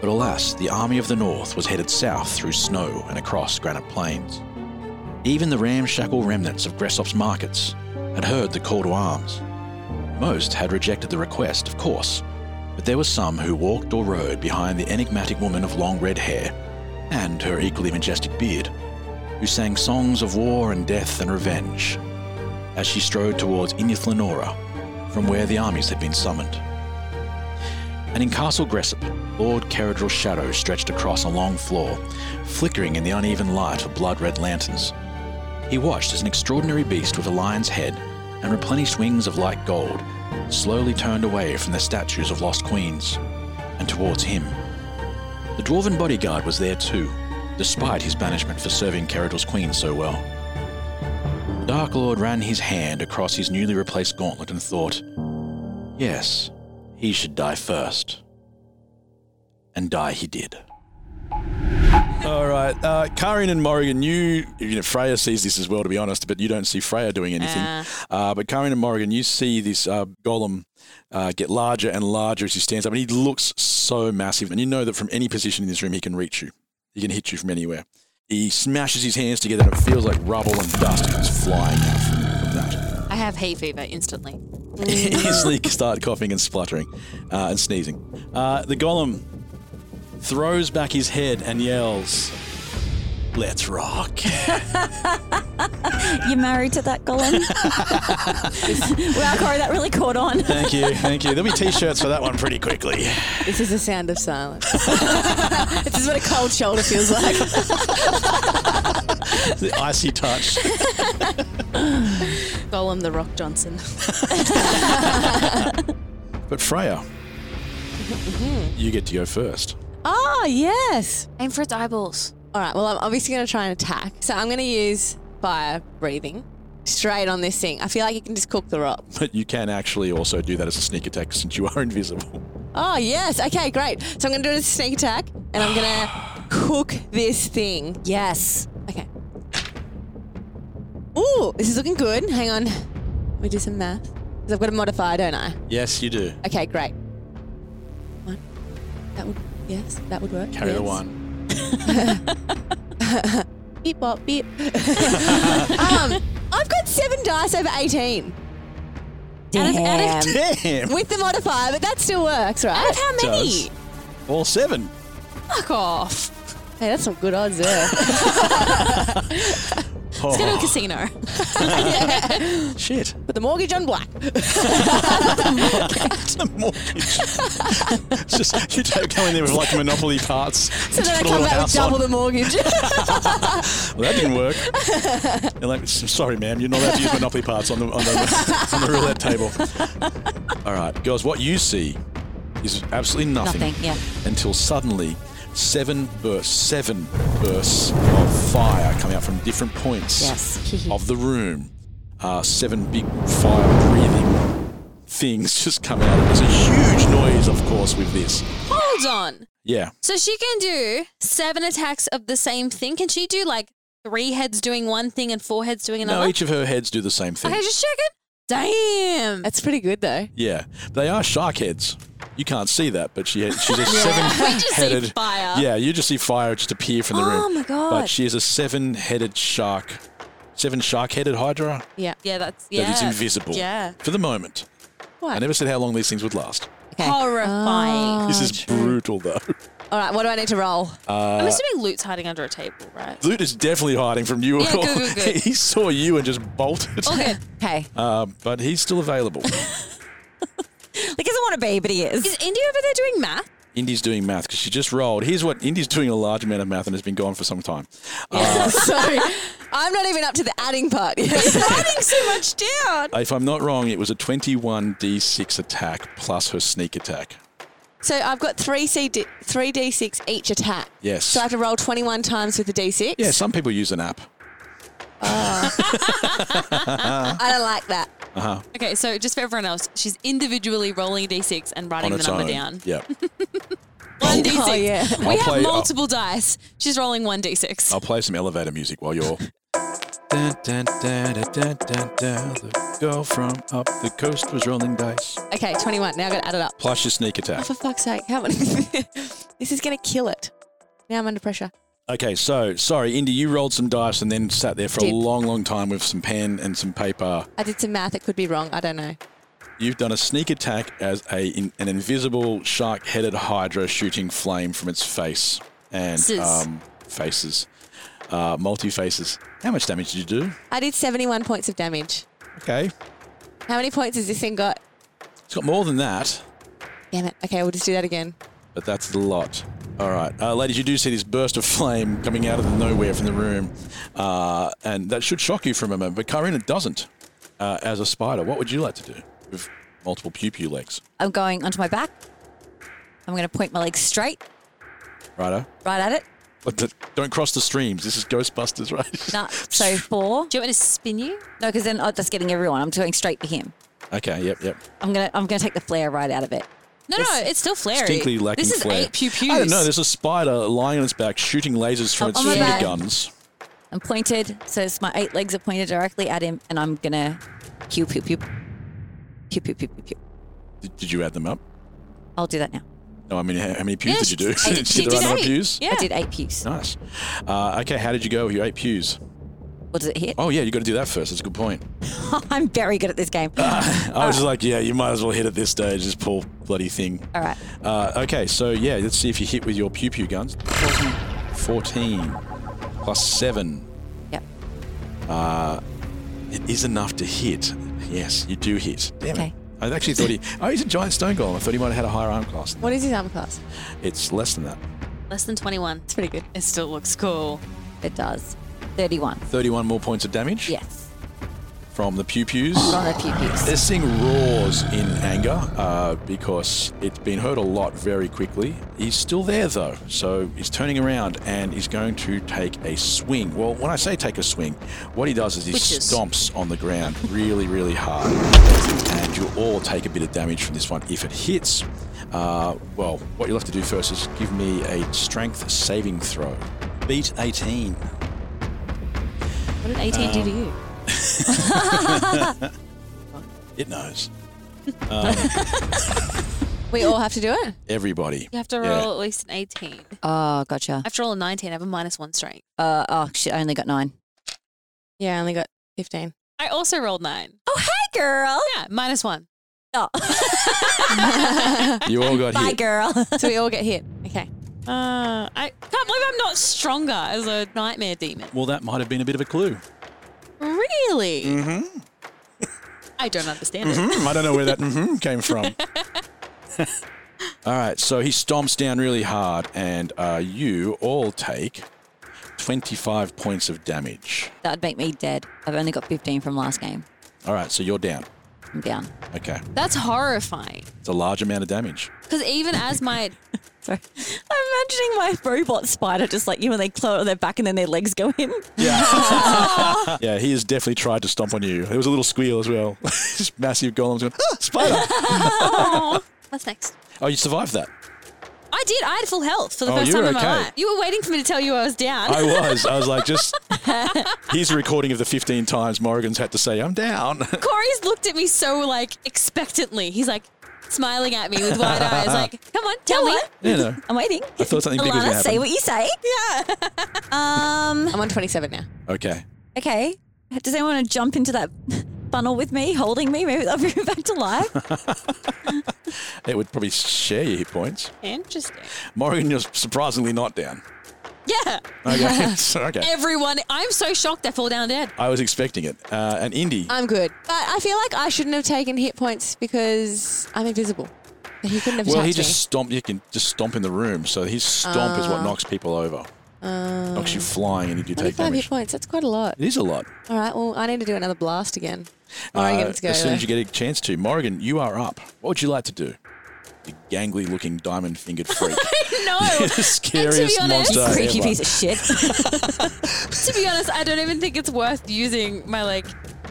[SPEAKER 1] But alas, the army of the north was headed south through snow and across granite plains. Even the ramshackle remnants of Gressop's markets had heard the call to arms. Most had rejected the request, of course, but there were some who walked or rode behind the enigmatic woman of long red hair and her equally majestic beard, who sang songs of war and death and revenge as she strode towards Inith Lenora, from where the armies had been summoned. And in Castle Gressop, Lord Caradril's shadow stretched across a long floor, flickering in the uneven light of blood red lanterns. He watched as an extraordinary beast with a lion's head and replenished wings of light gold slowly turned away from the statues of lost queens and towards him. The dwarven bodyguard was there too, despite his banishment for serving Caradril's queen so well. The Dark Lord ran his hand across his newly replaced gauntlet and thought, Yes, he should die first. And die he did. All right, uh, Karin and Morrigan, you, you know, Freya sees this as well, to be honest, but you don't see Freya doing anything.
[SPEAKER 4] Ah.
[SPEAKER 1] Uh, but Karin and Morrigan, you see this uh, golem uh, get larger and larger as he stands up, and he looks so massive. And you know that from any position in this room, he can reach you, he can hit you from anywhere. He smashes his hands together, and it feels like rubble and dust comes flying out from, from that.
[SPEAKER 4] I have hay fever instantly.
[SPEAKER 1] instantly start coughing and spluttering uh, and sneezing. Uh, the golem throws back his head and yells, Let's rock.
[SPEAKER 3] You're married to that golem. wow, Corey, that really caught on.
[SPEAKER 1] Thank you, thank you. There'll be t shirts for that one pretty quickly.
[SPEAKER 2] This is the sound of silence. this is what a cold shoulder feels like.
[SPEAKER 1] The icy touch.
[SPEAKER 2] Golem the Rock Johnson.
[SPEAKER 1] But Freya, you get to go first.
[SPEAKER 2] Oh, yes.
[SPEAKER 4] Aim for its eyeballs.
[SPEAKER 2] All right. Well, I'm obviously going to try and attack. So I'm going to use fire breathing straight on this thing. I feel like you can just cook the rock.
[SPEAKER 1] But you can actually also do that as a sneak attack since you are invisible.
[SPEAKER 2] Oh, yes. Okay, great. So I'm going to do a sneak attack and I'm going to cook this thing.
[SPEAKER 3] Yes.
[SPEAKER 2] Okay. Ooh, this is looking good. Hang on. Let me do some math. Because I've got a modifier, don't I?
[SPEAKER 1] Yes, you do.
[SPEAKER 2] Okay, great. One. That would, yes, that would work.
[SPEAKER 1] Carry the
[SPEAKER 2] Yes.
[SPEAKER 1] one.
[SPEAKER 2] Beep, bop, beep. um, I've got seven dice over 18
[SPEAKER 3] Damn.
[SPEAKER 1] Damn!
[SPEAKER 2] with the modifier, but that still works, right?
[SPEAKER 1] It
[SPEAKER 4] How many?
[SPEAKER 1] does. All seven.
[SPEAKER 4] Fuck off.
[SPEAKER 2] Hey, that's some good odds there.
[SPEAKER 4] Let's go to a
[SPEAKER 1] Oh,
[SPEAKER 4] casino.
[SPEAKER 1] shit.
[SPEAKER 2] Put the mortgage on black.
[SPEAKER 1] The mortgage. it's just, you don't go in there with like Monopoly parts.
[SPEAKER 2] So then I come back with double the mortgage.
[SPEAKER 1] Well, that didn't work. You're like, "S- sorry, ma'am, you're not allowed to use Monopoly parts on the, on the, on the roulette table. All right, girls, what you see is absolutely nothing.
[SPEAKER 3] Nothing, yeah.
[SPEAKER 1] Until suddenly, seven bursts, seven bursts of fire coming out from different points
[SPEAKER 3] Yes.
[SPEAKER 1] of the room. Uh, seven big fire breathing things just come out. There's a huge noise, of course, with this.
[SPEAKER 4] Hold on.
[SPEAKER 1] Yeah.
[SPEAKER 4] So she can do seven attacks of the same thing. Can she do like three heads doing one thing and four heads doing another?
[SPEAKER 1] No, each of her heads do the same thing.
[SPEAKER 4] okay, just checking. Damn.
[SPEAKER 2] that's pretty good, though.
[SPEAKER 1] Yeah, they are shark heads. You can't see that, but she she's a
[SPEAKER 4] We just see
[SPEAKER 1] seven-headed
[SPEAKER 4] fire.
[SPEAKER 1] Yeah, you just see fire just appear from the
[SPEAKER 3] Oh
[SPEAKER 1] room.
[SPEAKER 3] my God.
[SPEAKER 1] But she is a seven-headed shark, seven shark-headed hydra
[SPEAKER 2] Yeah.
[SPEAKER 4] Yeah, that's yeah.
[SPEAKER 1] that is invisible
[SPEAKER 4] Yeah.
[SPEAKER 1] for the moment.
[SPEAKER 2] What?
[SPEAKER 1] I never said how long these things would last.
[SPEAKER 2] Okay.
[SPEAKER 4] Horrifying.
[SPEAKER 2] Oh.
[SPEAKER 1] this is Uh, brutal, though.
[SPEAKER 2] All right, what do I need to roll?
[SPEAKER 4] I'm assuming loot's hiding under a table, right?
[SPEAKER 1] Loot is definitely hiding from you.
[SPEAKER 4] Yeah, good, good, good.
[SPEAKER 1] he saw you and just bolted.
[SPEAKER 4] All good.
[SPEAKER 3] Okay.
[SPEAKER 1] Um, but he's still available.
[SPEAKER 3] He doesn't want to be, but he is.
[SPEAKER 4] Is Indy over there doing math?
[SPEAKER 1] Indy's doing math because she just rolled. Here's what Indy's doing a large amount of math and has been gone for some time. Uh,
[SPEAKER 2] Sorry. I'm not even up to the adding part yet.
[SPEAKER 4] Writing so much down.
[SPEAKER 1] If I'm not wrong, it was a 21 d6 attack plus her sneak attack.
[SPEAKER 2] so I've got three, CD, three D6 each attack.
[SPEAKER 1] Yes.
[SPEAKER 2] So I have to roll 21 times with the D6?
[SPEAKER 1] Yeah, some people use an app.
[SPEAKER 4] Uh.
[SPEAKER 2] I don't like that.
[SPEAKER 1] Uh-huh.
[SPEAKER 4] Okay, so just for everyone else, she's individually rolling a d6 and writing
[SPEAKER 1] On
[SPEAKER 4] the
[SPEAKER 1] its
[SPEAKER 4] number
[SPEAKER 1] own.
[SPEAKER 4] down.
[SPEAKER 1] Yeah.
[SPEAKER 4] One d6.
[SPEAKER 2] Oh, yeah.
[SPEAKER 4] We
[SPEAKER 1] I'll play-
[SPEAKER 4] have
[SPEAKER 1] uh, I'll-
[SPEAKER 4] multiple dice. She's rolling one d6.
[SPEAKER 1] I'll play some elevator music while you're. Dun, dun, dun, dun, dun, dun, dun. The girl from up the coast was rolling dice.
[SPEAKER 2] Okay, 21. Now I've got to add it up.
[SPEAKER 1] Plus your sneak attack.
[SPEAKER 2] Oh, For fuck's sake, how many? this is going to kill it. Now I'm under pressure.
[SPEAKER 1] Okay, so sorry, Indy, you rolled some dice and then sat there for
[SPEAKER 2] Did.
[SPEAKER 1] a long, long time with some pen and some paper.
[SPEAKER 2] I did some math. It could be wrong. I don't know.
[SPEAKER 1] You've done a sneak attack as a in, an invisible shark-headed hydra shooting flame from its face and
[SPEAKER 4] Faces.
[SPEAKER 1] um, faces, uh, multi faces. How much damage did you do?
[SPEAKER 2] I did 71 points of damage.
[SPEAKER 1] Okay,
[SPEAKER 2] How many points has this thing got?
[SPEAKER 1] it's got more than that,
[SPEAKER 2] Damn it. Okay, we'll just do that again.
[SPEAKER 1] but that's the lot. All right, uh, ladies, you do see this burst of flame coming out of the nowhere from the room, uh, and that should shock you for a moment. But Karina doesn't. Uh, as a spider, what would you like to do with multiple pew pew legs?
[SPEAKER 3] I'm going onto my back. I'm going to point my legs straight,
[SPEAKER 1] Righto.
[SPEAKER 3] right at it.
[SPEAKER 1] But the- Don't cross the streams. This is Ghostbusters, right?
[SPEAKER 3] Nah, so four.
[SPEAKER 4] Do you want me to spin you?
[SPEAKER 3] No, because then oh, that's getting everyone. I'm going straight for him.
[SPEAKER 1] Okay. Yep. Yep.
[SPEAKER 3] I'm gonna I'm gonna take the flare right out of it.
[SPEAKER 4] No, no, it's still flary.
[SPEAKER 1] Distinctly lacking
[SPEAKER 4] this is
[SPEAKER 1] flair.
[SPEAKER 4] eight pew pews.
[SPEAKER 1] I don't know. There's a spider lying on its back, shooting lasers
[SPEAKER 4] Oh,
[SPEAKER 1] from its
[SPEAKER 3] my
[SPEAKER 1] finger
[SPEAKER 3] back.
[SPEAKER 1] guns.
[SPEAKER 3] I'm pointed, so it's my eight legs are pointed directly at him, and I'm gonna pew pew pew pew pew pew pew. pew.
[SPEAKER 1] Did, did you add them up?
[SPEAKER 3] I'll do that now.
[SPEAKER 1] No, I mean, how, how many pews
[SPEAKER 4] Yes,
[SPEAKER 1] did you do?
[SPEAKER 4] I did
[SPEAKER 1] did you get the right
[SPEAKER 4] pews.
[SPEAKER 1] number of
[SPEAKER 4] Eight.
[SPEAKER 1] pews?
[SPEAKER 4] Yeah.
[SPEAKER 3] I did eight pews.
[SPEAKER 1] Nice. Uh, okay, how did you go with your eight pews?
[SPEAKER 3] Or does it hit?
[SPEAKER 1] Oh yeah, you got to do that first. That's a good point.
[SPEAKER 3] I'm very good at this game.
[SPEAKER 1] I was just like, yeah, you might as well hit at this stage. Just pull bloody thing.
[SPEAKER 3] All right.
[SPEAKER 1] Uh, okay, so yeah, let's see if you hit with your pew pew guns. 14 plus 7.
[SPEAKER 3] Yep.
[SPEAKER 1] It is enough to hit. Yes, you do hit. Damn
[SPEAKER 3] Okay.
[SPEAKER 1] it. I actually thought he. Oh, he's a giant stone golem. I thought he might have had a higher arm class.
[SPEAKER 2] What is his armor class?
[SPEAKER 1] It's less than that.
[SPEAKER 4] Less than 21.
[SPEAKER 2] It's pretty good.
[SPEAKER 4] It still looks cool.
[SPEAKER 3] It does. 31.
[SPEAKER 1] 31 more points of damage
[SPEAKER 3] Yes.
[SPEAKER 1] from the pew pews.
[SPEAKER 3] From the pew pews.
[SPEAKER 1] This thing roars in anger uh, because it's been hurt a lot very quickly. He's still there though, so he's turning around and he's going to take a swing. Well, when I say take a swing, what he does is he
[SPEAKER 4] Witches.
[SPEAKER 1] stomps on the ground really, really hard. And you'll all take a bit of damage from this one if it hits. Uh, well, what you'll have to do first is give me a strength saving throw. Beat 18.
[SPEAKER 4] What did 18
[SPEAKER 1] Uh,
[SPEAKER 4] do to you?
[SPEAKER 1] It knows. Um,
[SPEAKER 2] We all have to do it.
[SPEAKER 1] Everybody.
[SPEAKER 4] You have to roll
[SPEAKER 1] Yeah.
[SPEAKER 4] at least an 18. I
[SPEAKER 3] Oh, gotcha.
[SPEAKER 4] have to roll a 19. I have a minus one strength.
[SPEAKER 3] Uh, oh, shit. I only got nine.
[SPEAKER 2] Yeah, I only got 15.
[SPEAKER 4] I also rolled nine.
[SPEAKER 3] Oh, hey, girl.
[SPEAKER 4] Yeah, minus one.
[SPEAKER 3] Oh.
[SPEAKER 1] You all got
[SPEAKER 3] Bye,
[SPEAKER 1] hit.
[SPEAKER 3] girl.
[SPEAKER 2] So we all get hit. Okay.
[SPEAKER 4] Uh, I can't believe I'm not stronger as a nightmare demon.
[SPEAKER 1] Well, that might have been a bit of a clue.
[SPEAKER 4] Really? Mm-hmm. I don't understand it.
[SPEAKER 1] Hmm, I don't know where that mhm came from. all right, so he stomps down really hard, and uh, you all take 25 points of damage.
[SPEAKER 3] That'd make me dead. I've only got 15 from last game.
[SPEAKER 1] All right, so you're down.
[SPEAKER 3] I'm down.
[SPEAKER 1] Okay,
[SPEAKER 4] That's horrifying.
[SPEAKER 1] it's a large amount of damage.
[SPEAKER 4] Because even as my
[SPEAKER 3] Sorry. I'm imagining my robot spider just like you when they claw it on their back and then their legs go in.
[SPEAKER 1] Yeah. yeah, he has definitely tried to stomp on you. There was a little squeal as well. Just massive golems going, ah, spider.
[SPEAKER 4] what's next?
[SPEAKER 1] oh, you survived that.
[SPEAKER 4] I did. I had full health for the
[SPEAKER 1] Oh,
[SPEAKER 4] first
[SPEAKER 1] you
[SPEAKER 4] time
[SPEAKER 1] were
[SPEAKER 4] in
[SPEAKER 1] okay.
[SPEAKER 4] my life. You were waiting for me to tell you I was down.
[SPEAKER 1] I was. I was like, just here's a recording of the 15 times Morrigan's had to say, I'm down.
[SPEAKER 4] Corey's looked at me so like expectantly. He's like smiling at me with wide eyes, like, "Come on, tell me."
[SPEAKER 1] you know,
[SPEAKER 3] I'm waiting.
[SPEAKER 1] I thought something big was going to
[SPEAKER 3] Alana,
[SPEAKER 1] happen.
[SPEAKER 3] say what you say. Yeah. um.
[SPEAKER 2] I'm on 27 now.
[SPEAKER 1] Okay.
[SPEAKER 3] Okay. Does anyone want to jump into that funnel with me, holding me? Maybe they'll bring me back to life.
[SPEAKER 1] It would probably share your hit points.
[SPEAKER 4] Interesting.
[SPEAKER 1] Morgan, you're surprisingly not down.
[SPEAKER 4] Yeah.
[SPEAKER 1] Okay. so, Oh, okay.
[SPEAKER 4] Everyone, I'm so shocked. I fall down dead.
[SPEAKER 1] I was expecting it. Uh, and Indy.
[SPEAKER 2] I'm good. But I feel like I shouldn't have taken hit points because I'm invisible. But he couldn't have
[SPEAKER 1] well, he
[SPEAKER 2] touched
[SPEAKER 1] just stomped. You can just stomp in the room. So his stomp is what knocks people over. knocks you flying and you do
[SPEAKER 2] me.
[SPEAKER 1] take
[SPEAKER 2] 25
[SPEAKER 1] damage.
[SPEAKER 2] Um, hit points. That's quite a lot.
[SPEAKER 1] It is a lot.
[SPEAKER 2] All right. Well, I need to do another blast again.
[SPEAKER 1] Uh,
[SPEAKER 2] Morrigan's go.
[SPEAKER 1] as soon as you get a chance to. Morgan, you are up. What would you like to do? The gangly looking diamond fingered freak.
[SPEAKER 4] No.
[SPEAKER 1] the scariest
[SPEAKER 4] honest-
[SPEAKER 1] monster
[SPEAKER 3] Freaky
[SPEAKER 1] ever.
[SPEAKER 3] piece of shit.
[SPEAKER 4] to be honest, I don't even think it's worth using my like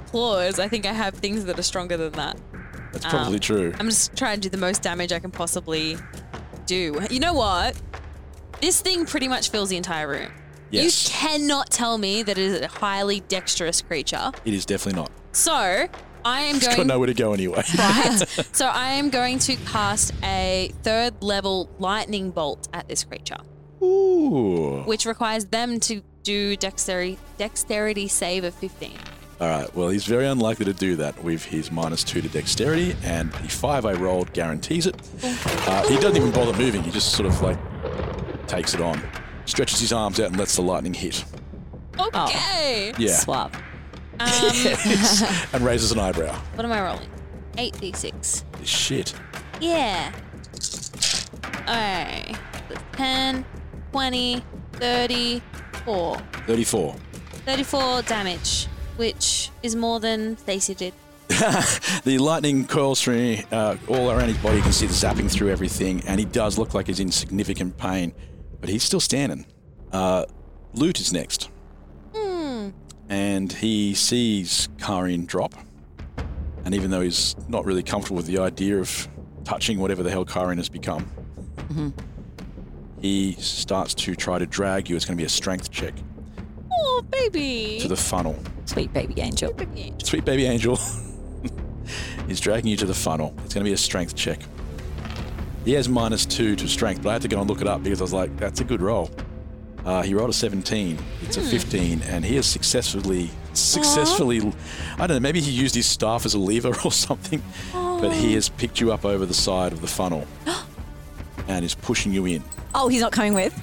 [SPEAKER 4] claws. I think I have things that are stronger than that. Um,
[SPEAKER 1] That's probably true.
[SPEAKER 4] I'm just trying to do the most damage I can possibly do. You know what? This thing pretty much fills the entire room.
[SPEAKER 1] Yes.
[SPEAKER 4] You cannot tell me that it is a highly dexterous creature.
[SPEAKER 1] It is definitely not.
[SPEAKER 4] So I am
[SPEAKER 1] It's got
[SPEAKER 4] going.
[SPEAKER 1] nowhere to go anyway.
[SPEAKER 4] Right. so I am going to cast a third level lightning bolt at this creature,
[SPEAKER 1] Ooh.
[SPEAKER 4] which requires them to do dexterity dexterity save of 15.
[SPEAKER 1] All right. Well, he's very unlikely to do that with his minus two to dexterity, and the five I rolled guarantees it. Uh, he doesn't even bother moving. He just sort of like takes it on, stretches his arms out, and lets the lightning hit.
[SPEAKER 4] Okay.
[SPEAKER 1] Yeah.
[SPEAKER 3] Swap.
[SPEAKER 4] Um,
[SPEAKER 1] and raises an eyebrow.
[SPEAKER 4] what am I rolling? 8d6.
[SPEAKER 1] Shit.
[SPEAKER 4] Yeah. Alright. That's 10, 20, 34.
[SPEAKER 1] 34.
[SPEAKER 4] 34 damage, which is more than Stacy did.
[SPEAKER 1] The lightning coils through uh, all around his body. You can see it zapping through everything, and he does look like he's in significant pain, but he's still standing. Uh, Loot is next.
[SPEAKER 2] Hmm.
[SPEAKER 1] And he sees Karin drop. And even though he's not really comfortable with the idea of touching whatever the hell Karin has become, he starts to try to drag you. It's going to be a strength check
[SPEAKER 4] Oh,
[SPEAKER 1] to
[SPEAKER 4] baby.
[SPEAKER 1] the funnel.
[SPEAKER 3] Sweet baby angel.
[SPEAKER 1] Sweet baby angel is dragging you to the funnel. It's going to be a strength check. He has minus two to strength, but I had to go and look it up because I was like, that's a good roll. Uh, he rolled a 17. It's
[SPEAKER 3] Hmm.
[SPEAKER 1] a 15, and he has successfully, successfully, I don't know. Maybe he used his staff as a lever or something, but he has picked you up over the side of the funnel, and is pushing you in,
[SPEAKER 3] Oh, he's not coming with?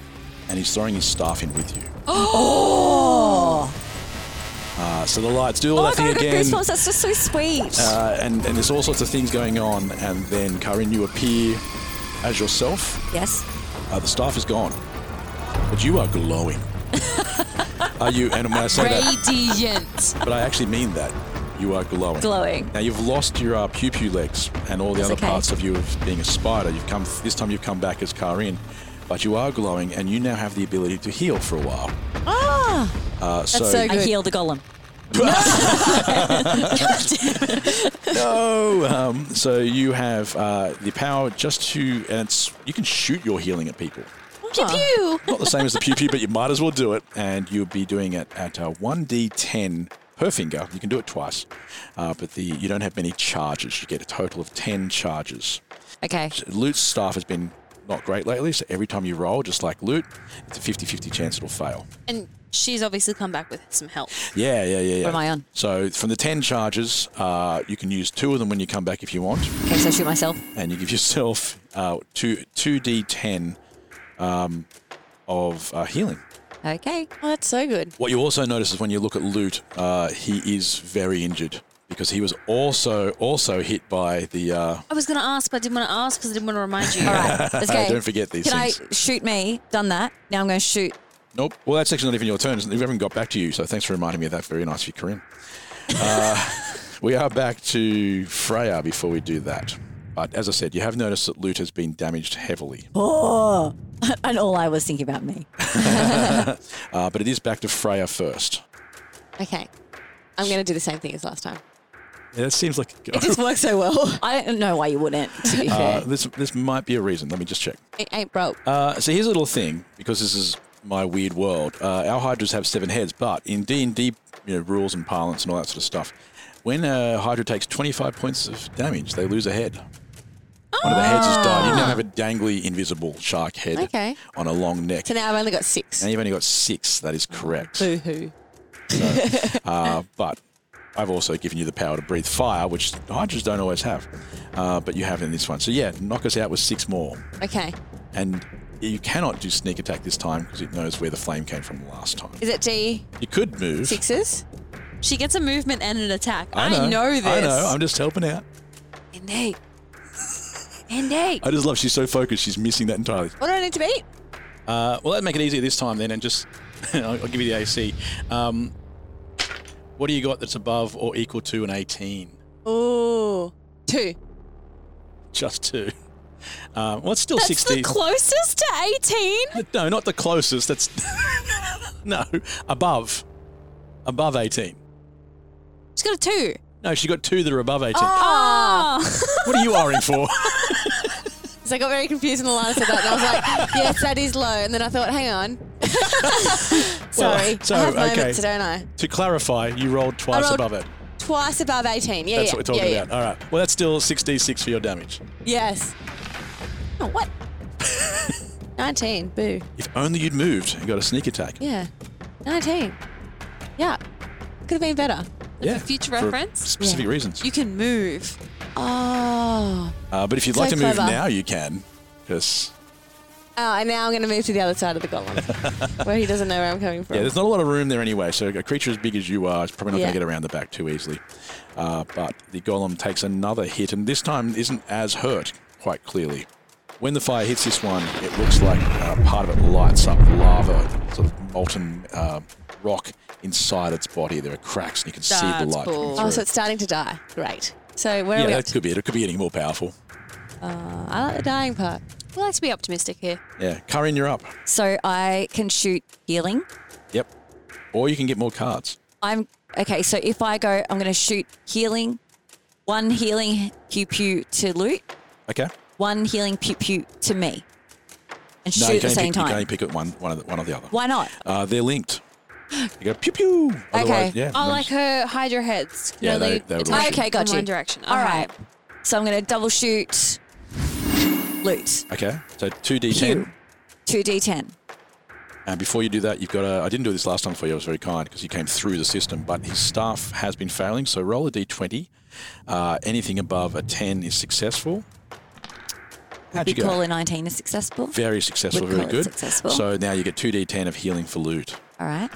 [SPEAKER 1] and he's throwing his staff in with you. Oh! Uh, so the lights do all
[SPEAKER 3] Oh my
[SPEAKER 1] that
[SPEAKER 3] god, I
[SPEAKER 1] thing
[SPEAKER 3] got
[SPEAKER 1] Oh! again.
[SPEAKER 3] goosebumps. That's just so sweet.
[SPEAKER 1] Uh, and, and there's all sorts of things going on. And then, Karin, you appear as yourself.
[SPEAKER 3] yes.
[SPEAKER 1] Uh, the staff is gone, but you are glowing. are you? And when I say that,
[SPEAKER 4] Radiant.
[SPEAKER 1] but I actually mean that. You are glowing.
[SPEAKER 3] Glowing.
[SPEAKER 1] Now you've lost your uh, pew pew legs and all the
[SPEAKER 3] That's
[SPEAKER 1] other
[SPEAKER 3] okay.
[SPEAKER 1] parts of you of being a spider. You've come this time. You've come back as Karin, but you are glowing, and you now have the ability to heal for a while.
[SPEAKER 3] Ah,
[SPEAKER 1] Uh, so,
[SPEAKER 2] so
[SPEAKER 3] I
[SPEAKER 2] Good.
[SPEAKER 3] heal the golem.
[SPEAKER 1] no. Um, so you have uh, the power just to, and it's you can shoot your healing at people.
[SPEAKER 4] Pew pew.
[SPEAKER 1] not the same as the pew pew, but you might as well do it. And you'll be doing it at uh, 1d10 per finger. You can do it twice, uh, but the you don't have many charges. You get a total of 10 charges.
[SPEAKER 4] Okay.
[SPEAKER 1] Loot's staff has been not great lately, so every time you roll, just like loot, it's a 50 50 chance it'll fail.
[SPEAKER 4] And she's obviously come back with some help.
[SPEAKER 1] Yeah, yeah, yeah, yeah.
[SPEAKER 3] am I on?
[SPEAKER 1] So from the 10 charges, uh, you can use two of them when you come back if you want,
[SPEAKER 3] Okay, so I shoot myself.
[SPEAKER 1] and you give yourself uh, two, 2d10 um, of uh, healing.
[SPEAKER 3] Okay.
[SPEAKER 2] Oh, that's so good.
[SPEAKER 1] What you also notice is when you look at Loot, uh, he is very injured because he was also also hit by the. Uh,
[SPEAKER 4] I was going to ask, but I didn't want to ask because I didn't want to remind you.
[SPEAKER 3] All right, let's go.
[SPEAKER 1] Don't forget these
[SPEAKER 3] Can
[SPEAKER 1] things.
[SPEAKER 3] I shoot me? Done that. Now I'm going to shoot.
[SPEAKER 1] nope. Well, that's actually not even your turn. isn't it? We haven't got back to you, so thanks for reminding me of that. Very nice of you, Corinne. Uh, we are back to Freya before we do that. But as I said, you have noticed that Loot has been damaged heavily.
[SPEAKER 3] Oh, and all I was thinking about me.
[SPEAKER 1] Uh, but it is back to Freya first.
[SPEAKER 2] Okay. I'm going to do the same thing as last time.
[SPEAKER 1] Yeah, that seems like
[SPEAKER 2] It just works so well.
[SPEAKER 3] I don't know why you wouldn't.
[SPEAKER 2] To be fair,
[SPEAKER 1] uh, this this might be a reason. Let me just check.
[SPEAKER 2] it ain't broke.
[SPEAKER 1] Uh, so here's a little thing because this is my weird world. Uh, our hydras have seven heads, but in D and D rules and parlance and all that sort of stuff, when a hydra takes 25 points of damage, they lose a head. One of the heads has died. You now have a dangly, invisible shark head
[SPEAKER 2] Okay.
[SPEAKER 1] on a long neck.
[SPEAKER 2] So now I've only got six.
[SPEAKER 1] Now you've only got six. That is correct.
[SPEAKER 2] Boo hoo.
[SPEAKER 1] Uh, but I've also given you the power to breathe fire, which hydras don't always have, uh, but you have in this one. So yeah, knock us out with six more.
[SPEAKER 2] Okay.
[SPEAKER 1] and you cannot do sneak attack this time because it knows where the flame came from last time.
[SPEAKER 2] Is it D
[SPEAKER 1] You could move.
[SPEAKER 2] sixes?
[SPEAKER 4] She gets a movement and an attack. I know,
[SPEAKER 1] know,
[SPEAKER 4] this.
[SPEAKER 1] I know. I'm just helping out.
[SPEAKER 4] Indeed. Indeed.
[SPEAKER 1] I just love she's so focused. She's missing that entirely.
[SPEAKER 2] What do I need to beat?
[SPEAKER 1] Uh, well, that'd make it easier this time then, and just I'll, I'll give you the AC. Um, what do you got that's above or equal to an 18?
[SPEAKER 2] Ooh, two.
[SPEAKER 1] Just two. Um, well, it's still
[SPEAKER 4] That's
[SPEAKER 1] 60.
[SPEAKER 4] the closest to 18.
[SPEAKER 1] no, not the closest. That's no above, above 18.
[SPEAKER 4] She's got a two.
[SPEAKER 1] No, she got two that are above 18.
[SPEAKER 4] Oh.
[SPEAKER 1] What are you r-ing for?
[SPEAKER 2] So I got very confused when Alana said that, and I was like, "Yes, that is low." And then I thought, "Hang on, sorry,
[SPEAKER 1] so,
[SPEAKER 2] I have
[SPEAKER 1] okay.
[SPEAKER 2] moments, don't I?"
[SPEAKER 1] To clarify, you rolled twice
[SPEAKER 2] rolled-
[SPEAKER 1] above it.
[SPEAKER 2] Twice above eighteen. Yeah,
[SPEAKER 1] That's
[SPEAKER 2] yeah,
[SPEAKER 1] what we're talking
[SPEAKER 2] yeah,
[SPEAKER 1] about. All right. Well, that's still 6d6 for your damage.
[SPEAKER 2] Yeah. Yes. Oh, what? Nineteen. Boo.
[SPEAKER 1] If only you'd moved and got a sneak attack.
[SPEAKER 2] Yeah. Nineteen. Yeah. Could have been better.
[SPEAKER 1] Yeah.
[SPEAKER 4] future
[SPEAKER 1] for
[SPEAKER 4] reference?
[SPEAKER 1] Specific reasons.
[SPEAKER 4] you can move.
[SPEAKER 2] Oh.
[SPEAKER 1] Uh, but if you'd
[SPEAKER 2] So
[SPEAKER 1] like to move
[SPEAKER 2] clever.
[SPEAKER 1] now, you can. Because,
[SPEAKER 2] Oh, and now I'm going to move to the other side of the golem, where he doesn't know where I'm coming from.
[SPEAKER 1] yeah, there's not a lot of room there anyway. So a creature as big as you are is probably not
[SPEAKER 2] Yeah.
[SPEAKER 1] going to get around the back too easily. Uh, but the golem takes another hit and this time isn't as hurt, quite clearly. When the fire hits this one, it looks like uh, part of it lights up lava, sort of molten uh, rock inside its body. There are cracks and you can see the
[SPEAKER 4] That's
[SPEAKER 1] light. coming
[SPEAKER 4] cool.
[SPEAKER 2] oh,
[SPEAKER 1] through.
[SPEAKER 2] so it's starting to die. Great. So where are
[SPEAKER 1] Yeah,
[SPEAKER 2] we?
[SPEAKER 1] that
[SPEAKER 2] up to?
[SPEAKER 1] could be it. It could be getting more powerful.
[SPEAKER 2] I like the dying part.
[SPEAKER 4] We like to be optimistic here.
[SPEAKER 1] Yeah, Karin, you're up.
[SPEAKER 3] So I can shoot healing.
[SPEAKER 1] Yep. Or you can get more cards.
[SPEAKER 3] I'm okay. So if I go, I'm going to shoot healing, one healing pew pew to loot,
[SPEAKER 1] Okay.
[SPEAKER 3] one healing pew pew to me, and shoot
[SPEAKER 1] you
[SPEAKER 3] at the
[SPEAKER 1] can
[SPEAKER 3] same
[SPEAKER 1] pick, You can
[SPEAKER 3] time.
[SPEAKER 1] only pick up one, one, of the, one or the other.
[SPEAKER 3] Why not?
[SPEAKER 1] Uh, they're linked. You go pew pew. Otherwise- Yeah.
[SPEAKER 4] Oh, like her hydra heads. can
[SPEAKER 1] Yeah,
[SPEAKER 4] only
[SPEAKER 1] they- they would
[SPEAKER 4] attack
[SPEAKER 1] work.
[SPEAKER 3] Okay, got
[SPEAKER 4] in
[SPEAKER 3] you.
[SPEAKER 4] One direction.
[SPEAKER 3] All right. So I'm going to double shoot loot
[SPEAKER 1] Okay. So 2d10.
[SPEAKER 3] two d10.
[SPEAKER 1] And before you do that, you've got to. I didn't do this last time for you. I was very kind because you came through the system, but his staff has been failing. So roll a d20. Uh, anything above a 10 is successful. How'd
[SPEAKER 3] Big
[SPEAKER 1] you go?
[SPEAKER 3] caller 19 is successful.
[SPEAKER 1] Very successful,
[SPEAKER 3] Would
[SPEAKER 1] very
[SPEAKER 3] call it
[SPEAKER 1] good.
[SPEAKER 3] successful.
[SPEAKER 1] So now you get 2d10 of healing for loot,
[SPEAKER 3] All right.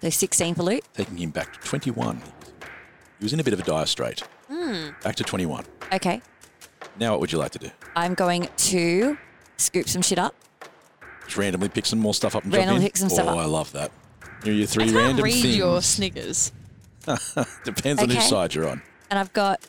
[SPEAKER 3] So 16 for loot.
[SPEAKER 1] taking him back to 21. He was in a bit of a dire strait.
[SPEAKER 4] Hmm.
[SPEAKER 1] Back to 21.
[SPEAKER 3] Okay.
[SPEAKER 1] Now, what would you like to do?
[SPEAKER 3] I'm going to scoop some shit up.
[SPEAKER 1] Just randomly pick some more stuff up and
[SPEAKER 3] Randomly
[SPEAKER 1] drop in?
[SPEAKER 3] pick some stuff
[SPEAKER 1] oh,
[SPEAKER 3] up.
[SPEAKER 1] I love that. You're your three
[SPEAKER 4] I can't
[SPEAKER 1] random
[SPEAKER 4] read
[SPEAKER 1] things.
[SPEAKER 4] your Snickers.
[SPEAKER 1] Depends on whose
[SPEAKER 3] Okay.
[SPEAKER 1] side you're on.
[SPEAKER 3] And I've got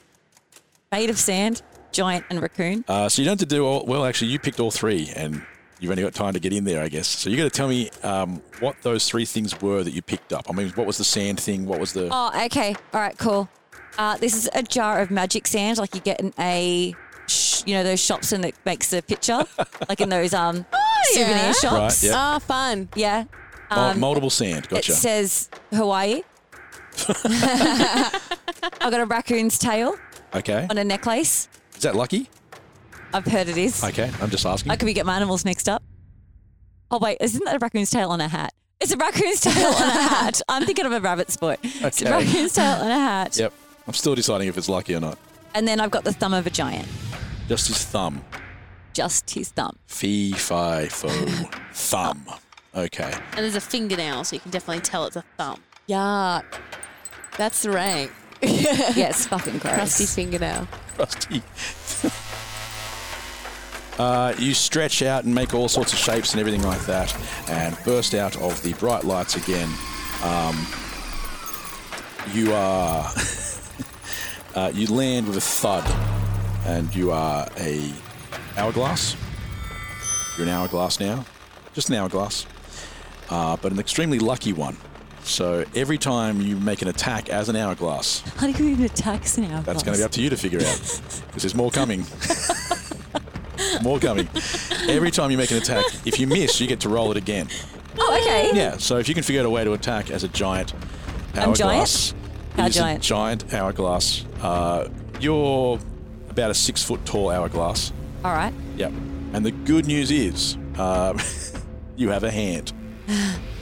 [SPEAKER 3] Made of Sand, Giant, and Raccoon.
[SPEAKER 1] Uh, so you don't have to do all. Well, actually, you picked all three, and you've only got time to get in there, I guess. So you got to tell me um, what those three things were that you picked up. I mean, what was the sand thing? What was the?
[SPEAKER 3] Oh, okay. All right, cool. Uh, this is a jar of magic sand, like you get in a, sh- you know, those shops and it makes a picture, like in those um souvenir
[SPEAKER 2] yeah.
[SPEAKER 3] shops.
[SPEAKER 1] Right, yeah.
[SPEAKER 2] Ah, fun.
[SPEAKER 3] yeah.
[SPEAKER 1] Mul-
[SPEAKER 3] Um,
[SPEAKER 1] oh, multiple sand. Gotcha.
[SPEAKER 3] It says Hawaii. I got a raccoon's tail
[SPEAKER 1] okay.
[SPEAKER 3] on a necklace.
[SPEAKER 1] Is that lucky?
[SPEAKER 3] I've heard it is.
[SPEAKER 1] Okay, I'm just asking.
[SPEAKER 3] I could be get my animals mixed up. Oh wait, isn't that a raccoon's tail on a hat? It's a raccoon's tail on a hat. I'm thinking of a rabbit's foot. It's
[SPEAKER 1] Okay.
[SPEAKER 3] a raccoon's tail on a hat.
[SPEAKER 1] Yep. I'm still deciding if it's lucky or not.
[SPEAKER 3] And then I've got the thumb of a giant,
[SPEAKER 1] Just his thumb.
[SPEAKER 3] just his thumb.
[SPEAKER 1] Fee fi fo thumb. Okay.
[SPEAKER 4] And there's a fingernail, so you can definitely tell it's a thumb.
[SPEAKER 2] Yuck. That's rank.
[SPEAKER 3] Yeah, it's fucking gross.
[SPEAKER 2] Crusty fingernail.
[SPEAKER 1] Rusty. Uh, you stretch out and make all sorts of shapes and everything like that, and burst out of the bright lights again. Um, you are. uh, you land with a thud, and you are a hourglass. You're an hourglass now, just an hourglass, uh, but an extremely lucky one. So every time you make an attack as an hourglass,
[SPEAKER 3] How do you even attack an hourglass?
[SPEAKER 1] that's going to be up to you to figure out because there's more coming. more coming. Every time you make an attack, if you miss, you get to roll it again.
[SPEAKER 3] Oh, okay.
[SPEAKER 1] Yeah, so if you can figure out a way to attack as a giant hourglass.
[SPEAKER 3] How
[SPEAKER 1] it is a
[SPEAKER 3] giant?
[SPEAKER 1] giant hourglass. Uh, you're about a six foot tall hourglass.
[SPEAKER 3] All right.
[SPEAKER 1] Yep. And the good news is um, you have a hand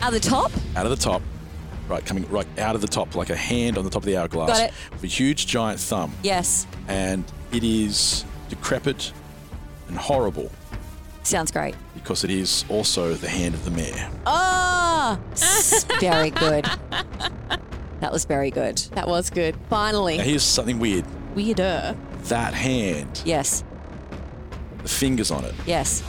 [SPEAKER 3] At the top.
[SPEAKER 1] out of the top. Right, coming right out of the top, like a hand on the top of the hourglass.
[SPEAKER 3] Got it.
[SPEAKER 1] With a huge giant thumb
[SPEAKER 3] Yes.
[SPEAKER 1] and it is decrepit and horrible
[SPEAKER 3] Sounds great.
[SPEAKER 1] because it is also the hand of the mayor.
[SPEAKER 2] Ah,
[SPEAKER 3] Oh, s- very good. That was very good.
[SPEAKER 2] That was good.
[SPEAKER 1] Now,
[SPEAKER 2] Finally.
[SPEAKER 1] here's something weird
[SPEAKER 2] Weirder.
[SPEAKER 1] that hand,
[SPEAKER 3] Yes.
[SPEAKER 1] the fingers on it,
[SPEAKER 3] Yes.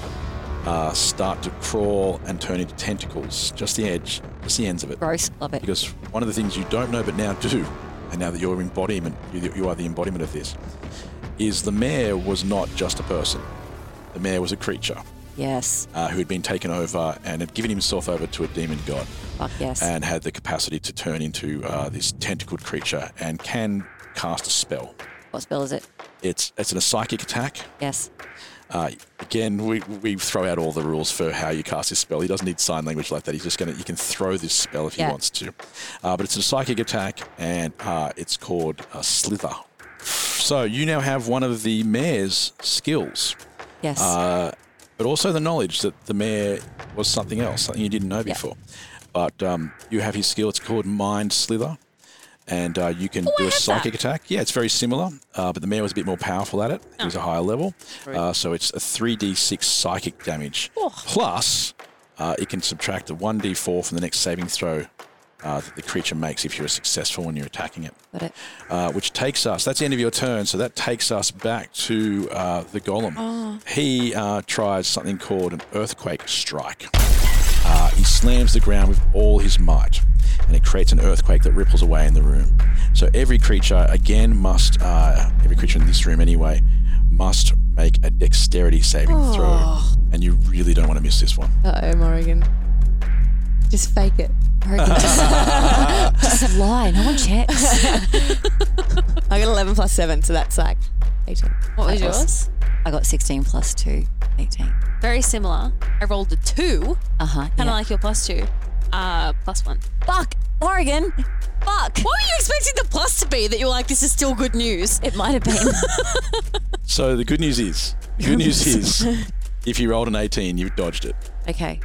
[SPEAKER 1] uh, start to crawl and turn into tentacles, just the edge, just the ends of it.
[SPEAKER 3] Gross. Love it.
[SPEAKER 1] Because one of the things you don't know but now do, and now that you're embodiment, you, you are the embodiment of this, is the mayor was not just a person. The mayor was a creature
[SPEAKER 3] Yes.
[SPEAKER 1] uh, who had been taken over and had given himself over to a demon god.
[SPEAKER 3] Fuck yes.
[SPEAKER 1] and had the capacity to turn into uh, this tentacled creature and can cast a spell.
[SPEAKER 3] what spell is it?
[SPEAKER 1] It's it's a psychic attack.
[SPEAKER 3] Yes.
[SPEAKER 1] Uh, again, we, we throw out all the rules for how you cast this spell. He doesn't need sign language like that. He's just gonna you can throw this spell if
[SPEAKER 3] Yeah.
[SPEAKER 1] he wants to, uh, but it's a psychic attack and uh, it's called a slither. So you now have one of the mayor's skills,
[SPEAKER 3] Yes.
[SPEAKER 1] uh, but also the knowledge that the mayor was something else, something you didn't know before. But um, you have his skill. It's called Mind Slither, and uh, you can do a psychic attack. Yeah, it's very similar, uh, but the mayor was a bit more powerful at it. He was a higher level, uh, so it's a three d six psychic damage plus. Uh, it can subtract a 1d4 from the next saving throw uh, that the creature makes if you're successful when you're attacking it.
[SPEAKER 3] Got it.
[SPEAKER 1] Uh, which takes us, that's the end of your turn, so that takes us back to uh, the golem.
[SPEAKER 3] Oh.
[SPEAKER 1] He uh, tries something called an earthquake strike. Uh, he slams the ground with all his might, and it creates an earthquake that ripples away in the room. So every creature, again, must, uh, every creature in this room anyway, must make a dexterity saving
[SPEAKER 3] Oh.
[SPEAKER 1] throw. And you really don't want to miss this one.
[SPEAKER 2] Uh oh, Morrigan. Just fake it.
[SPEAKER 3] Just lie. No one checks.
[SPEAKER 2] I got 11 plus 7, so that's like 18.
[SPEAKER 4] What was
[SPEAKER 3] That was-
[SPEAKER 4] yours?
[SPEAKER 3] I got 16 plus 2, 18.
[SPEAKER 4] Very similar. I rolled a two,
[SPEAKER 3] Uh huh.
[SPEAKER 4] kind of like your plus two, uh, plus one.
[SPEAKER 3] Fuck, Oregon.
[SPEAKER 4] What
[SPEAKER 3] Fuck.
[SPEAKER 4] were you expecting the plus to be that you're like, this is still good news?
[SPEAKER 3] It might have been.
[SPEAKER 1] So the good news is, the good news is, if you rolled an 18, you dodged it.
[SPEAKER 3] okay.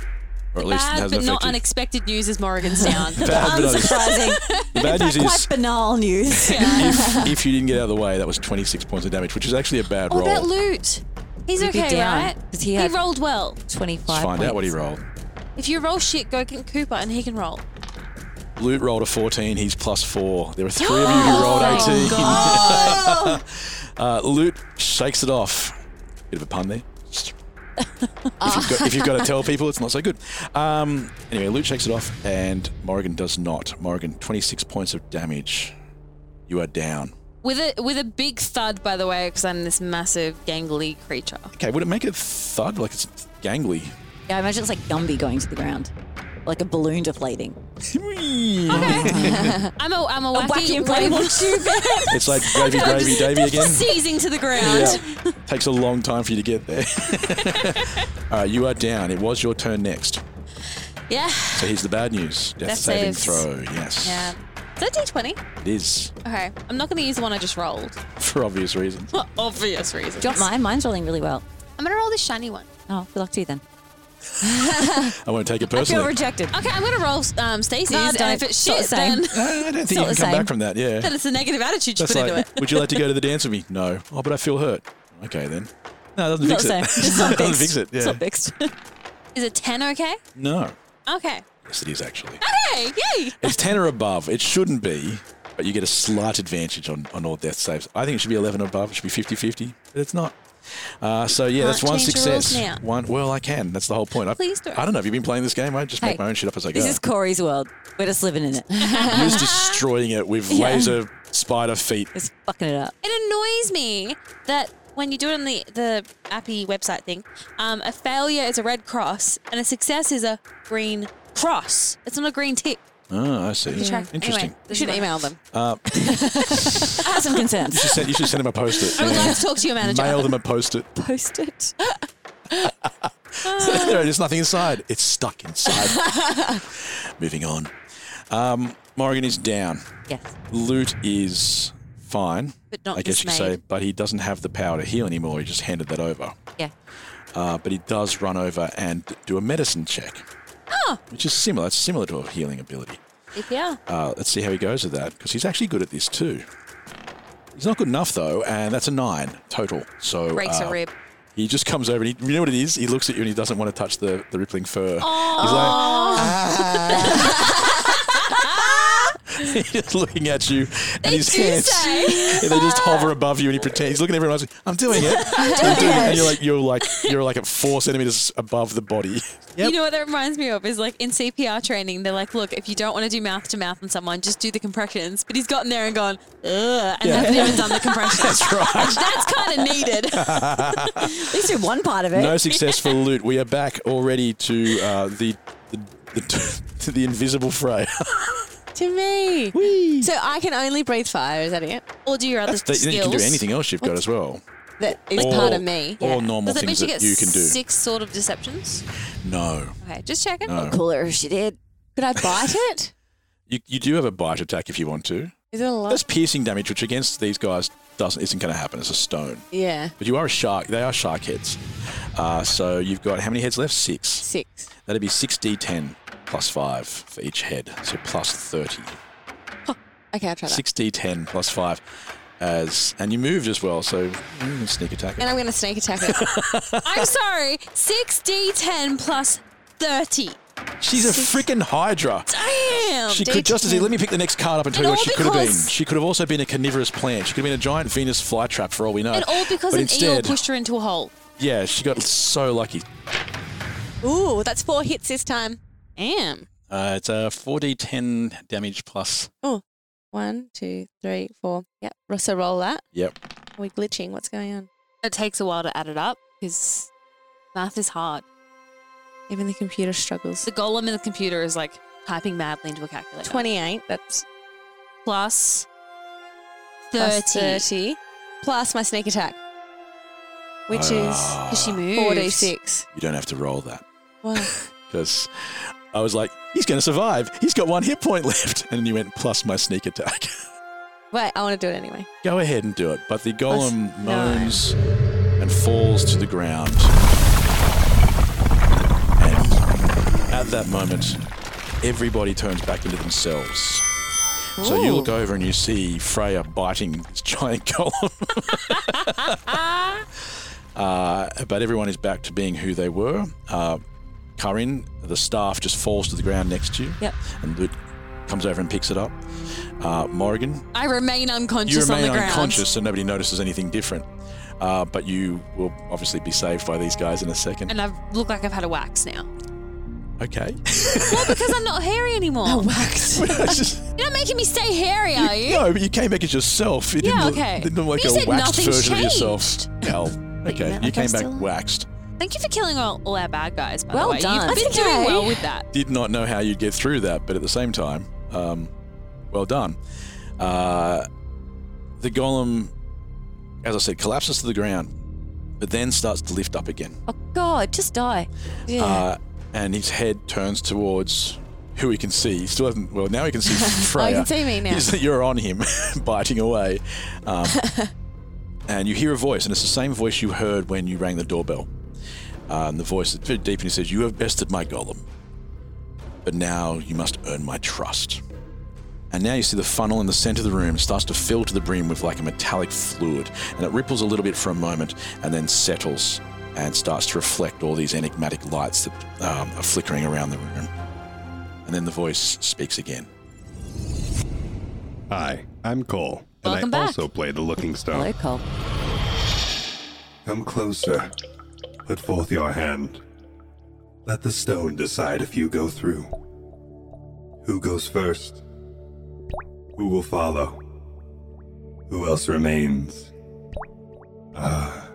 [SPEAKER 1] or at least
[SPEAKER 4] Bad
[SPEAKER 1] has
[SPEAKER 4] but
[SPEAKER 1] an
[SPEAKER 4] not
[SPEAKER 1] effective.
[SPEAKER 4] unexpected news is Morgan's down.
[SPEAKER 1] Bad, but unexpected.
[SPEAKER 3] Surprising.
[SPEAKER 1] The bad news
[SPEAKER 3] Quite
[SPEAKER 1] is
[SPEAKER 3] banal news.
[SPEAKER 1] if, if you didn't get out of the way, that was 26 points of damage, which is actually a bad
[SPEAKER 4] What
[SPEAKER 1] roll.
[SPEAKER 4] about loot? He's
[SPEAKER 3] He'd be
[SPEAKER 4] okay,
[SPEAKER 3] down,
[SPEAKER 4] right?
[SPEAKER 3] 'cause he had-
[SPEAKER 4] rolled well.
[SPEAKER 3] 25
[SPEAKER 1] Let's find out what he rolled.
[SPEAKER 4] If you roll shit, go get Cooper and he can roll.
[SPEAKER 1] Loot rolled a 14. He's plus four. There were three of you who rolled 18. uh, Loot shakes it off. Bit of a pun there. if, you've got, if you've got to tell people, it's not so good. Um, anyway, Loot shakes it off, and Morrigan does not. Morrigan, 26 points of damage. You are down.
[SPEAKER 4] With a with a big thud, by the way, because I'm this massive gangly creature.
[SPEAKER 1] Okay, would it make it thud? Like it's gangly.
[SPEAKER 3] Yeah, I imagine it's like Gumby going to the ground. Like a balloon deflating.
[SPEAKER 1] Mm.
[SPEAKER 4] I'm a I'm a
[SPEAKER 3] A
[SPEAKER 4] wacky,
[SPEAKER 3] wacky
[SPEAKER 4] wave-
[SPEAKER 3] inflatable tube.
[SPEAKER 1] It's like gravy, gravy, Davy again.
[SPEAKER 4] seizing to the ground.
[SPEAKER 1] Yeah. Takes a long time for you to get there. All right, you are down. It was your turn next.
[SPEAKER 4] Yeah.
[SPEAKER 1] So here's the bad news. Death,
[SPEAKER 4] Death
[SPEAKER 1] saving
[SPEAKER 4] saves.
[SPEAKER 1] throw. Yes.
[SPEAKER 4] Yeah. Is that D20?
[SPEAKER 1] It is
[SPEAKER 4] Okay. I'm not going to use the one I just rolled.
[SPEAKER 1] for obvious reasons.
[SPEAKER 4] For obvious reasons.
[SPEAKER 3] Drop mine. Mine's rolling really well.
[SPEAKER 4] I'm going to roll this shiny one.
[SPEAKER 3] Oh, good luck to you then.
[SPEAKER 1] I won't take it
[SPEAKER 3] Feel
[SPEAKER 1] personally.
[SPEAKER 3] rejected.
[SPEAKER 4] Okay, I'm going to roll um, Stacey's.
[SPEAKER 3] No,
[SPEAKER 4] and
[SPEAKER 3] don't.
[SPEAKER 4] if it's
[SPEAKER 3] Not the
[SPEAKER 4] shit,
[SPEAKER 3] same.
[SPEAKER 4] then,
[SPEAKER 1] Uh, I I don't think you can
[SPEAKER 3] not the
[SPEAKER 1] come
[SPEAKER 3] same.
[SPEAKER 1] back from that. Yeah.
[SPEAKER 4] then it's a negative attitude you
[SPEAKER 1] That's
[SPEAKER 4] put into it.
[SPEAKER 1] like, would you like to go to the dance with me? No. Oh, but I feel hurt. Okay then. No, it doesn't
[SPEAKER 3] Not
[SPEAKER 1] fix
[SPEAKER 3] the same.
[SPEAKER 1] it.
[SPEAKER 3] It's not
[SPEAKER 1] doesn't
[SPEAKER 3] fixed.
[SPEAKER 1] fix it.
[SPEAKER 3] It's
[SPEAKER 1] Yeah.
[SPEAKER 3] not fixed.
[SPEAKER 4] Is a 10 okay?
[SPEAKER 1] No.
[SPEAKER 4] Okay.
[SPEAKER 1] Yes, it is actually.
[SPEAKER 4] Hey, yay.
[SPEAKER 1] It's 10 or above. It shouldn't be, but you get a slight advantage on, on all death saves. I think it should be 11 or above. It should be 50 50, but it's not. Uh, so, yeah, that's
[SPEAKER 4] Can't
[SPEAKER 1] one
[SPEAKER 4] change the rules
[SPEAKER 1] success.
[SPEAKER 4] now.
[SPEAKER 1] One. Well, I can. That's the whole point. I,
[SPEAKER 4] Please do.
[SPEAKER 1] I don't know. Have you been playing this game? I just make
[SPEAKER 3] Hey,
[SPEAKER 1] my own shit up as I go.
[SPEAKER 3] This is Corey's world. We're just living in it.
[SPEAKER 1] You're just destroying it with
[SPEAKER 3] Yeah.
[SPEAKER 1] laser spider feet.
[SPEAKER 3] Just fucking it up.
[SPEAKER 4] It annoys me that when you do it on the, the Appy website thing, um, a failure is a red cross and a success is a green cross. It's not a green tick.
[SPEAKER 1] Oh, I see.
[SPEAKER 4] Track-
[SPEAKER 1] Interesting. Uh,
[SPEAKER 4] Anyway,
[SPEAKER 2] You
[SPEAKER 4] this
[SPEAKER 2] should
[SPEAKER 4] is my-
[SPEAKER 2] email them.
[SPEAKER 3] I have some concerns.
[SPEAKER 1] You, sent, you should send him a post it.
[SPEAKER 4] I would like to talk to your manager.
[SPEAKER 1] Mail them a post it.
[SPEAKER 3] Post it.
[SPEAKER 1] There's nothing inside. It's stuck inside. Moving on. Um, Morgan is down.
[SPEAKER 3] Yes.
[SPEAKER 1] Loot is fine.
[SPEAKER 4] But not
[SPEAKER 1] I guess you could
[SPEAKER 4] dismayed.
[SPEAKER 1] say, but he doesn't have the power to heal anymore. He just handed that over.
[SPEAKER 3] Yeah.
[SPEAKER 1] Uh, but he does run over and do a medicine check.
[SPEAKER 4] Oh,
[SPEAKER 1] Which is similar. It's similar to a healing ability.
[SPEAKER 4] Yeah.
[SPEAKER 1] Uh, let's see how he goes with that because he's actually good at this too. He's not good enough though, and that's a nine total. So
[SPEAKER 4] Breaks a
[SPEAKER 1] uh,
[SPEAKER 4] rib.
[SPEAKER 1] He just comes over and he, you know what it is? He looks at you and he doesn't want to touch the, the rippling fur. "Ah, He's like, he's looking at you and his
[SPEAKER 4] do
[SPEAKER 1] hands.
[SPEAKER 4] say. "Ah."
[SPEAKER 1] and they just hover above you and he pretends he's looking at everyone else. like, I'm doing it. I'm doing it. And you're like you're like you're like at four centimeters above the body. Yep.
[SPEAKER 4] You know what that reminds me of is like in CPR training, they're like, look, if you don't want to do mouth to mouth on someone, just do the compressions. But he's gotten there and gone, ugh, and
[SPEAKER 1] Yeah.
[SPEAKER 4] hasn't even done the compressions.
[SPEAKER 1] That's right.
[SPEAKER 4] That's kind of needed.
[SPEAKER 3] At least do one part of it.
[SPEAKER 1] No successful loot. We are back already to uh, the the, the, to the invisible fray.
[SPEAKER 2] To me. So I can only breathe fire. Is that it?
[SPEAKER 4] or do your other
[SPEAKER 1] That- then you
[SPEAKER 4] skills.
[SPEAKER 1] can do anything else you've got as well.
[SPEAKER 2] That is
[SPEAKER 1] Or-
[SPEAKER 2] part of me.
[SPEAKER 1] Or
[SPEAKER 4] Yeah.
[SPEAKER 1] normal
[SPEAKER 4] Does that mean
[SPEAKER 1] things
[SPEAKER 4] she
[SPEAKER 1] that
[SPEAKER 4] gets
[SPEAKER 1] you can do.
[SPEAKER 4] Six sort of deceptions.
[SPEAKER 1] No,
[SPEAKER 4] Okay, just checking.
[SPEAKER 1] no.
[SPEAKER 3] Cooler if she did.
[SPEAKER 2] Could I bite it?
[SPEAKER 1] You, you do have a bite attack if you want to.
[SPEAKER 2] Is it a lot?
[SPEAKER 1] That's piercing damage, which against these guys doesn't isn't going to happen. It's a stone.
[SPEAKER 2] yeah.
[SPEAKER 1] But you are a shark. They are shark heads. Uh, so you've got how many heads left? Six.
[SPEAKER 2] Six.
[SPEAKER 1] That'd be six d10 plus five for each head, so plus thirty.
[SPEAKER 2] Okay, I'll try that.
[SPEAKER 1] Six d10 plus five, as and you moved as well, so you can sneak attack. it.
[SPEAKER 2] And I'm going to sneak attack it.
[SPEAKER 4] I'm sorry, six D ten plus thirty.
[SPEAKER 1] She's a freaking Hydra.
[SPEAKER 4] Damn.
[SPEAKER 1] She could just as easily. Let me pick the next card up and tell you
[SPEAKER 4] And
[SPEAKER 1] what
[SPEAKER 4] all
[SPEAKER 1] she could have been.
[SPEAKER 4] because-
[SPEAKER 1] She could have also been a carnivorous plant. She could have been a giant Venus flytrap for all we know.
[SPEAKER 4] and all because
[SPEAKER 1] but
[SPEAKER 4] an eel
[SPEAKER 1] instead,
[SPEAKER 4] pushed her into a hole.
[SPEAKER 1] yeah, she got so lucky.
[SPEAKER 2] Ooh, that's four hits this time.
[SPEAKER 4] Damn.
[SPEAKER 1] Uh, it's a four d ten damage plus.
[SPEAKER 2] Oh, One, two, three, four. Yep. Ro- So roll that.
[SPEAKER 1] Yep.
[SPEAKER 2] Are we glitching? What's going on?
[SPEAKER 4] It takes a while to add it up because math is hard.
[SPEAKER 2] Even the computer struggles.
[SPEAKER 4] The golem in the computer is like typing madly into a calculator.
[SPEAKER 2] 28. That's
[SPEAKER 4] plus
[SPEAKER 2] plus
[SPEAKER 4] 30.
[SPEAKER 2] 30. Plus my sneak attack, which
[SPEAKER 1] Ah.
[SPEAKER 4] Because she
[SPEAKER 2] is
[SPEAKER 4] moved.
[SPEAKER 2] 46.
[SPEAKER 1] You don't have to roll that
[SPEAKER 2] Wow.
[SPEAKER 1] because I was like, he's going to survive. He's got one hit point left, and you went plus my sneak attack.
[SPEAKER 2] Wait, I want to do it anyway.
[SPEAKER 1] Go ahead and do it. But the golem
[SPEAKER 2] Plus nine.
[SPEAKER 1] moans and falls to the ground. And at at that moment, everybody turns back into themselves. So you look over and you see Freya biting this giant golem. uh, but everyone is back to being who they were. Uh, Karin, the staff, just falls to the ground next to you.
[SPEAKER 3] Yep.
[SPEAKER 1] And Lut comes over and picks it up. Uh, Morrigan,
[SPEAKER 4] I remain
[SPEAKER 1] you
[SPEAKER 4] unconscious
[SPEAKER 1] remain
[SPEAKER 4] on the ground.
[SPEAKER 1] unconscious, so nobody notices anything different. Uh, but you will obviously be saved by these guys in a second.
[SPEAKER 4] And I look like I've had a wax now.
[SPEAKER 1] okay.
[SPEAKER 4] Because I'm not hairy anymore.
[SPEAKER 3] Wax.
[SPEAKER 1] It's just-
[SPEAKER 4] You're not making me stay hairy, are you?
[SPEAKER 1] No, but you came back as yourself. You
[SPEAKER 4] Yeah,
[SPEAKER 1] didn't, look-
[SPEAKER 4] okay.
[SPEAKER 1] didn't look
[SPEAKER 4] But you
[SPEAKER 1] like a
[SPEAKER 4] said
[SPEAKER 1] waxed
[SPEAKER 4] nothing's
[SPEAKER 1] version of
[SPEAKER 4] changed.
[SPEAKER 1] yourself. Hell. Okay,
[SPEAKER 3] meant
[SPEAKER 1] you
[SPEAKER 3] like
[SPEAKER 1] came
[SPEAKER 3] I'm
[SPEAKER 1] back
[SPEAKER 3] still-
[SPEAKER 1] waxed.
[SPEAKER 4] Thank you for killing all, all our bad guys, by
[SPEAKER 3] Well
[SPEAKER 4] the way.
[SPEAKER 3] done.
[SPEAKER 4] You've been
[SPEAKER 2] That's
[SPEAKER 4] doing
[SPEAKER 2] okay.
[SPEAKER 4] well with that.
[SPEAKER 1] Did not know how you'd get through that, but at the same time, um, well done. Uh, the golem, as I said, collapses to the ground, but then starts to lift up again.
[SPEAKER 3] Oh God, just die.
[SPEAKER 1] Uh, and his head turns towards who he can see. He still hasn't. Well, now he can see Freya.
[SPEAKER 2] Oh, you can see me now.
[SPEAKER 1] He's- you're on him, biting away. Um, and you hear a voice, and it's the same voice you heard when you rang the doorbell. Um, the voice is very deep, and he says, "You have bested my golem, but now you must earn my trust." And now you see the funnel in the center of the room starts to fill to the brim with like a metallic fluid, and it ripples a little bit for a moment and then settles and starts to reflect all these enigmatic lights that um, are flickering around the room. And then the voice speaks again.
[SPEAKER 6] Hi, I'm Cole,
[SPEAKER 4] Welcome
[SPEAKER 6] and I
[SPEAKER 4] back.
[SPEAKER 6] also play the Looking Stone.
[SPEAKER 3] Hello, Cole.
[SPEAKER 6] Come closer. Put forth your hand. Let the stone decide if you go through. Who goes first? Who will follow? Who else remains? Ah,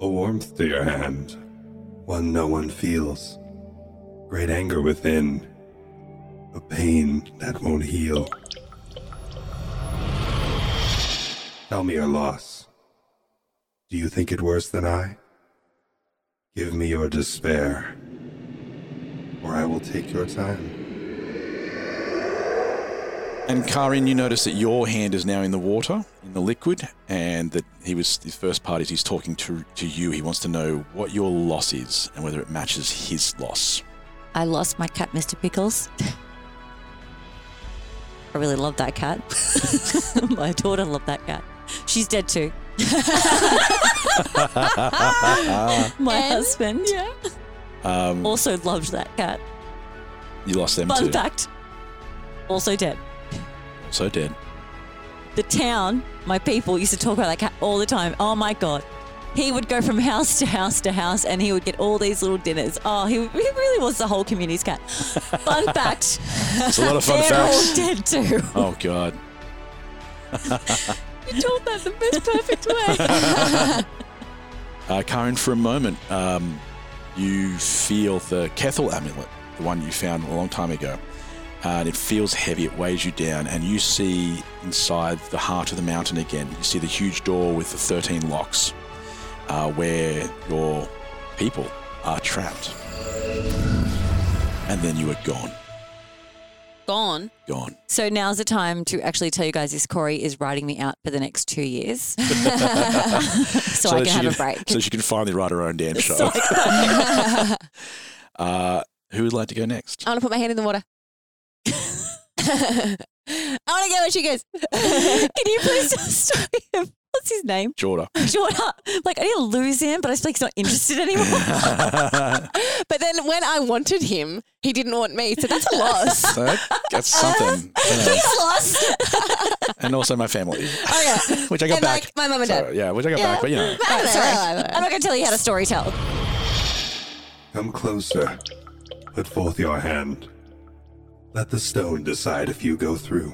[SPEAKER 6] a warmth to your hand, one no one feels. Great anger within, a pain that won't heal. Tell me your loss. Do you think it worse than I? Give me your despair, or I will take your time.
[SPEAKER 1] And Karin, you notice that your hand is now in the water, in the liquid, and that he was the first part is he's talking to to you. He wants to know what your loss is and whether it matches his loss.
[SPEAKER 3] I lost my cat, Mr. Pickles. I really love that cat. my daughter loved that cat. She's dead too. my husband
[SPEAKER 4] Yeah.
[SPEAKER 1] Um,
[SPEAKER 3] also loved that cat.
[SPEAKER 1] you lost them
[SPEAKER 3] Fun
[SPEAKER 1] too.
[SPEAKER 3] fact. Also dead.
[SPEAKER 1] So dead.
[SPEAKER 3] The town, my people used to talk about that cat all the time. Oh my god. He would go from house to house to house and he would get all these little dinners. Oh, he, he really was the whole community's cat. Fun fact.
[SPEAKER 1] It's a lot of fun
[SPEAKER 3] they're all
[SPEAKER 1] facts.
[SPEAKER 3] dead too.
[SPEAKER 1] Oh god.
[SPEAKER 3] you told that the most perfect way.
[SPEAKER 1] Uh, Karin, for a moment, um, you feel the Kethel amulet, the one you found a long time ago, and it feels heavy. It weighs you down, and you see inside the heart of the mountain again. You see the huge door with the 13 locks uh, where your people are trapped. And then you are gone.
[SPEAKER 4] Gone.
[SPEAKER 1] Gone.
[SPEAKER 3] so now's the time to actually tell you guys this. Corey is writing me out for the next two years. so, I
[SPEAKER 1] that
[SPEAKER 3] can
[SPEAKER 1] she
[SPEAKER 3] have a break.
[SPEAKER 1] So she can finally write her own damn show.
[SPEAKER 3] So
[SPEAKER 1] uh, who would like to go next?
[SPEAKER 2] I want to put my hand in the water. I want to go where she goes.
[SPEAKER 3] can you please tell the story of what's his name?
[SPEAKER 1] Jordan.
[SPEAKER 3] Jordan. Like I didn't lose him, but I feel like he's not interested anymore.
[SPEAKER 2] But then when I wanted him, he didn't want me. So that's a loss.
[SPEAKER 1] So that's something. Yeah.
[SPEAKER 3] he's lost.
[SPEAKER 1] and also my family,
[SPEAKER 2] oh, yeah.
[SPEAKER 1] which I got
[SPEAKER 2] And,
[SPEAKER 1] back.
[SPEAKER 2] like, my mum and
[SPEAKER 1] So,
[SPEAKER 2] dad.
[SPEAKER 1] yeah, which I got back, but you know.
[SPEAKER 3] All right, sorry.
[SPEAKER 2] Sorry.
[SPEAKER 3] I'm not going to tell you how to story tell.
[SPEAKER 6] Come closer. Put forth your hand. Let the stone decide if you go through.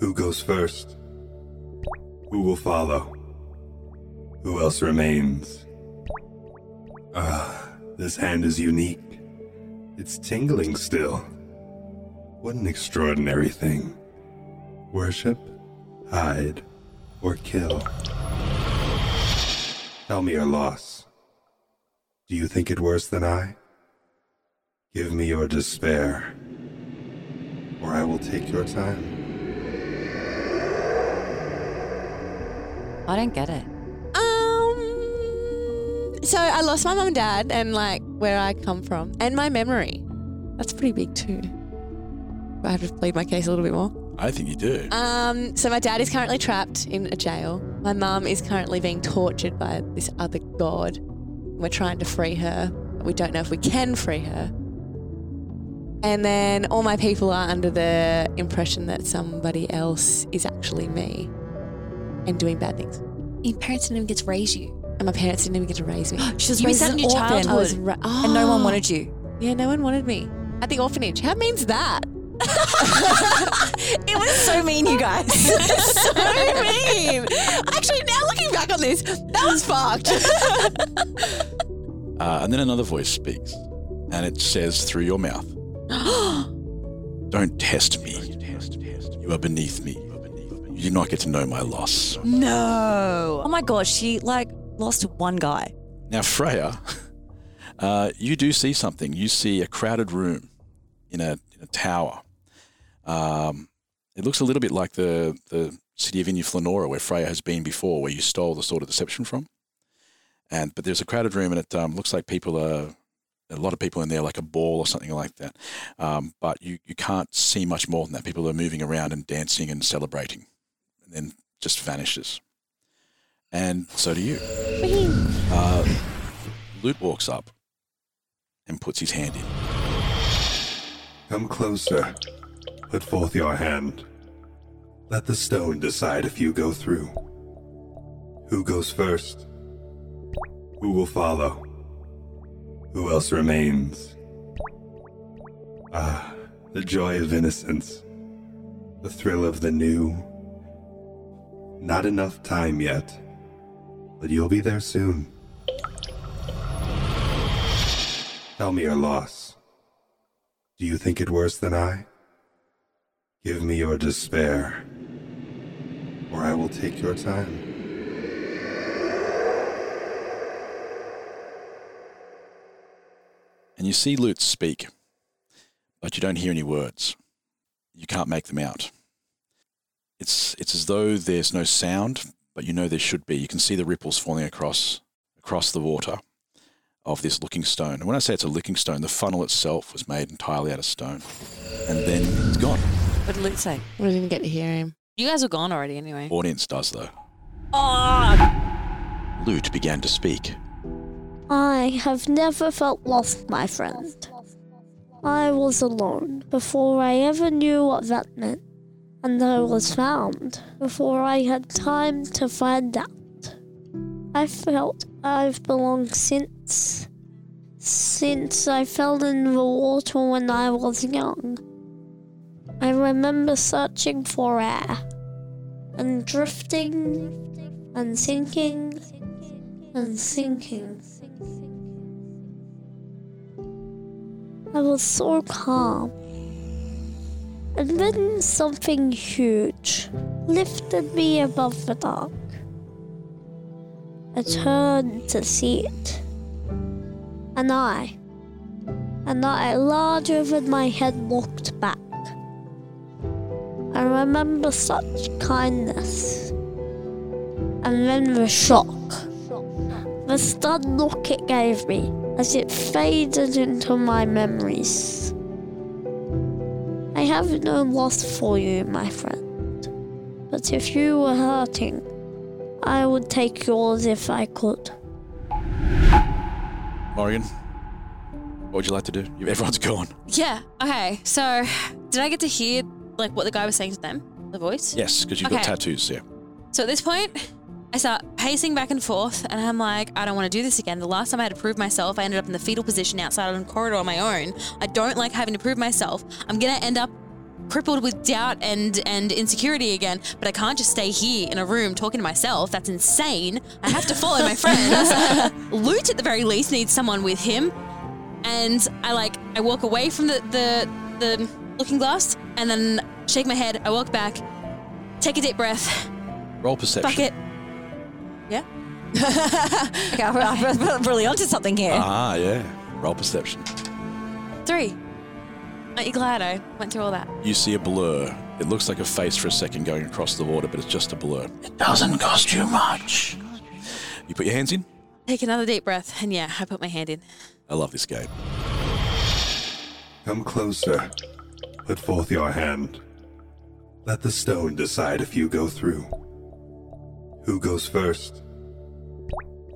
[SPEAKER 6] Who goes first? Who will follow? Who else remains? Ah, this hand is unique. It's tingling still. What an extraordinary thing. Worship, hide, or kill. Tell me your loss. Do you think it worse than I? Give me your despair, or I will take your time.
[SPEAKER 3] I don't get it.
[SPEAKER 2] Um, so I lost my mum and dad, and like where I come from and my memory. That's pretty big too. I have to plead my case a little bit more.
[SPEAKER 1] I think you do.
[SPEAKER 2] Um, so my dad is currently trapped in a jail. My mum is currently being tortured by this other god. We're trying to free her. but We don't know if we can free her. And then all my people are under the impression that somebody else is actually me and doing bad things.
[SPEAKER 3] Your parents didn't even get to raise you.
[SPEAKER 2] And my parents didn't even get to raise me.
[SPEAKER 3] She was
[SPEAKER 2] You
[SPEAKER 3] raised
[SPEAKER 2] said
[SPEAKER 3] as an
[SPEAKER 2] in your
[SPEAKER 3] orphan.
[SPEAKER 2] childhood. I was ra-
[SPEAKER 3] And no one
[SPEAKER 2] Oh.
[SPEAKER 3] wanted you.
[SPEAKER 2] Yeah, no one wanted me at the orphanage. How mean's that?
[SPEAKER 3] It was so mean, you guys.
[SPEAKER 2] so mean. Actually, now looking back on this, that was fucked.
[SPEAKER 1] Uh, and then another voice speaks, and it says through your mouth, "Don't test me. You are beneath me. You do not get to know my loss."
[SPEAKER 3] no. Oh my gosh, she like lost to one guy.
[SPEAKER 1] Now, Freya, uh, you do see something. You see a crowded room in a, in a tower. Um, it looks a little bit like the, the city of Inu Flanora, where Freya has been before, where you stole the Sword of Deception from. And But there's a crowded room, and it um, looks like people are a lot of people in there, like a ball or something like that. Um, but you, you can't see much more than that. People are moving around and dancing and celebrating, and then just vanishes. And so do you. Uh, Luke walks up and puts his hand in.
[SPEAKER 6] Come closer. Put forth your hand. Let the stone decide if you go through. Who goes first? Who will follow? Who else remains? Ah, the joy of innocence. The thrill of the new. Not enough time yet, but you'll be there soon. Tell me your loss. Do you think it worse than I? Give me your despair, or I will take your time.
[SPEAKER 1] And you see Lutz speak, but you don't hear any words. You can't make them out. It's, it's as though there's no sound, but you know there should be. You can see the ripples falling across, across the water of this looking stone. And when I say it's a licking stone, the funnel itself was made entirely out of stone. And then it's gone.
[SPEAKER 3] What did Luke say?
[SPEAKER 2] We didn't get to hear him.
[SPEAKER 4] You guys were gone already anyway.
[SPEAKER 1] Audience does, though.
[SPEAKER 3] Oh,
[SPEAKER 1] Lute began to speak.
[SPEAKER 9] I have never felt lost, my friend. I was alone before I ever knew what that meant, and I was found before I had time to find out. I felt I've belonged since. Since I fell in the water when I was young, I remember searching for air and drifting and sinking and sinking. I was so calm. And then something huge lifted me above the dark. I turned to see it. An eye. An eye larger than my head looked back. I remember such kindness. And then the shock. The stun look it gave me as it faded into my memories. I have no loss for you, my friend. But if you were hurting, I would take yours if I could.
[SPEAKER 1] Morgan, what would you like to do? Everyone's gone.
[SPEAKER 4] Yeah. Okay. So, did I get to hear like what the guy was saying to them? The voice.
[SPEAKER 1] Yes, because you've got
[SPEAKER 4] Okay.
[SPEAKER 1] tattoos, yeah.
[SPEAKER 4] So at this point, I start pacing back and forth, and I'm like, I don't want to do this again. The last time I had to prove myself, I ended up in the fetal position outside on the corridor on my own. I don't like having to prove myself. I'm gonna end up crippled with doubt and and insecurity again. But I can't just stay here in a room talking to myself. That's insane. I have to follow my friends. Loot at the very least needs someone with him. And I like I walk away from the the, the looking glass and then shake my head. I walk back, take a deep breath.
[SPEAKER 1] Roll perception.
[SPEAKER 4] Fuck it.
[SPEAKER 3] okay, I'm, I'm really onto something here.
[SPEAKER 1] Ah, yeah. Roll perception.
[SPEAKER 4] Three. Aren't you glad I went through all that?
[SPEAKER 1] You see a blur. It looks like a face for a second going across the water, but it's just a blur. It doesn't cost you much. You put your hands in,
[SPEAKER 4] Take another deep breath, and yeah, I put my hand in.
[SPEAKER 1] I love this game.
[SPEAKER 6] Come closer. Put forth your hand. Let the stone decide if you go through. Who goes first?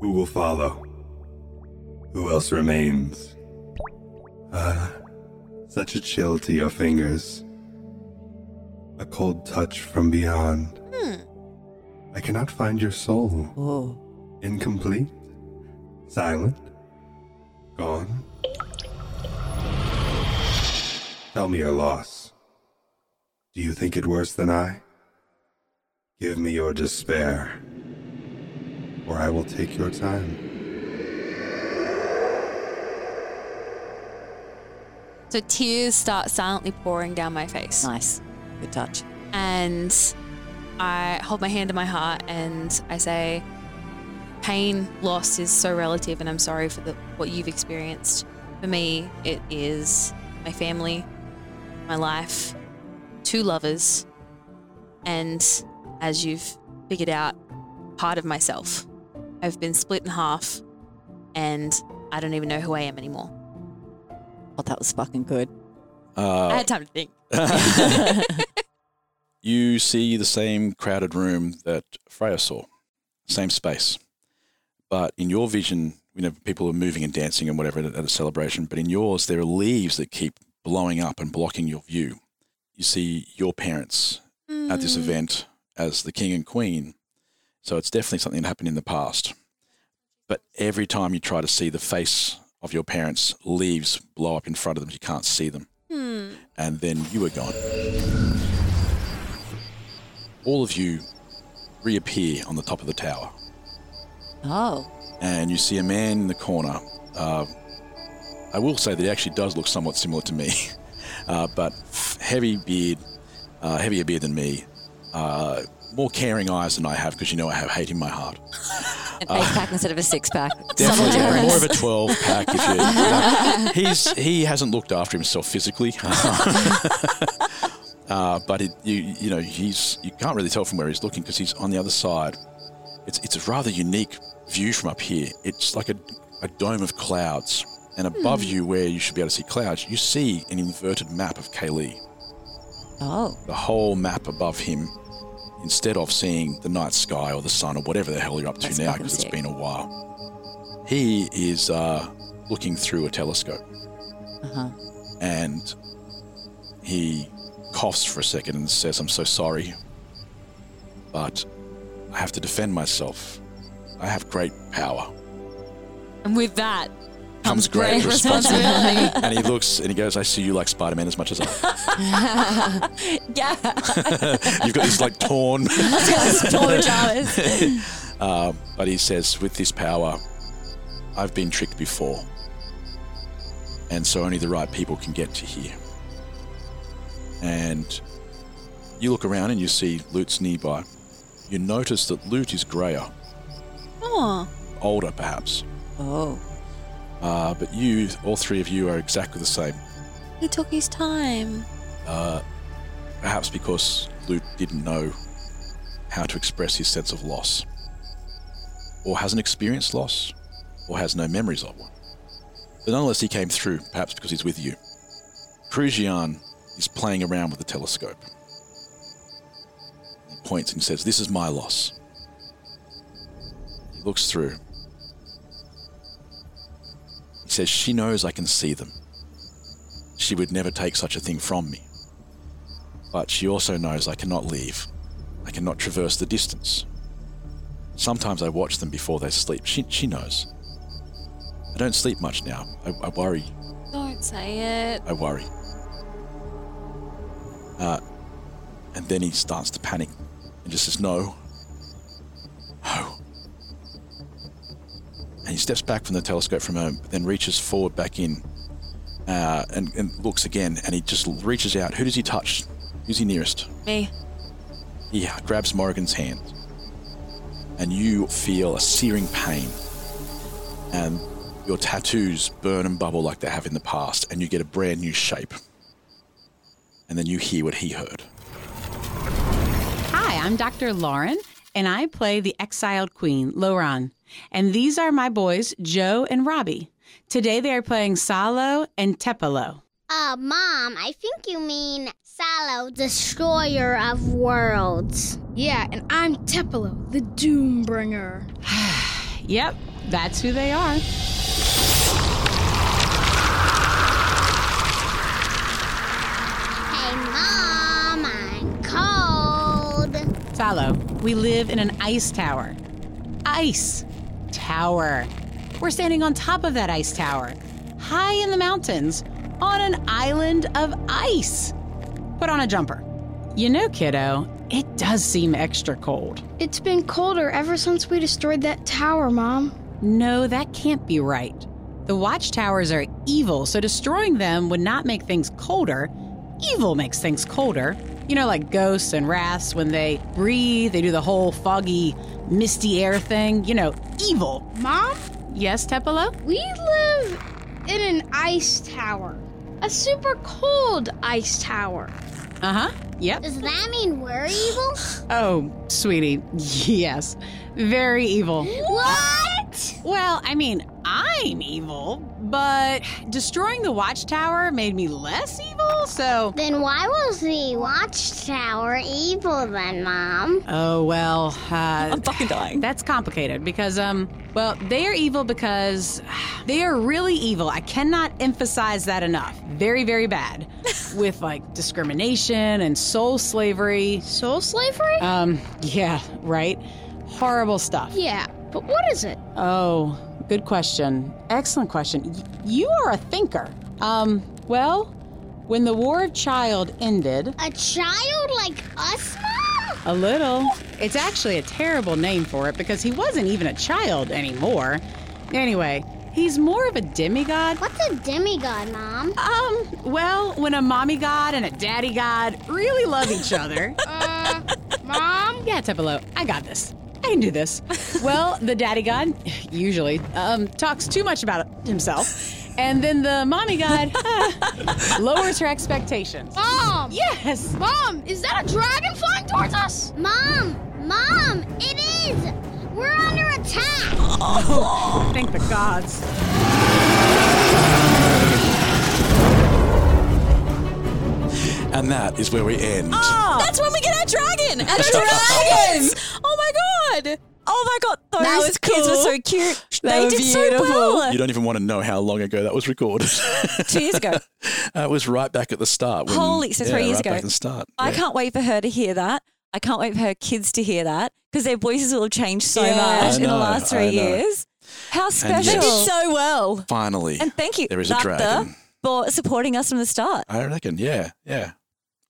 [SPEAKER 6] Who will follow? Who else remains? Ah, such a chill to your fingers. A cold touch from beyond. I cannot find your soul. Incomplete. Silent. Gone. Tell me your loss. Do you think it worse than I? Give me your despair, or I will take your time.
[SPEAKER 4] So tears start silently pouring down my face.
[SPEAKER 3] Nice. Good touch.
[SPEAKER 4] And I hold my hand to my heart and I say, Pain, loss is so relative, and I'm sorry for the, what you've experienced. For me, it is my family, my life, two lovers, and as you've figured out, part of myself. I've been split in half, and I don't even know who I am anymore.
[SPEAKER 3] Oh, that was fucking good.
[SPEAKER 4] I
[SPEAKER 1] Uh,
[SPEAKER 4] had time to think.
[SPEAKER 1] you see the same crowded room that Freya saw, same space. But in your vision, you know, people are moving and dancing and whatever at a celebration. But in yours, there are leaves that keep blowing up and blocking your view. You see your parents at
[SPEAKER 4] Mm.
[SPEAKER 1] this event as the king and queen. So it's definitely something that happened in the past. But every time you try to see the face of your parents, leaves blow up in front of them. You can't see them. And then you are gone all of you reappear on the top of the tower,
[SPEAKER 3] Oh.
[SPEAKER 1] and you see a man in the corner. Uh, I will say that he actually does look somewhat similar to me, uh, but f- heavy beard, uh, heavier beard than me, uh, more caring eyes than I have because you know I have hate in my heart. Uh,
[SPEAKER 3] An eight pack instead of a six pack.
[SPEAKER 1] Definitely more of a 12 pack. If you, yeah. He's he hasn't looked after himself physically, uh, but it, you you know he's you can't really tell from where he's looking because he's on the other side. It's it's a rather unique view from up here. It's like a, a dome of clouds, and above you, where you should be able to see clouds, you see an inverted map of Kaylee
[SPEAKER 3] Oh.
[SPEAKER 1] the whole map above him instead of seeing the night sky or the sun or whatever the hell you're up to
[SPEAKER 3] That's
[SPEAKER 1] now
[SPEAKER 3] fucking
[SPEAKER 1] because it's
[SPEAKER 3] sick.
[SPEAKER 1] been a while. He is uh, looking through a telescope
[SPEAKER 3] Uh-huh.
[SPEAKER 1] and he coughs for a second and says, I'm so sorry, but I have to defend myself. I have great power.
[SPEAKER 4] And with that,
[SPEAKER 1] Comes great responsibility.
[SPEAKER 4] responsibility.
[SPEAKER 1] and he looks and he goes, I see you like Spider Man as much as
[SPEAKER 3] uh-huh.
[SPEAKER 1] I.
[SPEAKER 3] Yeah.
[SPEAKER 1] You've got this like torn
[SPEAKER 3] Torn pajamas.
[SPEAKER 1] Uh, but he says, with this power, I've been tricked before. And so only the right people can get to here. And you look around and you see Lute's nearby. You notice that Lute is grayer,
[SPEAKER 4] oh,
[SPEAKER 1] older perhaps.
[SPEAKER 3] Oh.
[SPEAKER 1] Uh, but you, all three of you, are exactly the same.
[SPEAKER 4] he took his time.
[SPEAKER 1] Uh, perhaps because Lute didn't know how to express his sense of loss, or hasn't experienced loss, or has no memories of one. But nonetheless, he came through, perhaps because he's with you. Cruzian is playing around with the telescope. He points and says, This is my loss. He looks through. He says, She knows I can see them. She would never take such a thing from me. But she also knows I cannot leave. I cannot traverse the distance. Sometimes I watch them before they sleep. She, she knows. I don't sleep much now. I, I worry.
[SPEAKER 4] Don't say it.
[SPEAKER 1] I worry. Uh, and then he starts to panic and just says, No. No. And he steps back from the telescope for a moment, but then reaches forward back in uh, and, and looks again. And he just reaches out. Who does he touch? Who's he nearest?
[SPEAKER 4] Me.
[SPEAKER 1] He uh, grabs Morrigan's hand, and you feel a searing pain. And your tattoos burn and bubble like they have in the past, and you get a brand new shape. And then you hear what he heard.
[SPEAKER 10] Hi, I'm Dr. Lauren, and I play the exiled queen, Loran. And these are my boys, Joe and Robbie. Today they are playing Salo and Tepelo.
[SPEAKER 7] Uh, Mom, I think you mean Salo, Destroyer of Worlds. Yeah, and I'm Tepelo, the Doombringer.
[SPEAKER 10] Yep, that's who they are.
[SPEAKER 7] Hey, Mom, I'm cold.
[SPEAKER 10] Salo, we live in an ice tower. Ice tower. We're standing on top of that ice tower, high in the mountains, on an island of ice. Put on a jumper. You know, kiddo, it does seem extra cold.
[SPEAKER 7] It's been colder ever since we destroyed that tower, Mom.
[SPEAKER 10] No, that can't be right. The watchtowers are evil, so destroying them would not make things colder. Evil makes things colder. You know, like ghosts and wraths, when they breathe, they do the whole foggy, misty air thing. You know, evil.
[SPEAKER 7] Mom?
[SPEAKER 10] Yes, Tepelo?
[SPEAKER 7] We live in an ice tower. A super cold ice tower.
[SPEAKER 10] Uh huh. Yep.
[SPEAKER 7] Does that mean we're evil?
[SPEAKER 10] Oh, sweetie. Yes. Very
[SPEAKER 1] Oh.
[SPEAKER 10] evil.
[SPEAKER 7] what?
[SPEAKER 10] Well, I mean, I'm evil, but destroying the watchtower made me less evil, so.
[SPEAKER 7] Then why was the watchtower evil then, Mom?
[SPEAKER 10] Oh, well, uh,
[SPEAKER 3] I'm fucking dying.
[SPEAKER 10] that's complicated because, um, well, they are evil because they are really evil. I cannot emphasize that enough. Very, very bad. With like discrimination and soul slavery.
[SPEAKER 7] Soul slavery?
[SPEAKER 10] Um, yeah, right? Horrible stuff.
[SPEAKER 7] yeah, but what is it?
[SPEAKER 10] Oh, good question. Excellent question. Y- you are a thinker. Um, well, when the War of Child ended,
[SPEAKER 7] A child like us, Mom?
[SPEAKER 10] a little. It's actually a terrible name for it because he wasn't even a child anymore. Anyway, he's more of a demigod.
[SPEAKER 7] What's a demigod, Mom?
[SPEAKER 10] Um, well, when a mommy god and a daddy god really love each other.
[SPEAKER 7] Uh, Mom?
[SPEAKER 10] Yeah, Tepelo, I got this. I can do this. Well, the daddy god, usually, um, talks too much about himself. And then the mommy god lowers her expectations.
[SPEAKER 7] Mom!
[SPEAKER 10] Yes.
[SPEAKER 7] Mom, is that a dragon flying towards us? Mom! Mom! It is! We're under attack!
[SPEAKER 10] Thank the gods.
[SPEAKER 1] And that is where we
[SPEAKER 3] Oh,
[SPEAKER 1] end.
[SPEAKER 2] Ah!
[SPEAKER 3] That's when we get our dragon. Our dragons. Oh my god. Oh my god. Those
[SPEAKER 2] That was
[SPEAKER 3] kids were
[SPEAKER 2] cool.
[SPEAKER 3] so cute.
[SPEAKER 2] That
[SPEAKER 3] they
[SPEAKER 2] was
[SPEAKER 3] did
[SPEAKER 2] beautiful.
[SPEAKER 3] so well.
[SPEAKER 1] You don't even want to know how long ago that was recorded.
[SPEAKER 3] Two years ago.
[SPEAKER 1] Uh, it was right back at the start. when-
[SPEAKER 3] Holy- so three
[SPEAKER 1] yeah,
[SPEAKER 3] years
[SPEAKER 1] right
[SPEAKER 3] ago.
[SPEAKER 1] Back at the start.
[SPEAKER 3] I
[SPEAKER 1] yeah.
[SPEAKER 3] can't wait for her to hear that. I can't wait for her kids to hear that because their voices will have changed so
[SPEAKER 2] Yeah.
[SPEAKER 3] much
[SPEAKER 1] I
[SPEAKER 3] in the
[SPEAKER 1] know,
[SPEAKER 3] last
[SPEAKER 1] I
[SPEAKER 3] three
[SPEAKER 1] know.
[SPEAKER 3] years. How special.
[SPEAKER 1] yet-
[SPEAKER 3] so well.
[SPEAKER 1] Finally,
[SPEAKER 3] And thank you,
[SPEAKER 1] There is a
[SPEAKER 3] Lata,
[SPEAKER 1] dragon.
[SPEAKER 3] for supporting us from the start.
[SPEAKER 1] I reckon. Yeah, yeah.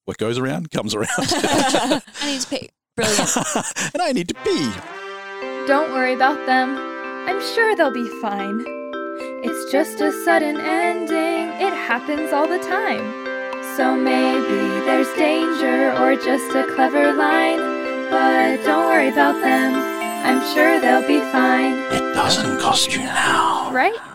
[SPEAKER 1] What goes around comes around,
[SPEAKER 4] I need to pee.
[SPEAKER 3] Brilliant.
[SPEAKER 1] and I need to pee.
[SPEAKER 5] Don't worry about them. I'm sure they'll be fine. It's just a sudden ending. It happens all the time. So maybe there's danger or just a clever line. But don't worry about them. I'm sure they'll be fine,
[SPEAKER 1] It doesn't cost you now.
[SPEAKER 5] right?